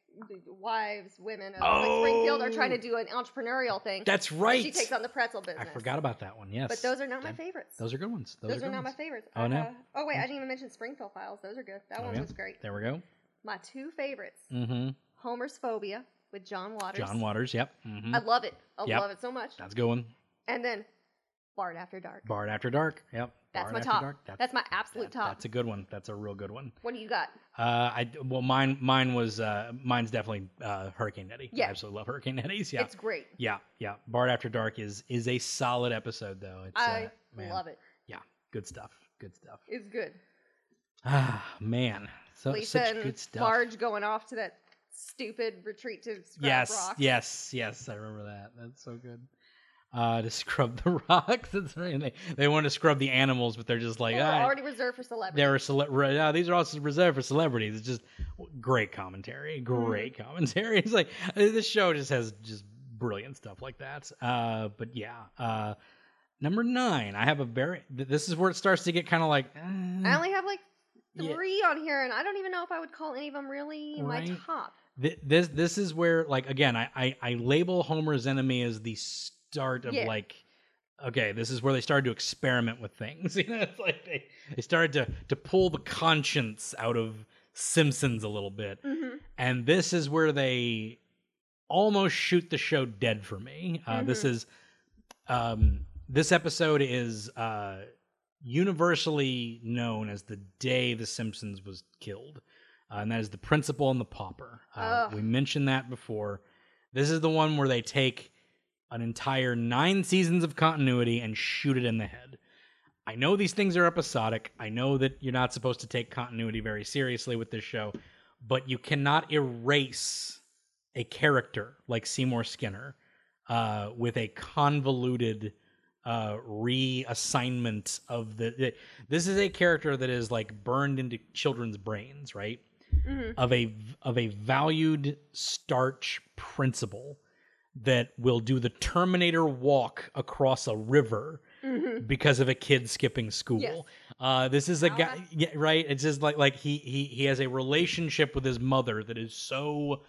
Speaker 3: wives, women of like Springfield are trying to do an entrepreneurial thing.
Speaker 2: Oh. That's right.
Speaker 3: She takes on the pretzel
Speaker 2: I
Speaker 3: business.
Speaker 2: forgot about that one. Yes.
Speaker 3: But those are not my
Speaker 2: Damn.
Speaker 3: favorites.
Speaker 2: Those are good ones. Those,
Speaker 3: Those,
Speaker 2: good
Speaker 3: are not my
Speaker 2: ones.
Speaker 3: favorites.
Speaker 2: Oh,
Speaker 3: I
Speaker 2: no.
Speaker 3: have- oh wait, I didn't even mention Springfield Files. Those are good. That
Speaker 2: Oh,
Speaker 3: one
Speaker 2: yeah.
Speaker 3: was great.
Speaker 2: There we go.
Speaker 3: My two favorites:
Speaker 2: Mm-hmm.
Speaker 3: Homer's Phobia with John Waters.
Speaker 2: John Waters. Yep. Mm-hmm.
Speaker 3: I love it. I
Speaker 2: Yep.
Speaker 3: love it so much.
Speaker 2: That's a good one.
Speaker 3: And then Bard After Dark.
Speaker 2: Bard After Dark. Yep.
Speaker 3: That's
Speaker 2: Bard
Speaker 3: my
Speaker 2: After
Speaker 3: top.
Speaker 2: Dark.
Speaker 3: That's, my
Speaker 2: that-
Speaker 3: absolute top.
Speaker 2: That's a good one. That's a real good one.
Speaker 3: what do you got?
Speaker 2: Uh, I well, mine mine was uh, mine's definitely uh, Hurricane Nettie.
Speaker 3: Yeah.
Speaker 2: I absolutely love Hurricane Nettie's. Yeah,
Speaker 3: It's great.
Speaker 2: yeah, yeah. Bard After Dark is is a solid episode though. It's,
Speaker 3: I
Speaker 2: uh, man,
Speaker 3: love it.
Speaker 2: Good stuff. Good stuff.
Speaker 3: It's good.
Speaker 2: Ah, man, so
Speaker 3: Lisa
Speaker 2: such
Speaker 3: and
Speaker 2: good stuff.
Speaker 3: Marge going off to that stupid retreat to Scrap
Speaker 2: yes,
Speaker 3: Rock.
Speaker 2: yes, yes. I remember that. That's so good. Uh, to [laughs] scrub the rocks. [laughs] That's right. They, they want to scrub the animals, but they're just like,
Speaker 3: Well, they're
Speaker 2: "Ah,
Speaker 3: already reserved for celebrities.
Speaker 2: There are cele- re- no, these are also reserved for celebrities. It's just great commentary,
Speaker 3: Mm-hmm.
Speaker 2: great [laughs] commentary. It's like uh, this show just has just brilliant stuff like that. Uh, but yeah, uh, number nine, I have a very. th- This is where it starts to get kind of like. eh.
Speaker 3: I only have like
Speaker 2: Yeah.
Speaker 3: three on here, and I don't even know if I would call any of them really my
Speaker 2: Right.
Speaker 3: top.
Speaker 2: Th- this this is where like again I, I I label Homer's enemy as the start of
Speaker 3: Yeah.
Speaker 2: like okay this is where they started to experiment with things [laughs] you know it's like they they started to to pull the conscience out of Simpsons a little bit
Speaker 3: Mm-hmm.
Speaker 2: and this is where they almost shoot the show dead for me. Uh, This is um, this episode is uh, universally known as the day the Simpsons was killed, uh, and that is the principal and the pauper. Uh,
Speaker 3: Ugh.
Speaker 2: we mentioned that before. This is the one where they take an entire nine seasons of continuity and shoot it in the head. I know these things are episodic. I know that you're not supposed to take continuity very seriously with this show, but you cannot erase a character like Seymour Skinner uh, with a convoluted uh, reassignment of the, the. This is a character that is like burned into children's brains, right?
Speaker 3: Mm-hmm.
Speaker 2: Of a of a valued starch principle that will do the Terminator walk across a river
Speaker 3: Mm-hmm.
Speaker 2: because of a kid skipping school.
Speaker 3: Yes.
Speaker 2: Uh, this is a
Speaker 3: How
Speaker 2: guy,
Speaker 3: ha-
Speaker 2: yeah, right? It's just like like he he he has a relationship with his mother that is so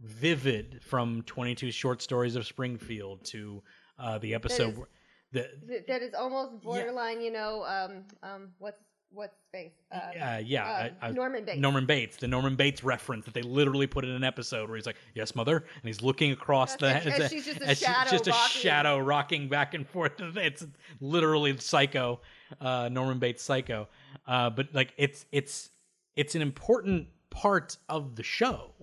Speaker 2: vivid from Twenty Two Short Stories of Springfield to uh, the episode
Speaker 3: is-
Speaker 2: where- the
Speaker 3: That is almost borderline, you know, um, um, what's what's space? Uh,
Speaker 2: uh, yeah
Speaker 3: um,
Speaker 2: I- I-
Speaker 3: Norman Bates.
Speaker 2: Norman Bates, the Norman Bates reference that they literally put in an episode where he's like, "Yes, mother," and he's looking across the
Speaker 3: And- and
Speaker 2: it's
Speaker 3: she's just a
Speaker 2: and she's
Speaker 3: shadow
Speaker 2: just a
Speaker 3: rocking.
Speaker 2: shadow rocking back and forth. [laughs] It's literally Psycho, uh, Norman Bates Psycho. Uh, but like, it's it's it's an important part of the show,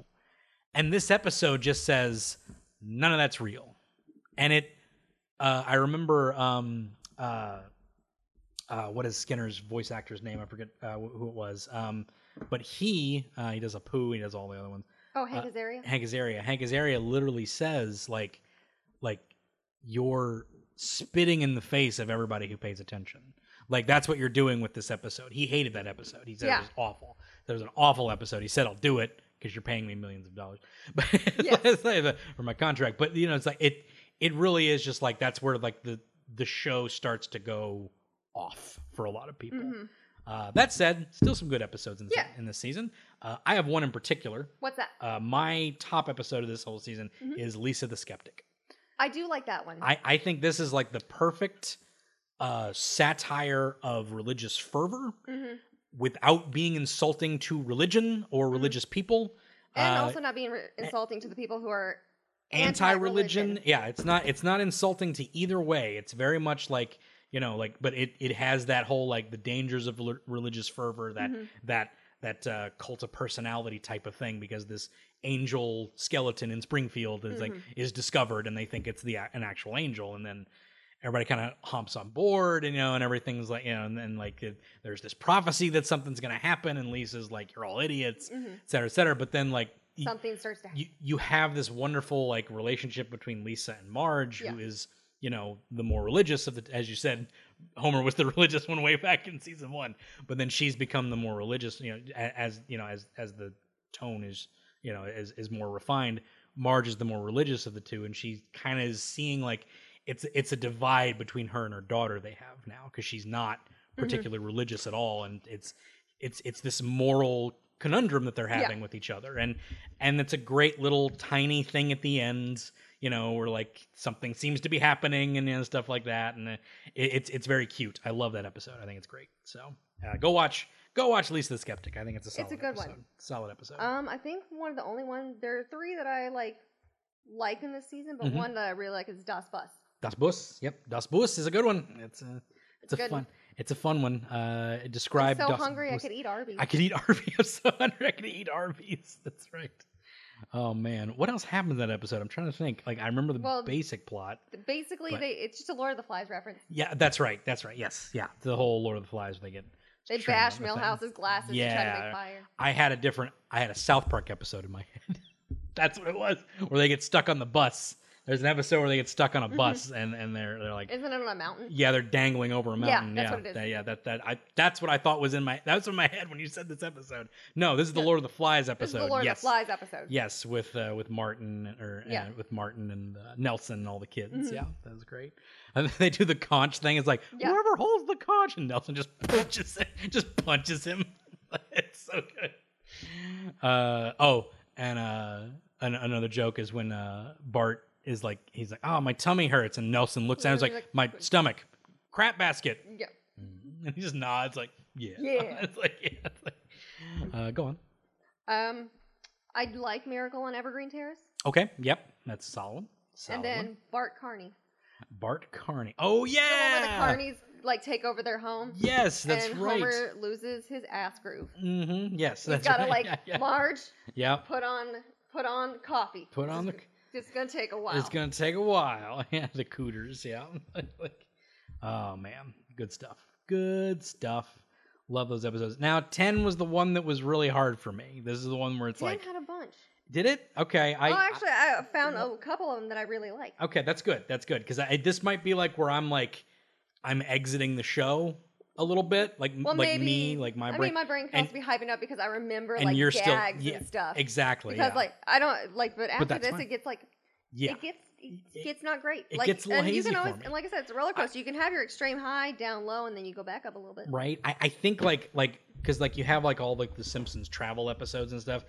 Speaker 2: and this episode just says none of that's real, and it. Uh, I remember. Um, uh, uh, what is Skinner's voice actor's name? I forget uh, wh- who it was. Um, but he uh, he does a poo. He does all the other ones.
Speaker 3: Oh, Hank Azaria.
Speaker 2: Hank Azaria. Hank Azaria literally says like like you're spitting in the face of everybody who pays attention. Like that's what you're doing with this episode. He hated that episode. He said
Speaker 3: Yeah.
Speaker 2: it was awful. There was an awful episode. He said I'll do it because you're paying me millions of dollars, [laughs] but
Speaker 3: Yes.
Speaker 2: it's like the- for my contract. But you know, it's like it. It really is just like that's where like the the show starts to go off for a lot of people.
Speaker 3: Mhm.
Speaker 2: Uh, that said, still some good episodes in, this,
Speaker 3: Yeah.
Speaker 2: in this season. Uh, I have one in particular
Speaker 3: What's that?
Speaker 2: uh, my top episode of this whole season
Speaker 3: Mhm.
Speaker 2: is Lisa the Skeptic.
Speaker 3: I do like that one.
Speaker 2: I, I think this is like the perfect uh, satire of religious fervor
Speaker 3: hmm
Speaker 2: without being insulting to religion or religious people.
Speaker 3: Mm-hmm. and
Speaker 2: Uh,
Speaker 3: also not being re- insulting to the people who are
Speaker 2: anti-religion.
Speaker 3: anti-religion.
Speaker 2: Yeah, it's not it's not insulting to either way. It's very much like you know like but it it has that whole like the dangers of rel- religious fervor that
Speaker 3: Mhm.
Speaker 2: that that uh, cult of personality type of thing because this angel skeleton in Springfield is like
Speaker 3: Mhm.
Speaker 2: is discovered and they think it's the a- an actual angel and then everybody kind of humps on board and you know and everything's like you know and then like it, there's this prophecy that something's gonna happen and Lisa's like you're all idiots
Speaker 3: Mhm.
Speaker 2: et cetera et cetera but then like y-
Speaker 3: something starts to happen.
Speaker 2: you you have this wonderful like relationship between Lisa and Marge, who is you know the more religious of the as you said Homer was the [laughs] religious one way back in season one, but then she's become the more religious you know a- as you know as as the tone is you know is is more refined. Marge is the more religious of the two, and she kind of is seeing like it's it's a divide between her and her daughter they have
Speaker 3: Mm-hmm.
Speaker 2: now because she's not particularly religious at all, and it's it's it's this moral conundrum that they're
Speaker 3: Yeah.
Speaker 2: having with each other and and it's a great little tiny thing at the end you know where like something seems to be happening and you know, stuff like that and uh, it, it's it's very cute i love that episode i think it's great so uh, go watch go watch lisa the skeptic i think it's a solid
Speaker 3: a good one.
Speaker 2: episode. solid episode
Speaker 3: Um, I think one of the only one there are three that I like like in this season, but
Speaker 2: Mhm.
Speaker 3: one that I really like is Das Bus.
Speaker 2: das bus yep das bus is a good one it's a it's, a
Speaker 3: good.
Speaker 2: fun it's a fun one uh
Speaker 3: I'm
Speaker 2: describe
Speaker 3: so
Speaker 2: Das
Speaker 3: hungry I
Speaker 2: Bus-
Speaker 3: could eat Arby's.
Speaker 2: I could eat [laughs] Arby's. I'm so hungry. I could eat Arby's. That's right. Oh man, what else happened in that episode? I'm trying to think. Like I remember the
Speaker 3: Well-
Speaker 2: basic plot.
Speaker 3: Basically,
Speaker 2: But-
Speaker 3: they it's just a Lord of the Flies reference.
Speaker 2: Yeah, that's right. That's right. Yes, yeah. The whole Lord of the Flies when they get
Speaker 3: They
Speaker 2: trained
Speaker 3: bash
Speaker 2: on the thing.
Speaker 3: Millhouse's glasses to try to
Speaker 2: Yeah.
Speaker 3: make fire.
Speaker 2: I had a different. I had a South Park episode in my head. [laughs] that's what it was. Where they get stuck on the bus. There's an episode where they get stuck on
Speaker 3: Mm-hmm.
Speaker 2: a bus and and they're they're like.
Speaker 3: Isn't it on a mountain?
Speaker 2: yeah, they're dangling over a
Speaker 3: Yeah,
Speaker 2: mountain.
Speaker 3: that's
Speaker 2: yeah,
Speaker 3: what it is.
Speaker 2: that- yeah, that that I that's what I thought was in my that was in my [laughs] head when you said this episode. No, this is the Lord of the Flies episode.
Speaker 3: This is the Lord
Speaker 2: yes.
Speaker 3: of the Flies episode.
Speaker 2: Yes, with uh, with Martin or
Speaker 3: Yeah.
Speaker 2: uh, with Martin and uh, Nelson and all the kids.
Speaker 3: Mhm.
Speaker 2: Yeah, that was great. And then they do the conch thing. It's like
Speaker 3: Yeah.
Speaker 2: whoever holds the conch, and Nelson just punches it, just punches him. [laughs] it's so good. Uh, oh, and uh, an- another joke is when uh, Bart is like, he's like, "Oh, my tummy hurts," and Nelson looks at him, he's like, "My stomach, crap basket," [laughs]
Speaker 3: Yeah.
Speaker 2: and he just nods like, "Yeah,
Speaker 3: Yeah.
Speaker 2: [laughs] it's like, yeah. It's like, uh, go on.
Speaker 3: Um, I'd like Miracle on Evergreen Terrace,
Speaker 2: Okay, yep, that's solid. Solid.
Speaker 3: and then Bart Carney.
Speaker 2: Bart Carney. Oh
Speaker 3: The one where
Speaker 2: yeah.
Speaker 3: the Carneys like take over their home.
Speaker 2: Yes, that's
Speaker 3: and
Speaker 2: right.
Speaker 3: Homer loses his ass groove.
Speaker 2: Mm-hmm. Yes,
Speaker 3: He's
Speaker 2: that's
Speaker 3: got to
Speaker 2: right. [laughs]
Speaker 3: like
Speaker 2: yeah, yeah.
Speaker 3: large
Speaker 2: Yep.
Speaker 3: put on put on coffee.
Speaker 2: Put on the.
Speaker 3: It's gonna take a while.
Speaker 2: It's gonna take a while. [laughs] Yeah, the cooters. Yeah. [laughs] Like, oh man, good stuff. Good stuff. Love those episodes. Now, ten was the one that was really hard for me. This is the one where it's
Speaker 3: Dan
Speaker 2: like,
Speaker 3: had a bunch.
Speaker 2: did it? Okay, I.
Speaker 3: oh, actually, I, found a couple of them that I really like.
Speaker 2: I- okay, that's good. That's good because this might be like where I'm like, I'm exiting the show a little bit, like
Speaker 3: Well,
Speaker 2: like
Speaker 3: maybe
Speaker 2: me, like my
Speaker 3: I
Speaker 2: brain.
Speaker 3: mean, my brain can
Speaker 2: and-
Speaker 3: also be hyping up because I remember
Speaker 2: and
Speaker 3: like
Speaker 2: you're still-
Speaker 3: gags
Speaker 2: yeah,
Speaker 3: and stuff.
Speaker 2: exactly
Speaker 3: Because
Speaker 2: yeah.
Speaker 3: like I don't like, but after
Speaker 2: that's
Speaker 3: this,
Speaker 2: fine.
Speaker 3: it gets like
Speaker 2: yeah.
Speaker 3: it gets it
Speaker 2: It-
Speaker 3: gets not great.
Speaker 2: it
Speaker 3: like,
Speaker 2: gets a little
Speaker 3: and you
Speaker 2: hazy
Speaker 3: can
Speaker 2: for
Speaker 3: always
Speaker 2: me.
Speaker 3: and like I said, it's a roller coaster. you can have your extreme high, down low, and then you go back up a little bit.
Speaker 2: right i, I think like like because like you have like all like the simpsons travel episodes and stuff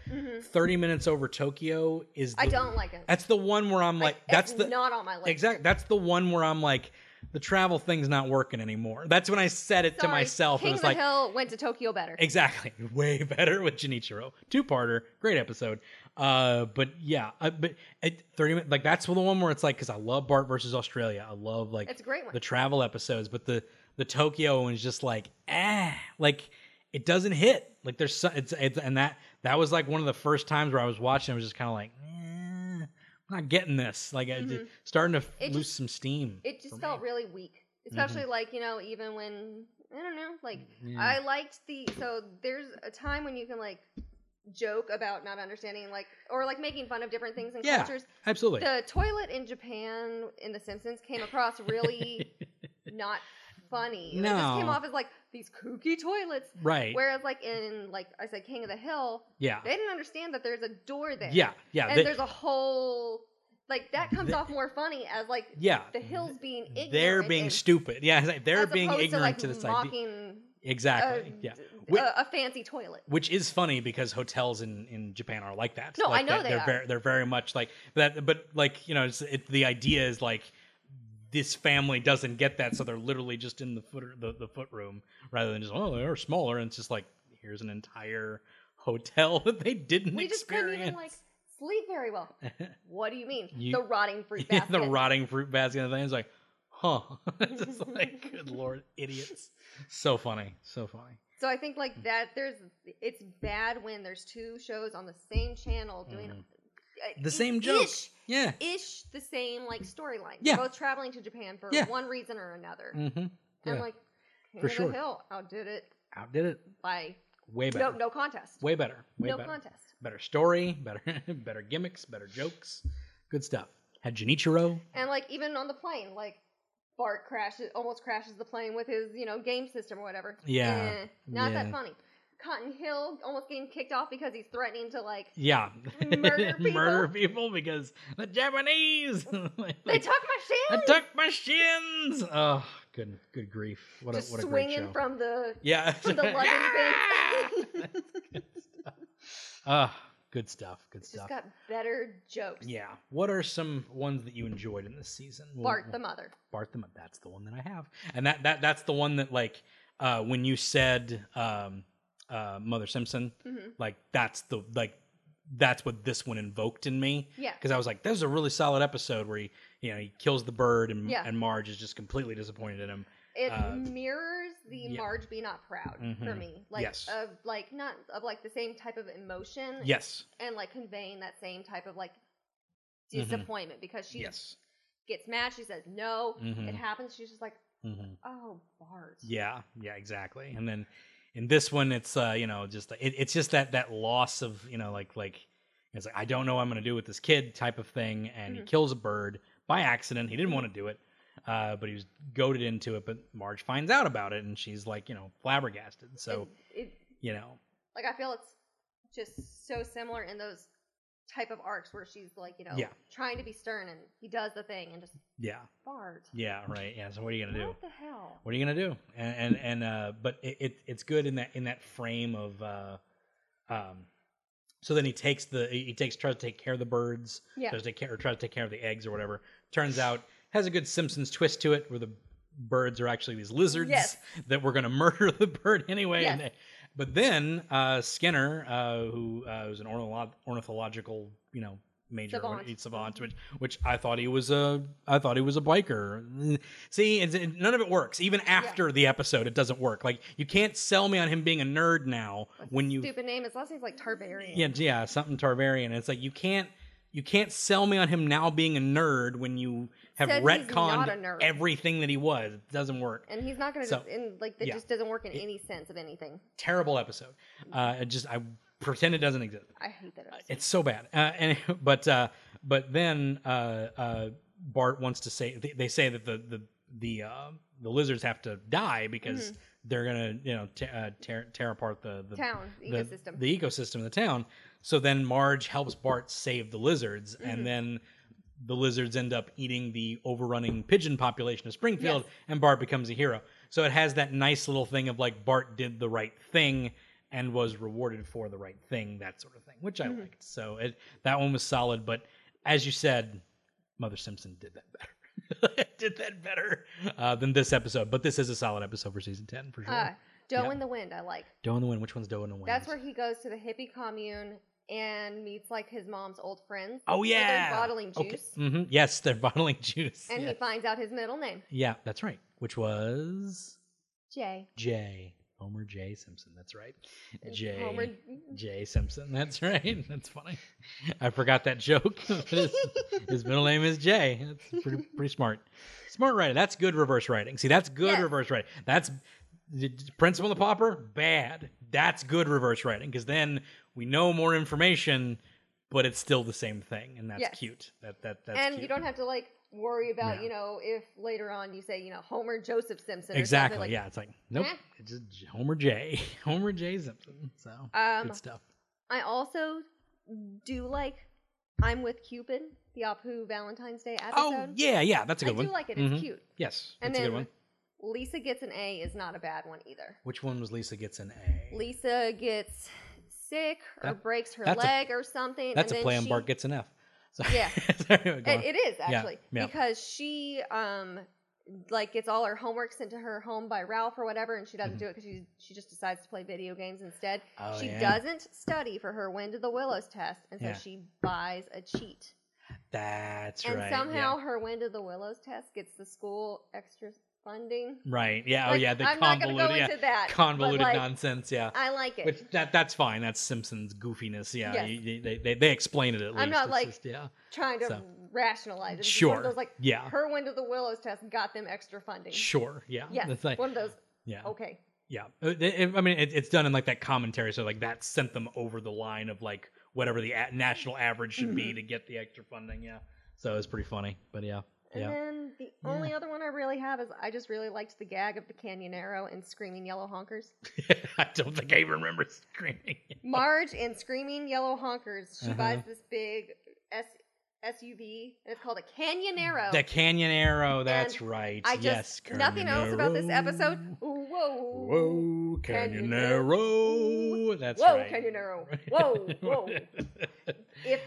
Speaker 2: 30 minutes over tokyo is the,
Speaker 3: Mm-hmm. I don't like it.
Speaker 2: that's the one where i'm like
Speaker 3: Like,
Speaker 2: that's
Speaker 3: it's
Speaker 2: the
Speaker 3: not on my list.
Speaker 2: exact that's the one where i'm like the travel thing's not working anymore that's when i said it to
Speaker 3: Sorry,
Speaker 2: myself
Speaker 3: King
Speaker 2: and
Speaker 3: of
Speaker 2: it's
Speaker 3: the
Speaker 2: like
Speaker 3: Hill went to Tokyo better.
Speaker 2: Exactly. [laughs] Way better with Janichiro. Two parter. Great episode. Uh, but yeah, uh, but at 30 minutes, like that's the one where it's like, cause I love Bart versus Australia. I love like
Speaker 3: It's a great one.
Speaker 2: the travel episodes, but the, the Tokyo one is just like, ah, like it doesn't hit. Like there's so, it's, it's, and that, that was like one of the first times where I was watching. I was just kind of like, eh, I'm not getting this. Like I-
Speaker 3: Mhm.
Speaker 2: starting to
Speaker 3: It
Speaker 2: lose
Speaker 3: just-
Speaker 2: some steam.
Speaker 3: it
Speaker 2: for
Speaker 3: just
Speaker 2: me. Mm-hmm.
Speaker 3: felt really weak, especially like you know, even when I don't know, like
Speaker 2: Yeah.
Speaker 3: I liked the so there's a time when you can like joke about not understanding like or like making fun of different things and
Speaker 2: Yeah.
Speaker 3: cultures.
Speaker 2: Absolutely.
Speaker 3: The toilet in Japan in The Simpsons came
Speaker 2: [laughs]
Speaker 3: across really not funny. It just came
Speaker 2: No.
Speaker 3: off as like these kooky toilets.
Speaker 2: right.
Speaker 3: Whereas like in like I said, King of the Hill,
Speaker 2: yeah.
Speaker 3: they didn't understand that there's a door there.
Speaker 2: Yeah. Yeah.
Speaker 3: and
Speaker 2: They-
Speaker 3: there's a whole like that comes
Speaker 2: They-
Speaker 3: off more funny as like
Speaker 2: yeah.
Speaker 3: the hills being ignorant.
Speaker 2: they're being
Speaker 3: and-
Speaker 2: stupid. Yeah, [laughs] it's like they're
Speaker 3: as
Speaker 2: being
Speaker 3: opposed
Speaker 2: ignorant to,
Speaker 3: like,
Speaker 2: this idea.
Speaker 3: mocking um,
Speaker 2: Exactly.
Speaker 3: a,
Speaker 2: yeah.
Speaker 3: a-
Speaker 2: Which,
Speaker 3: a fancy toilet.
Speaker 2: which is funny because hotels in, in Japan are like that.
Speaker 3: No, I
Speaker 2: Like,
Speaker 3: know
Speaker 2: that-
Speaker 3: they
Speaker 2: they're
Speaker 3: are.
Speaker 2: Very, they're very much like that. But like you know, it's, it, the idea is like this family doesn't get that, so they're literally just in the foot the, the foot room rather than just oh they're smaller. And it's just like here's an entire hotel [laughs] that they didn't
Speaker 3: We just
Speaker 2: experience.
Speaker 3: couldn't even like sleep very well.
Speaker 2: [laughs]
Speaker 3: what do you mean?
Speaker 2: You-
Speaker 3: the rotting fruit
Speaker 2: [laughs] Yeah,
Speaker 3: basket.
Speaker 2: the rotting fruit basket and things like, huh? [laughs] it's
Speaker 3: [laughs]
Speaker 2: just like, good lord, idiots! So funny, so funny.
Speaker 3: so I think
Speaker 2: Hmm.
Speaker 3: like that. There's it's bad when there's two shows on the same channel doing
Speaker 2: Mhm.
Speaker 3: uh,
Speaker 2: The
Speaker 3: i-
Speaker 2: same joke.
Speaker 3: Ish,
Speaker 2: Yeah.
Speaker 3: ish the same like storyline.
Speaker 2: Yeah.
Speaker 3: They're both traveling to Japan for
Speaker 2: Yeah.
Speaker 3: one reason or another.
Speaker 2: Mm-hmm.
Speaker 3: I'm
Speaker 2: yeah.
Speaker 3: like, King
Speaker 2: For
Speaker 3: of
Speaker 2: sure.
Speaker 3: the Hill outdid it
Speaker 2: Outdid it.
Speaker 3: by
Speaker 2: Way better.
Speaker 3: no no contest.
Speaker 2: Way better. Way
Speaker 3: no
Speaker 2: better.
Speaker 3: contest.
Speaker 2: Better story. [laughs] Better. better gimmicks. Better jokes. Good stuff. Had Junichiro.
Speaker 3: And like even on the plane, like Bart crashes, almost crashes the plane with his you know game system or whatever.
Speaker 2: Yeah.
Speaker 3: Eh, not
Speaker 2: Yeah.
Speaker 3: that funny. Cotton Hill almost getting kicked off because he's threatening to like
Speaker 2: Yeah.
Speaker 3: Murder
Speaker 2: [laughs] Murder people because the Japanese. [laughs]
Speaker 3: they took
Speaker 2: I
Speaker 3: my shit.
Speaker 2: took my shins. Oh, good, good grief! What
Speaker 3: Just
Speaker 2: a what a great
Speaker 3: swinging
Speaker 2: show. [laughs]
Speaker 3: from [laughs] the
Speaker 2: yeah.
Speaker 3: from the luggage
Speaker 2: Yeah!
Speaker 3: bin.
Speaker 2: [laughs] Good stuff. Ah, good stuff. Good
Speaker 3: It's
Speaker 2: stuff.
Speaker 3: just got better jokes.
Speaker 2: yeah. What are some ones that you enjoyed in this season? We'll-
Speaker 3: Bart
Speaker 2: we'll-
Speaker 3: the mother.
Speaker 2: Bart the Mo- uh, That's the one that I have, and that that that's the one that like uh, when you said um, uh, Mother Simpson,
Speaker 3: Mhm.
Speaker 2: like that's the like that's what this one invoked in me
Speaker 3: Yeah.
Speaker 2: because I was like, "There's a really solid episode where he you know he kills the bird and
Speaker 3: Yeah.
Speaker 2: and Marge is just completely disappointed in him."
Speaker 3: It
Speaker 2: Uh,
Speaker 3: mirrors the
Speaker 2: yeah.
Speaker 3: Marge be not proud for
Speaker 2: Mhm.
Speaker 3: me. Like
Speaker 2: Yes.
Speaker 3: of like not of like the same type of emotion
Speaker 2: Yes,
Speaker 3: and like conveying that same type of like
Speaker 2: Mhm.
Speaker 3: disappointment because she
Speaker 2: yes,
Speaker 3: gets mad, she says no,
Speaker 2: Mhm.
Speaker 3: it happens, she's just like,
Speaker 2: hmm
Speaker 3: Oh Bart.
Speaker 2: yeah, yeah, exactly. And then in this one, it's uh, you know just it, it's just that that loss of you know like like it's like I don't know what I'm gonna do with this kid type of thing, and he
Speaker 3: Mhm.
Speaker 2: kills a bird by accident. He didn't want to do it. Uh, but he was goaded into it. But Marge finds out about it, and she's like, you know, flabbergasted. So,
Speaker 3: it, it-
Speaker 2: you know,
Speaker 3: like I feel it's just so similar in those type of arcs where she's like, you know,
Speaker 2: Yeah.
Speaker 3: trying to be stern and he does the thing and just
Speaker 2: yeah,
Speaker 3: Bart.
Speaker 2: yeah, right, yeah. So, what are you gonna do?
Speaker 3: What the hell?
Speaker 2: what are you gonna do? And and, and uh, but it, it it's good in that in that frame of uh, um. So then he takes the he he takes tries to take care of the birds.
Speaker 3: Yeah.
Speaker 2: Tries to take care or tries to take care of the eggs or whatever. Turns out has a good Simpsons twist to it where the birds are actually these lizards
Speaker 3: Yes.
Speaker 2: [laughs] that were gonna murder the bird anyway. And
Speaker 3: Yes.
Speaker 2: they, but then uh, Skinner, uh, who uh, was an ornitholo- ornithological you know major
Speaker 3: Savant.
Speaker 2: savant. savant, which which I thought he was a I thought he was a biker. See, it's, it- none of it works. Even after the episode, it doesn't work. Like you can't sell me on him being a nerd now when you
Speaker 3: Stupid name. His last name's like Tarbarian.
Speaker 2: yeah yeah something Tarvarian. It's like you can't you can't sell me on him now being a nerd when you have
Speaker 3: Said he's not a
Speaker 2: retconned
Speaker 3: nerd.
Speaker 2: everything that he was. It doesn't work.
Speaker 3: And he's not going to,
Speaker 2: So-
Speaker 3: and like, that
Speaker 2: yeah.
Speaker 3: just doesn't work in any sense of anything.
Speaker 2: Terrible episode. Uh, it just I pretend it doesn't exist.
Speaker 3: I hate that. episode.
Speaker 2: It's so bad. Uh, and [laughs] but uh, but then uh, uh, Bart wants to say they, they say that the the the uh, the lizards have to die because
Speaker 3: Mm-hmm.
Speaker 2: they're gonna you know te- uh, tear tear apart the the
Speaker 3: Town, the
Speaker 2: the-
Speaker 3: ecosystem.
Speaker 2: the ecosystem of the town. So then Marge helps Bart save the lizards,
Speaker 3: Mm-hmm.
Speaker 2: and then the lizards end up eating the overrunning pigeon population of Springfield, and Bart becomes a hero. So it has that nice little thing of like Bart did the right thing and was rewarded for the right thing, that sort of thing, which I
Speaker 3: Mm-hmm.
Speaker 2: liked. So it, that one was solid, but as you said, Mother Simpson did that better. [laughs] did that better uh, than this episode, but this is a solid episode for season ten for sure.
Speaker 3: Uh, Doe
Speaker 2: yeah.
Speaker 3: in the Wind, I like.
Speaker 2: Doe in the Wind. Which one's Doe in the Wind?
Speaker 3: That's where he goes to the hippie commune and meets like his mom's old friends.
Speaker 2: Oh
Speaker 3: So they're
Speaker 2: yeah,
Speaker 3: bottling
Speaker 2: Okay.
Speaker 3: juice.
Speaker 2: Mhm. Yes, they're [laughs] bottling juice.
Speaker 3: And
Speaker 2: yeah.
Speaker 3: he finds out his middle name,
Speaker 2: Yeah, that's right. Which was
Speaker 3: Jay.
Speaker 2: Jay Homer J Simpson. That's right, Jay
Speaker 3: Homer.
Speaker 2: Jay Simpson. [laughs] That's right. That's funny. [laughs] I forgot that joke. [laughs] his, his middle name is Jay. That's pretty, pretty smart. Smart writing. That's good reverse writing. See, that's good
Speaker 3: Yeah.
Speaker 2: reverse writing. That's the Principal and the Pauper. Bad. That's good reverse writing because then we know more information. But it's still the same thing, and that's
Speaker 3: Yes.
Speaker 2: cute. That that that's
Speaker 3: And
Speaker 2: cute.
Speaker 3: you don't have to like worry about,
Speaker 2: No.
Speaker 3: you know, if later on you say, you know, Homer Joseph Simpson. Or
Speaker 2: Exactly.
Speaker 3: Something. Like,
Speaker 2: yeah. It's like nope.
Speaker 3: "Meh."
Speaker 2: It's just J- Homer J. [laughs] Homer J. Simpson. So
Speaker 3: Um,
Speaker 2: good stuff.
Speaker 3: I also do like I'm with Cupid, the Apu Valentine's Day episode.
Speaker 2: Oh yeah, yeah. That's a
Speaker 3: I
Speaker 2: good one.
Speaker 3: do like it. It's
Speaker 2: Mhm.
Speaker 3: cute.
Speaker 2: Yes,
Speaker 3: And
Speaker 2: that's a good
Speaker 3: then
Speaker 2: one.
Speaker 3: Lisa gets an A is not a bad one either.
Speaker 2: Which one was Lisa gets an A?
Speaker 3: Lisa gets sick or
Speaker 2: That-
Speaker 3: breaks her
Speaker 2: that's a-
Speaker 3: leg or something.
Speaker 2: that's a
Speaker 3: and
Speaker 2: play
Speaker 3: then
Speaker 2: on
Speaker 3: she,
Speaker 2: Bart gets an F. [laughs] So,
Speaker 3: Yeah.
Speaker 2: sorry, go on.
Speaker 3: It, it is actually
Speaker 2: yeah.
Speaker 3: because she um like gets all her homework sent to her home by Ralph or whatever, and she doesn't do it because she she just decides to play video games instead.
Speaker 2: Mm-hmm. Oh,
Speaker 3: she
Speaker 2: yeah.
Speaker 3: doesn't study for her Wind of the Willows test, and so
Speaker 2: Yeah.
Speaker 3: she buys a cheat.
Speaker 2: that's
Speaker 3: and
Speaker 2: right.
Speaker 3: somehow
Speaker 2: Yeah.
Speaker 3: her Wind of the Willows test gets the school extra funding.
Speaker 2: Right. Yeah. oh
Speaker 3: Like,
Speaker 2: yeah. The
Speaker 3: I'm not
Speaker 2: convoluted.
Speaker 3: gonna go
Speaker 2: yeah.
Speaker 3: into that. but,
Speaker 2: convoluted
Speaker 3: like,
Speaker 2: nonsense. Yeah.
Speaker 3: I like it.
Speaker 2: Which that that's fine. That's Simpson's goofiness. Yeah.
Speaker 3: Yes.
Speaker 2: you- They, they, they, they explain it at least.
Speaker 3: I'm not
Speaker 2: It's
Speaker 3: like-
Speaker 2: just- yeah.
Speaker 3: trying to
Speaker 2: so-
Speaker 3: rationalize it. It's just one
Speaker 2: Sure.
Speaker 3: of those, like
Speaker 2: yeah.
Speaker 3: her Wind of the Willows test got them extra funding.
Speaker 2: Sure. Yeah.
Speaker 3: Yeah.
Speaker 2: That's like,
Speaker 3: one of Oh. those.
Speaker 2: yeah.
Speaker 3: Okay.
Speaker 2: Yeah, Uh, it- it- I mean, it, it's done in like that commentary, so like that sent them over the line of like whatever the a- national average should
Speaker 3: Mm-hmm.
Speaker 2: be to get the extra funding. Yeah, so it's pretty funny, but yeah,
Speaker 3: And
Speaker 2: yeah.
Speaker 3: then the only other one I really have is I just really liked the gag of the Canyonero and Screaming Yellow
Speaker 2: [laughs]
Speaker 3: Honkers. [laughs]
Speaker 2: I don't think I even remember screaming.
Speaker 3: Marge and Screaming Yellow Honkers. She
Speaker 2: Uh-huh.
Speaker 3: buys this big S- SUV and it's called a Canyonero.
Speaker 2: The Canyon Arrow. That's
Speaker 3: Oh. And
Speaker 2: right.
Speaker 3: I just
Speaker 2: yes,
Speaker 3: nothing else about this
Speaker 2: Canyonero.
Speaker 3: episode. Whoa.
Speaker 2: Whoa, Canyonero. That's
Speaker 3: whoa,
Speaker 2: right.
Speaker 3: Canyonero.
Speaker 2: [laughs]
Speaker 3: Whoa, whoa. if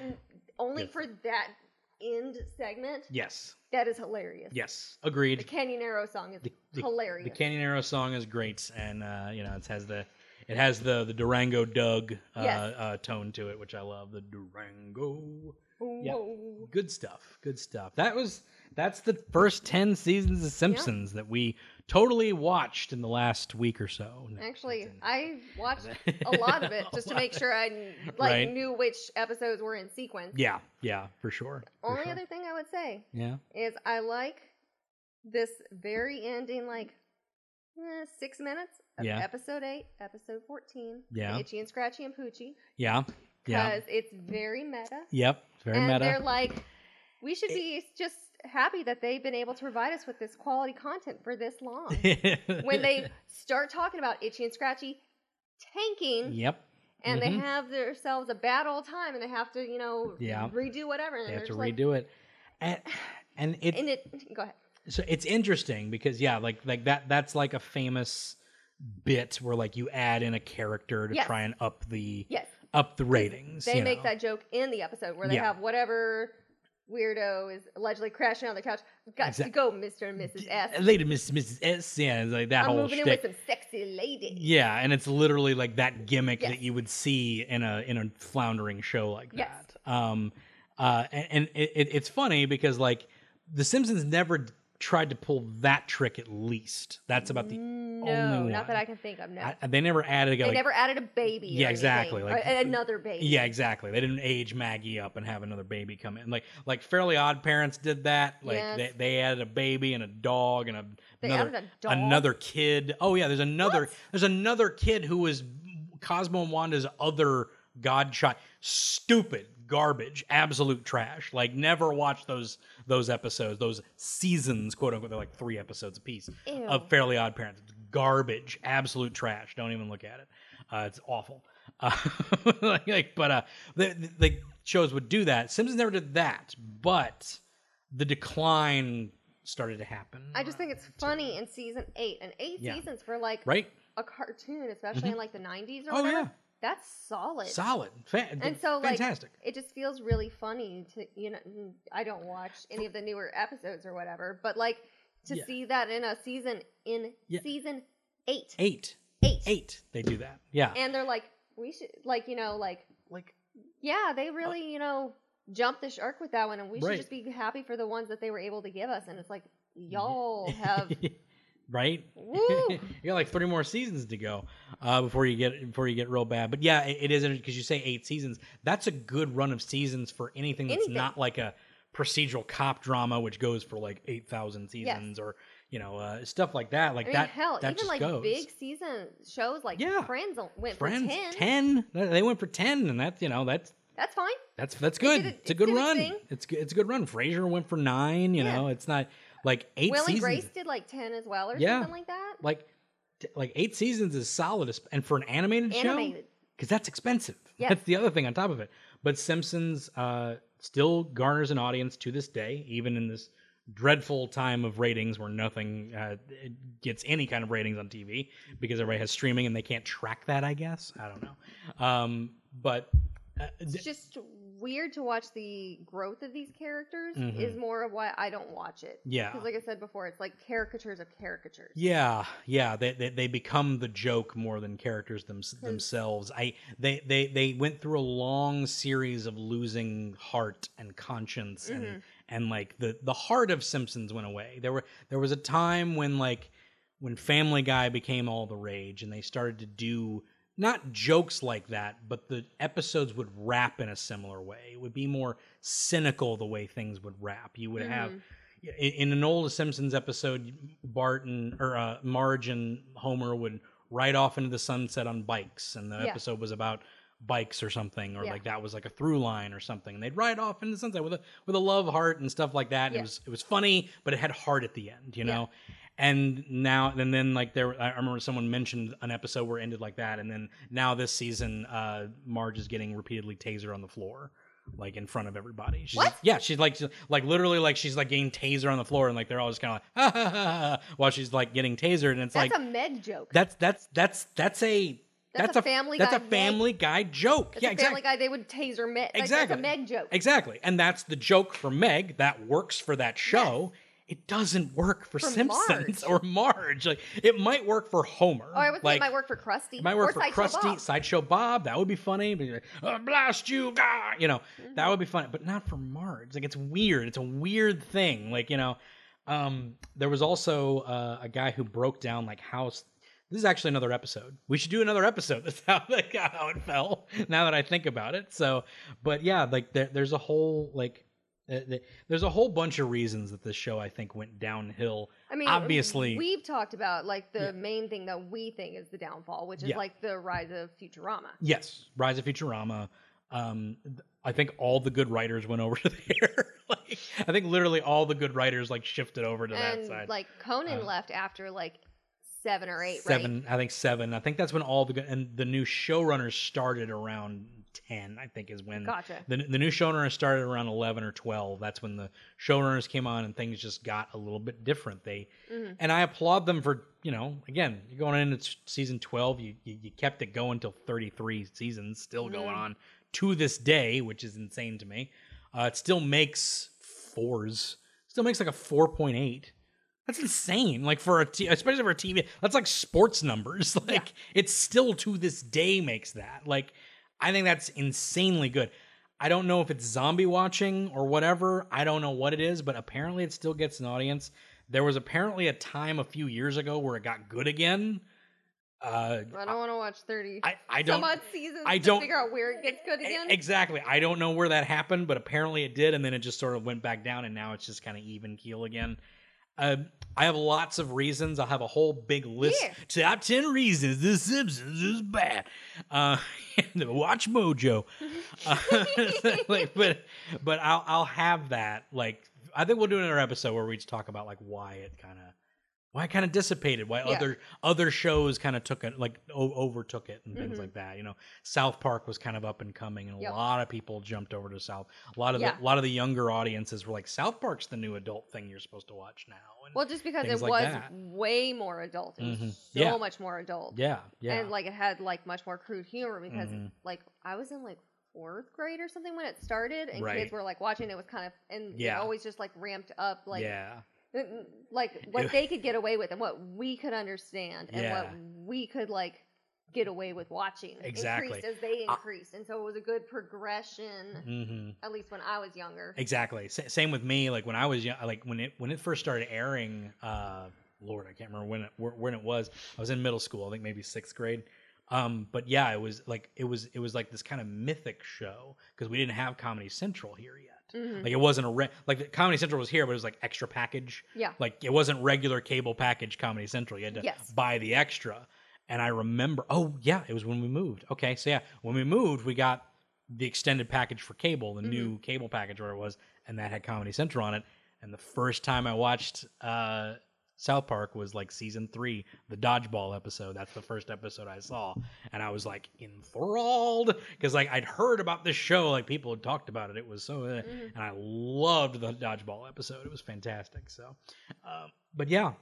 Speaker 3: only
Speaker 2: Yes.
Speaker 3: for that end segment,
Speaker 2: yes.
Speaker 3: that is hilarious.
Speaker 2: Yes.
Speaker 3: The
Speaker 2: Agreed.
Speaker 3: Canyonero song is
Speaker 2: The- the-
Speaker 3: hilarious.
Speaker 2: The Canyonero song is great, and uh, you know it has the it has the the Durango Doug uh,
Speaker 3: Yes.
Speaker 2: uh, tone to it, which I love. The Durango. yeah.
Speaker 3: Whoa.
Speaker 2: Good stuff. Good stuff. That was that's the first ten seasons of Simpsons that we totally watched in the last week or so. No,
Speaker 3: Actually,
Speaker 2: it's in-
Speaker 3: I
Speaker 2: [laughs]
Speaker 3: watched a lot of it just to make sure I like
Speaker 2: Right.
Speaker 3: knew which episodes were in sequence.
Speaker 2: Yeah, yeah, for sure. for
Speaker 3: Only
Speaker 2: sure.
Speaker 3: other thing I would say
Speaker 2: Yeah.
Speaker 3: is I like this very ending, like eh, six minutes of
Speaker 2: Yeah.
Speaker 3: episode eight, episode fourteen. the
Speaker 2: Yeah.
Speaker 3: Itchy and Scratchy and Poochie.
Speaker 2: Yeah. Yeah.
Speaker 3: Because it's very meta.
Speaker 2: Yep. it's Very
Speaker 3: and they're
Speaker 2: meta.
Speaker 3: like, we should
Speaker 2: It-
Speaker 3: be just happy that they've been able to provide us with this quality content for this
Speaker 2: [laughs]
Speaker 3: long. when they start talking about Itchy and Scratchy tanking
Speaker 2: Yep.
Speaker 3: and
Speaker 2: mhm.
Speaker 3: they have themselves a bad old time and they have to, you know,
Speaker 2: Yeah.
Speaker 3: redo whatever. And
Speaker 2: They
Speaker 3: they're
Speaker 2: have to
Speaker 3: just like-
Speaker 2: redo it. And and it's
Speaker 3: And it, go ahead.
Speaker 2: so it's interesting because yeah, like like that that's like a famous bit where like you add in a character to
Speaker 3: Yes.
Speaker 2: try and up the
Speaker 3: Yes.
Speaker 2: up the ratings.
Speaker 3: They
Speaker 2: you
Speaker 3: make
Speaker 2: know?
Speaker 3: that joke in the episode where they
Speaker 2: Yeah.
Speaker 3: have whatever weirdo is allegedly crashing on the couch. Got to
Speaker 2: Exact-
Speaker 3: go, Mr. and Mrs. S.
Speaker 2: Lady Miss Mrs. S. Yeah, it's like that
Speaker 3: I'm
Speaker 2: whole
Speaker 3: moving in with
Speaker 2: shtick.
Speaker 3: some sexy lady.
Speaker 2: Yeah, and it's literally like that gimmick
Speaker 3: Yes.
Speaker 2: that you would see in a in a floundering show like
Speaker 3: Yes.
Speaker 2: that. Um, uh, and, and it, it, it's funny because like The Simpsons never d- tried to pull that trick. At least that's about the
Speaker 3: No,
Speaker 2: only
Speaker 3: not that
Speaker 2: one.
Speaker 3: I can think of. No,
Speaker 2: I, they never added.
Speaker 3: they
Speaker 2: like,
Speaker 3: never added a baby. or
Speaker 2: Yeah, exactly,
Speaker 3: anything, or
Speaker 2: like-
Speaker 3: another baby.
Speaker 2: Yeah, exactly. They didn't age Maggie up and have another baby come in. Like like Fairly Odd Parents did that. Like
Speaker 3: Yes.
Speaker 2: they, they added a baby and a dog and a
Speaker 3: They
Speaker 2: another
Speaker 3: added a dog?
Speaker 2: another kid. Oh yeah, there's another
Speaker 3: What?
Speaker 2: there's another kid who was Cosmo and Wanda's other godchild. Stupid garbage, absolute trash. Like never watch those those episodes, those seasons, quote unquote. They're like three episodes apiece
Speaker 3: Ew.
Speaker 2: of Fairly Odd Parents. It's garbage, absolute trash. Don't even look at it. Uh, it's awful. [laughs] Uh, like, like, but uh, the, the, the shows would do that. Simpsons never did that, but the decline started to happen.
Speaker 3: I just think it's funny in season eight and eight
Speaker 2: Yeah.
Speaker 3: seasons for like
Speaker 2: right,
Speaker 3: a cartoon, especially in like the '90s or
Speaker 2: Oh,
Speaker 3: whatever.
Speaker 2: yeah.
Speaker 3: That's solid.
Speaker 2: solid, Fa-
Speaker 3: and so like
Speaker 2: fantastic.
Speaker 3: it just feels really funny to you know n- i don't watch any of the newer episodes or whatever but like to
Speaker 2: Yeah.
Speaker 3: see that in a season in
Speaker 2: Yeah.
Speaker 3: season eight,
Speaker 2: eight,
Speaker 3: eight
Speaker 2: eight. They do that. Yeah,
Speaker 3: and they're like we should like you know like
Speaker 2: like uh,
Speaker 3: yeah they really you know jumped the shark with that one and we should
Speaker 2: Right.
Speaker 3: just be happy for the ones that they were able to give us and it's like
Speaker 2: [laughs]
Speaker 3: y'all have
Speaker 2: right.
Speaker 3: woo
Speaker 2: [laughs] you got like three more seasons to go uh, before you get before you get real bad. But yeah, it, it is because you say eight seasons. That's a good run of seasons for anything that's
Speaker 3: Anything.
Speaker 2: not like a procedural cop drama, which goes for like eight thousand seasons or you know uh, stuff like that. Like
Speaker 3: I mean,
Speaker 2: that.
Speaker 3: hell,
Speaker 2: that
Speaker 3: even
Speaker 2: just
Speaker 3: like
Speaker 2: goes.
Speaker 3: big season shows like
Speaker 2: Yeah.
Speaker 3: Friends went
Speaker 2: Friends,
Speaker 3: for 10.
Speaker 2: 10. They went for ten, and that's you know that's
Speaker 3: That's fine.
Speaker 2: that's that's
Speaker 3: did
Speaker 2: good.
Speaker 3: it-
Speaker 2: it's a
Speaker 3: it
Speaker 2: good
Speaker 3: did its
Speaker 2: run.
Speaker 3: thing.
Speaker 2: It's good. It's a good run. Frasier went for nine. You
Speaker 3: Yeah.
Speaker 2: know, it's not like eight
Speaker 3: Will
Speaker 2: seasons.
Speaker 3: and Grace did like 10 as well or
Speaker 2: Yeah.
Speaker 3: something like that.
Speaker 2: Like t- like eight seasons is solid, esp- and for an animated, show.
Speaker 3: Animated.
Speaker 2: because that's expensive.
Speaker 3: Yes.
Speaker 2: That's the other thing on top of it. But Simpsons uh, still garners an audience to this day, even in this dreadful time of ratings where nothing uh, gets any kind of ratings on TV because everybody has streaming and they can't track that. I guess I don't know. Um, but uh,
Speaker 3: It's just weird to watch the growth of these characters
Speaker 2: Mhm.
Speaker 3: is more of why I don't watch it.
Speaker 2: yeah,
Speaker 3: Because like I said before, it's like caricatures of caricatures.
Speaker 2: Yeah, yeah, they, they they become the joke more than characters them, themselves. I they, they they went through a long series of losing heart and conscience and and like the the heart of Simpsons went away. There were there was a time when like when Family Guy became all the rage and they started to do not jokes like that, but the episodes would wrap in a similar way. It would be more cynical the way things would wrap. You would
Speaker 3: Mm-hmm.
Speaker 2: have in, in an old Simpsons episode, Bart and or uh, Marge and Homer would ride off into the sunset on bikes, and the
Speaker 3: Yeah.
Speaker 2: episode was about bikes or something, or
Speaker 3: Yeah.
Speaker 2: like that was like a through line or something. And they'd ride off into the sunset with a with a love heart and stuff like that. And
Speaker 3: Yeah.
Speaker 2: It was it was funny, but it had heart at the end, you
Speaker 3: Yeah.
Speaker 2: know. And now and then, like there, I remember someone mentioned an episode where it ended like that, and then now this season, uh, Marge is getting repeatedly tasered on the floor like in front of everybody. She's,
Speaker 3: What?
Speaker 2: Yeah, she's like, she's, like literally, like she's like getting taser on the floor, and like they're all just kind of like, [laughs] ha, ha, ha, ha, ha," while she's like getting tasered, and it's
Speaker 3: That's
Speaker 2: like
Speaker 3: a med joke.
Speaker 2: that's that's that's that's a
Speaker 3: That's
Speaker 2: that's,
Speaker 3: a Family
Speaker 2: that's
Speaker 3: Guy
Speaker 2: a family guy joke.
Speaker 3: That's
Speaker 2: yeah,
Speaker 3: a
Speaker 2: exactly.
Speaker 3: Family Guy. They would taser Meg. Like,
Speaker 2: Exactly.
Speaker 3: That's a Meg joke.
Speaker 2: Exactly. And that's the joke for Meg that works for that show. It doesn't work for,
Speaker 3: For
Speaker 2: Simpsons or Marge. Like it might work for Homer.
Speaker 3: Oh, I would
Speaker 2: like,
Speaker 3: think it might work for Krusty.
Speaker 2: it might work
Speaker 3: or
Speaker 2: for
Speaker 3: Sideshow
Speaker 2: Krusty,
Speaker 3: Bob.
Speaker 2: Sideshow Bob. That would be funny. But you're like, "Oh, blast you, gah!" you know,
Speaker 3: Mm-hmm.
Speaker 2: that would be funny. But not for Marge. Like it's weird. It's a weird thing. Like you know, um, there was also uh, a guy who broke down like house. This is actually another episode. We should do another episode. [laughs] That's how like how it fell. Now that I think about it. So, but yeah, like there, there's a whole like. uh, th- There's a whole bunch of reasons that this show, I think, went downhill.
Speaker 3: I mean,
Speaker 2: obviously-
Speaker 3: we've talked about like the
Speaker 2: Yeah.
Speaker 3: main thing that we think is the downfall, which is
Speaker 2: Yeah.
Speaker 3: like the rise of Futurama.
Speaker 2: Yes, Rise of Futurama. Um, th- I think all the good writers went over [laughs] there. like, I think literally all the good writers like shifted over to that
Speaker 3: and
Speaker 2: side.
Speaker 3: like Conan
Speaker 2: Uh,
Speaker 3: left after like seven or eight, right?
Speaker 2: seven, I think seven. I think that's when all the good and the new showrunners started around ten. I think is when
Speaker 3: Gotcha.
Speaker 2: the the new showrunners started around eleven or twelve. That's when the showrunners came on and things just got a little bit different. They
Speaker 3: Mhm.
Speaker 2: and I applaud them for you know again you're going into s- season 12 you, you you kept it going till 33 seasons still going
Speaker 3: Mhm.
Speaker 2: on to this day which is insane to me uh, it still makes fours still makes like a 4.8 that's insane like for a t- especially for a tv that's like sports numbers [laughs] like it's still to this day makes that like i think that's insanely good i don't know if it's zombie watching or whatever i don't know what it is but apparently it still gets an audience there was apparently a time a few years ago where it got good again uh
Speaker 3: I don't want to watch thirty
Speaker 2: i, I
Speaker 3: some
Speaker 2: don't
Speaker 3: odd seasons
Speaker 2: I
Speaker 3: to
Speaker 2: don't- e-,
Speaker 3: figure out where it gets good again.
Speaker 2: Exactly. I don't know where that happened, but apparently it did, and then it just sort of went back down, and now it's just kind of even keel again. Uh, I have lots of reasons. I'll have a whole big list.
Speaker 3: Yeah.
Speaker 2: Top 10 reasons The Simpsons is bad. Uh, [laughs] watch
Speaker 3: [laughs]
Speaker 2: Mojo. [laughs] Uh, like, but but I'll, I'll have that. Like, I think we'll do another episode where we just talk about like why it kind of why it kind of dissipated, why
Speaker 3: Yeah.
Speaker 2: other other shows kind of took it, like o- overtook it, and things
Speaker 3: Mhm.
Speaker 2: like that. You know, South Park was kind of up and coming, and
Speaker 3: Yep.
Speaker 2: a lot of people jumped over to South. A lot of
Speaker 3: Yeah.
Speaker 2: the, a lot of the younger audiences were like, South Park's the new adult thing you're supposed to watch now. And
Speaker 3: Well, just because it
Speaker 2: Things
Speaker 3: was
Speaker 2: like that.
Speaker 3: way more adult, it was
Speaker 2: Mhm.
Speaker 3: so
Speaker 2: Yeah.
Speaker 3: much more adult,
Speaker 2: yeah, yeah,
Speaker 3: and like it had like much more crude humor because
Speaker 2: Mhm.
Speaker 3: like I was in like fourth grade or something when it started, and
Speaker 2: Right.
Speaker 3: kids were like watching. It was kind of and they
Speaker 2: Yeah.
Speaker 3: always just like ramped up like
Speaker 2: yeah,
Speaker 3: n-
Speaker 2: [laughs]
Speaker 3: like what they could get away with and what we could understand and
Speaker 2: Yeah.
Speaker 3: what we could like get away with watching
Speaker 2: Exactly.
Speaker 3: increased as they
Speaker 2: I-
Speaker 3: increased and so it was a good progression
Speaker 2: hmm
Speaker 3: at least when i was younger
Speaker 2: exactly. Sa same with me. Like when I was young, like when it when it first started airing, uh, Lord, I can't remember when it wh- when it was. I was in middle school, I think maybe sixth grade. Um, but yeah, it was like it was it was like this kind of mythic show because we didn't have Comedy Central here yet.
Speaker 3: Mhm.
Speaker 2: Like it wasn't a re- like the Comedy Central was here, but it was like extra package.
Speaker 3: yeah
Speaker 2: Like it wasn't regular cable package Comedy Central. You had to
Speaker 3: Yes.
Speaker 2: buy the extra. And I remember, oh yeah, it was when we moved. Okay, so yeah, when we moved, we got the extended package for cable, the new
Speaker 3: Mm-hmm.
Speaker 2: cable package where it was, and that had Comedy Central on it. And the first time I watched uh, South Park was like season three, the dodgeball episode. That's the first episode I saw, and I was like enthralled because like I'd heard about this show, like people had talked about it. It was so, uh,
Speaker 3: Mhm.
Speaker 2: and I loved the dodgeball episode. It was fantastic. So, um, but yeah,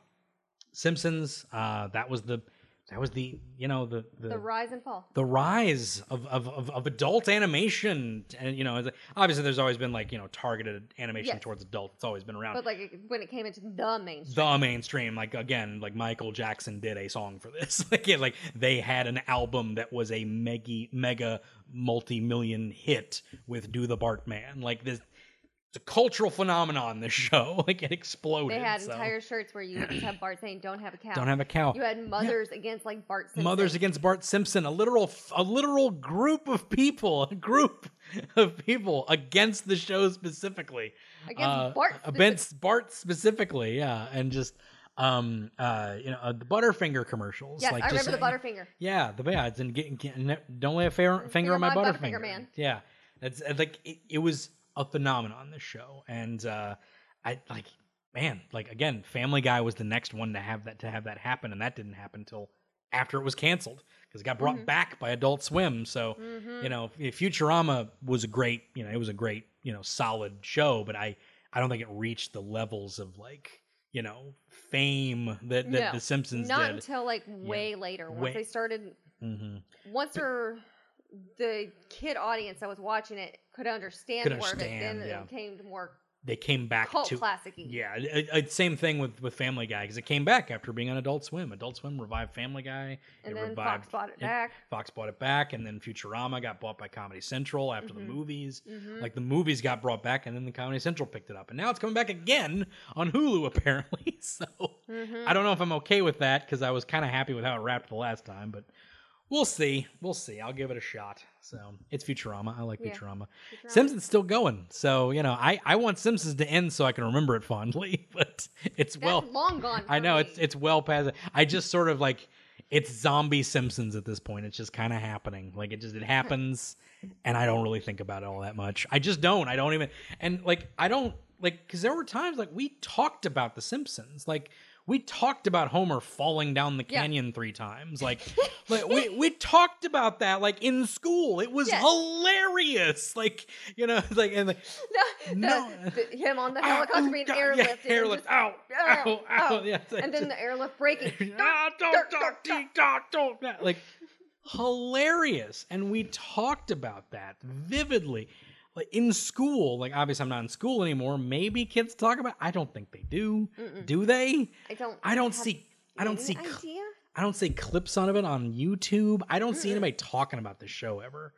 Speaker 2: Simpsons. Uh, that was the that was the you know the the,
Speaker 3: the rise and fall
Speaker 2: the rise of, of, of, of adult animation and you know it's- obviously there's always been like you know targeted animation
Speaker 3: Yes.
Speaker 2: towards adults it's always been around
Speaker 3: but like it- when it came into the mainstream
Speaker 2: the mainstream like again like michael jackson did a song for this [laughs] like it, like they had an album that was a mega mega multi-million hit with do the bartman like this it's a cultural phenomenon this show [laughs] like it exploded
Speaker 3: they had
Speaker 2: so.
Speaker 3: entire shirts where you would just have bart saying don't have a cow
Speaker 2: don't have a cow
Speaker 3: you had mothers against like bart Simpson.
Speaker 2: Oh, Mothers Against Bart Simpson, a literal a literal group of people, [laughs] a group of people against the show specifically.
Speaker 3: Against
Speaker 2: uh,
Speaker 3: Bart specific-
Speaker 2: Against Bart specifically, yeah, and just um uh you know uh, the Butterfinger commercials.
Speaker 3: yes
Speaker 2: like
Speaker 3: i
Speaker 2: just-
Speaker 3: remember the butterfinger
Speaker 2: Yeah, the yeah, it's in getting getting don't lay a fair, finger on my Butterfinger,
Speaker 3: man.
Speaker 2: Yeah, that's uh, like it, it was a phenomenon this show, and uh I like man like again Family Guy was the next one to have that to have that happen, and that didn't happen until after it was canceled because it got
Speaker 3: Mm-hmm.
Speaker 2: brought back by Adult Swim. So
Speaker 3: Mm.
Speaker 2: you know, if Futurama was a great, you know, it was a great, you know, solid show, but I I don't think it reached the levels of like you know fame that, that
Speaker 3: No,
Speaker 2: The Simpsons
Speaker 3: Not
Speaker 2: did.
Speaker 3: until like way later. Once
Speaker 2: Way-
Speaker 3: they started,
Speaker 2: mm-hmm.
Speaker 3: once or the kid audience that was watching it could understand
Speaker 2: Could
Speaker 3: more
Speaker 2: understand,
Speaker 3: of it, then
Speaker 2: yeah.
Speaker 3: it became more
Speaker 2: They came back
Speaker 3: cult
Speaker 2: to
Speaker 3: classic
Speaker 2: Yeah, it- it- same thing with with Family Guy because it came back after being on Adult Swim. Adult Swim revived Family Guy,
Speaker 3: And
Speaker 2: it
Speaker 3: then
Speaker 2: revived,
Speaker 3: Fox bought it back.
Speaker 2: Fox bought it back, and then Futurama got bought by Comedy Central after the movies.
Speaker 3: Mhm.
Speaker 2: Like the movies got brought back, and then the Comedy Central picked it up, and now it's coming back again on Hulu [laughs] apparently. So
Speaker 3: Mhm.
Speaker 2: I don't know if I'm okay with that because I was kind of happy with how it wrapped the last time, but we'll see. We'll see. I'll give it a shot. So it's Futurama. I like
Speaker 3: Yeah.
Speaker 2: Futurama.
Speaker 3: Futurama.
Speaker 2: Simpsons still going, so you know I I want Simpsons to end so I can remember it fondly, [laughs] but it's
Speaker 3: That's
Speaker 2: well
Speaker 3: long gone.
Speaker 2: I
Speaker 3: for
Speaker 2: know
Speaker 3: me.
Speaker 2: it's it's well past. I just sort of like it's zombie Simpsons at this point. It's just kind of happening. Like it just it happens, and I don't really think about it all that much. I just don't. I don't even. And like I don't like because there were times like we talked about the Simpsons. Like we talked about Homer falling down the
Speaker 3: Yeah.
Speaker 2: canyon three times.
Speaker 3: [laughs]
Speaker 2: Like like we we talked about that like in school. It was
Speaker 3: Yes.
Speaker 2: hilarious. Like you know [laughs] like and like [laughs]
Speaker 3: no,
Speaker 2: No.
Speaker 3: [laughs]
Speaker 2: Oh,
Speaker 3: no. him on the helicopter being
Speaker 2: God,
Speaker 3: airlifted. and
Speaker 2: Yeah, airlift.
Speaker 3: just-
Speaker 2: Ow,
Speaker 3: Ah,
Speaker 2: ow,
Speaker 3: ah.
Speaker 2: ow. [laughs] Yeah, it's like
Speaker 3: and then
Speaker 2: just-
Speaker 3: the airlift breaking.
Speaker 2: [laughs] Ah, don't,
Speaker 3: Dark,
Speaker 2: don't,
Speaker 3: dark,
Speaker 2: dee, dark, don't, nah. like hilarious and we talked about that vividly like in school like obviously i'm not in school anymore maybe kids talk about i don't think they do do they
Speaker 3: I don't.
Speaker 2: i don't
Speaker 3: Mm. have
Speaker 2: see i don't
Speaker 3: any
Speaker 2: see cl-
Speaker 3: Idea?
Speaker 2: i don't see clips on of it on youtube i don't see anybody talking about this show ever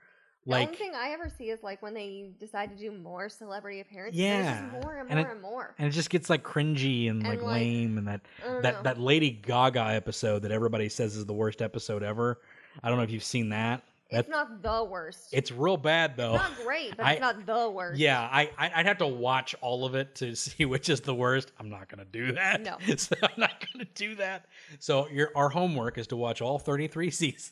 Speaker 3: the only
Speaker 2: like
Speaker 3: thing I ever see is like when they decide to do more celebrity appearances.
Speaker 2: Yeah.
Speaker 3: Yeah, more and
Speaker 2: And
Speaker 3: more
Speaker 2: it-
Speaker 3: and more.
Speaker 2: and it just gets like cringy and, like,
Speaker 3: like,
Speaker 2: lame and that
Speaker 3: I don't
Speaker 2: that
Speaker 3: know.
Speaker 2: that Lady Gaga episode that everybody says is the worst episode ever. I don't know if you've seen that. That
Speaker 3: it's not the worst.
Speaker 2: it's
Speaker 3: It's
Speaker 2: real bad though. [laughs]
Speaker 3: not great, but
Speaker 2: I-
Speaker 3: it's not the worst.
Speaker 2: Yeah, I I- I'd have to watch all of it to [laughs] see which is the worst. I'm not gonna do that. [laughs]
Speaker 3: No.
Speaker 2: so I'm not gonna do that. So your our homework is to watch all 33 [laughs] seasons.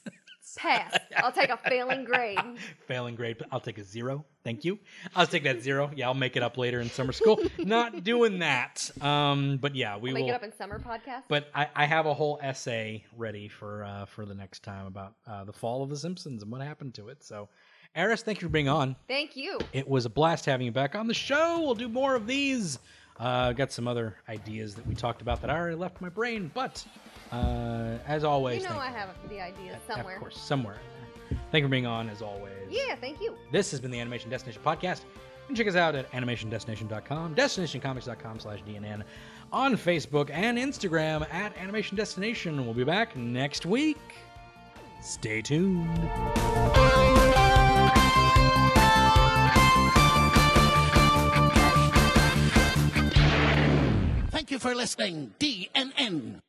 Speaker 3: Pass.
Speaker 2: [laughs]
Speaker 3: I'll take a failing grade.
Speaker 2: Failing grade, but I'll take a zero. Thank you. I'll take that zero. Yeah, I'll make it up later in summer school. [laughs] not doing that. Um, but yeah, we
Speaker 3: Make
Speaker 2: will.
Speaker 3: it up in summer podcast.
Speaker 2: But I, I have a whole essay ready for uh, for the next time about uh, the fall of the Simpsons and what happened to it. So, Eris, thank you for being on.
Speaker 3: Thank you.
Speaker 2: It was a blast having you back on the show. We'll do more of these. Uh, got some other ideas that we talked about that I already left my brain, but uh, as always,
Speaker 3: You know
Speaker 2: thank-
Speaker 3: I have the idea somewhere.
Speaker 2: of course, somewhere. Thank you for being on, as always.
Speaker 3: Yeah, thank you.
Speaker 2: This has been the Animation Destination Podcast. And check us out at animationdestination.com, destinationcomics.com slash DNN, on Facebook and Instagram at Animation Destination. We'll be back next week. Stay tuned.
Speaker 5: Thank you for listening, DNN.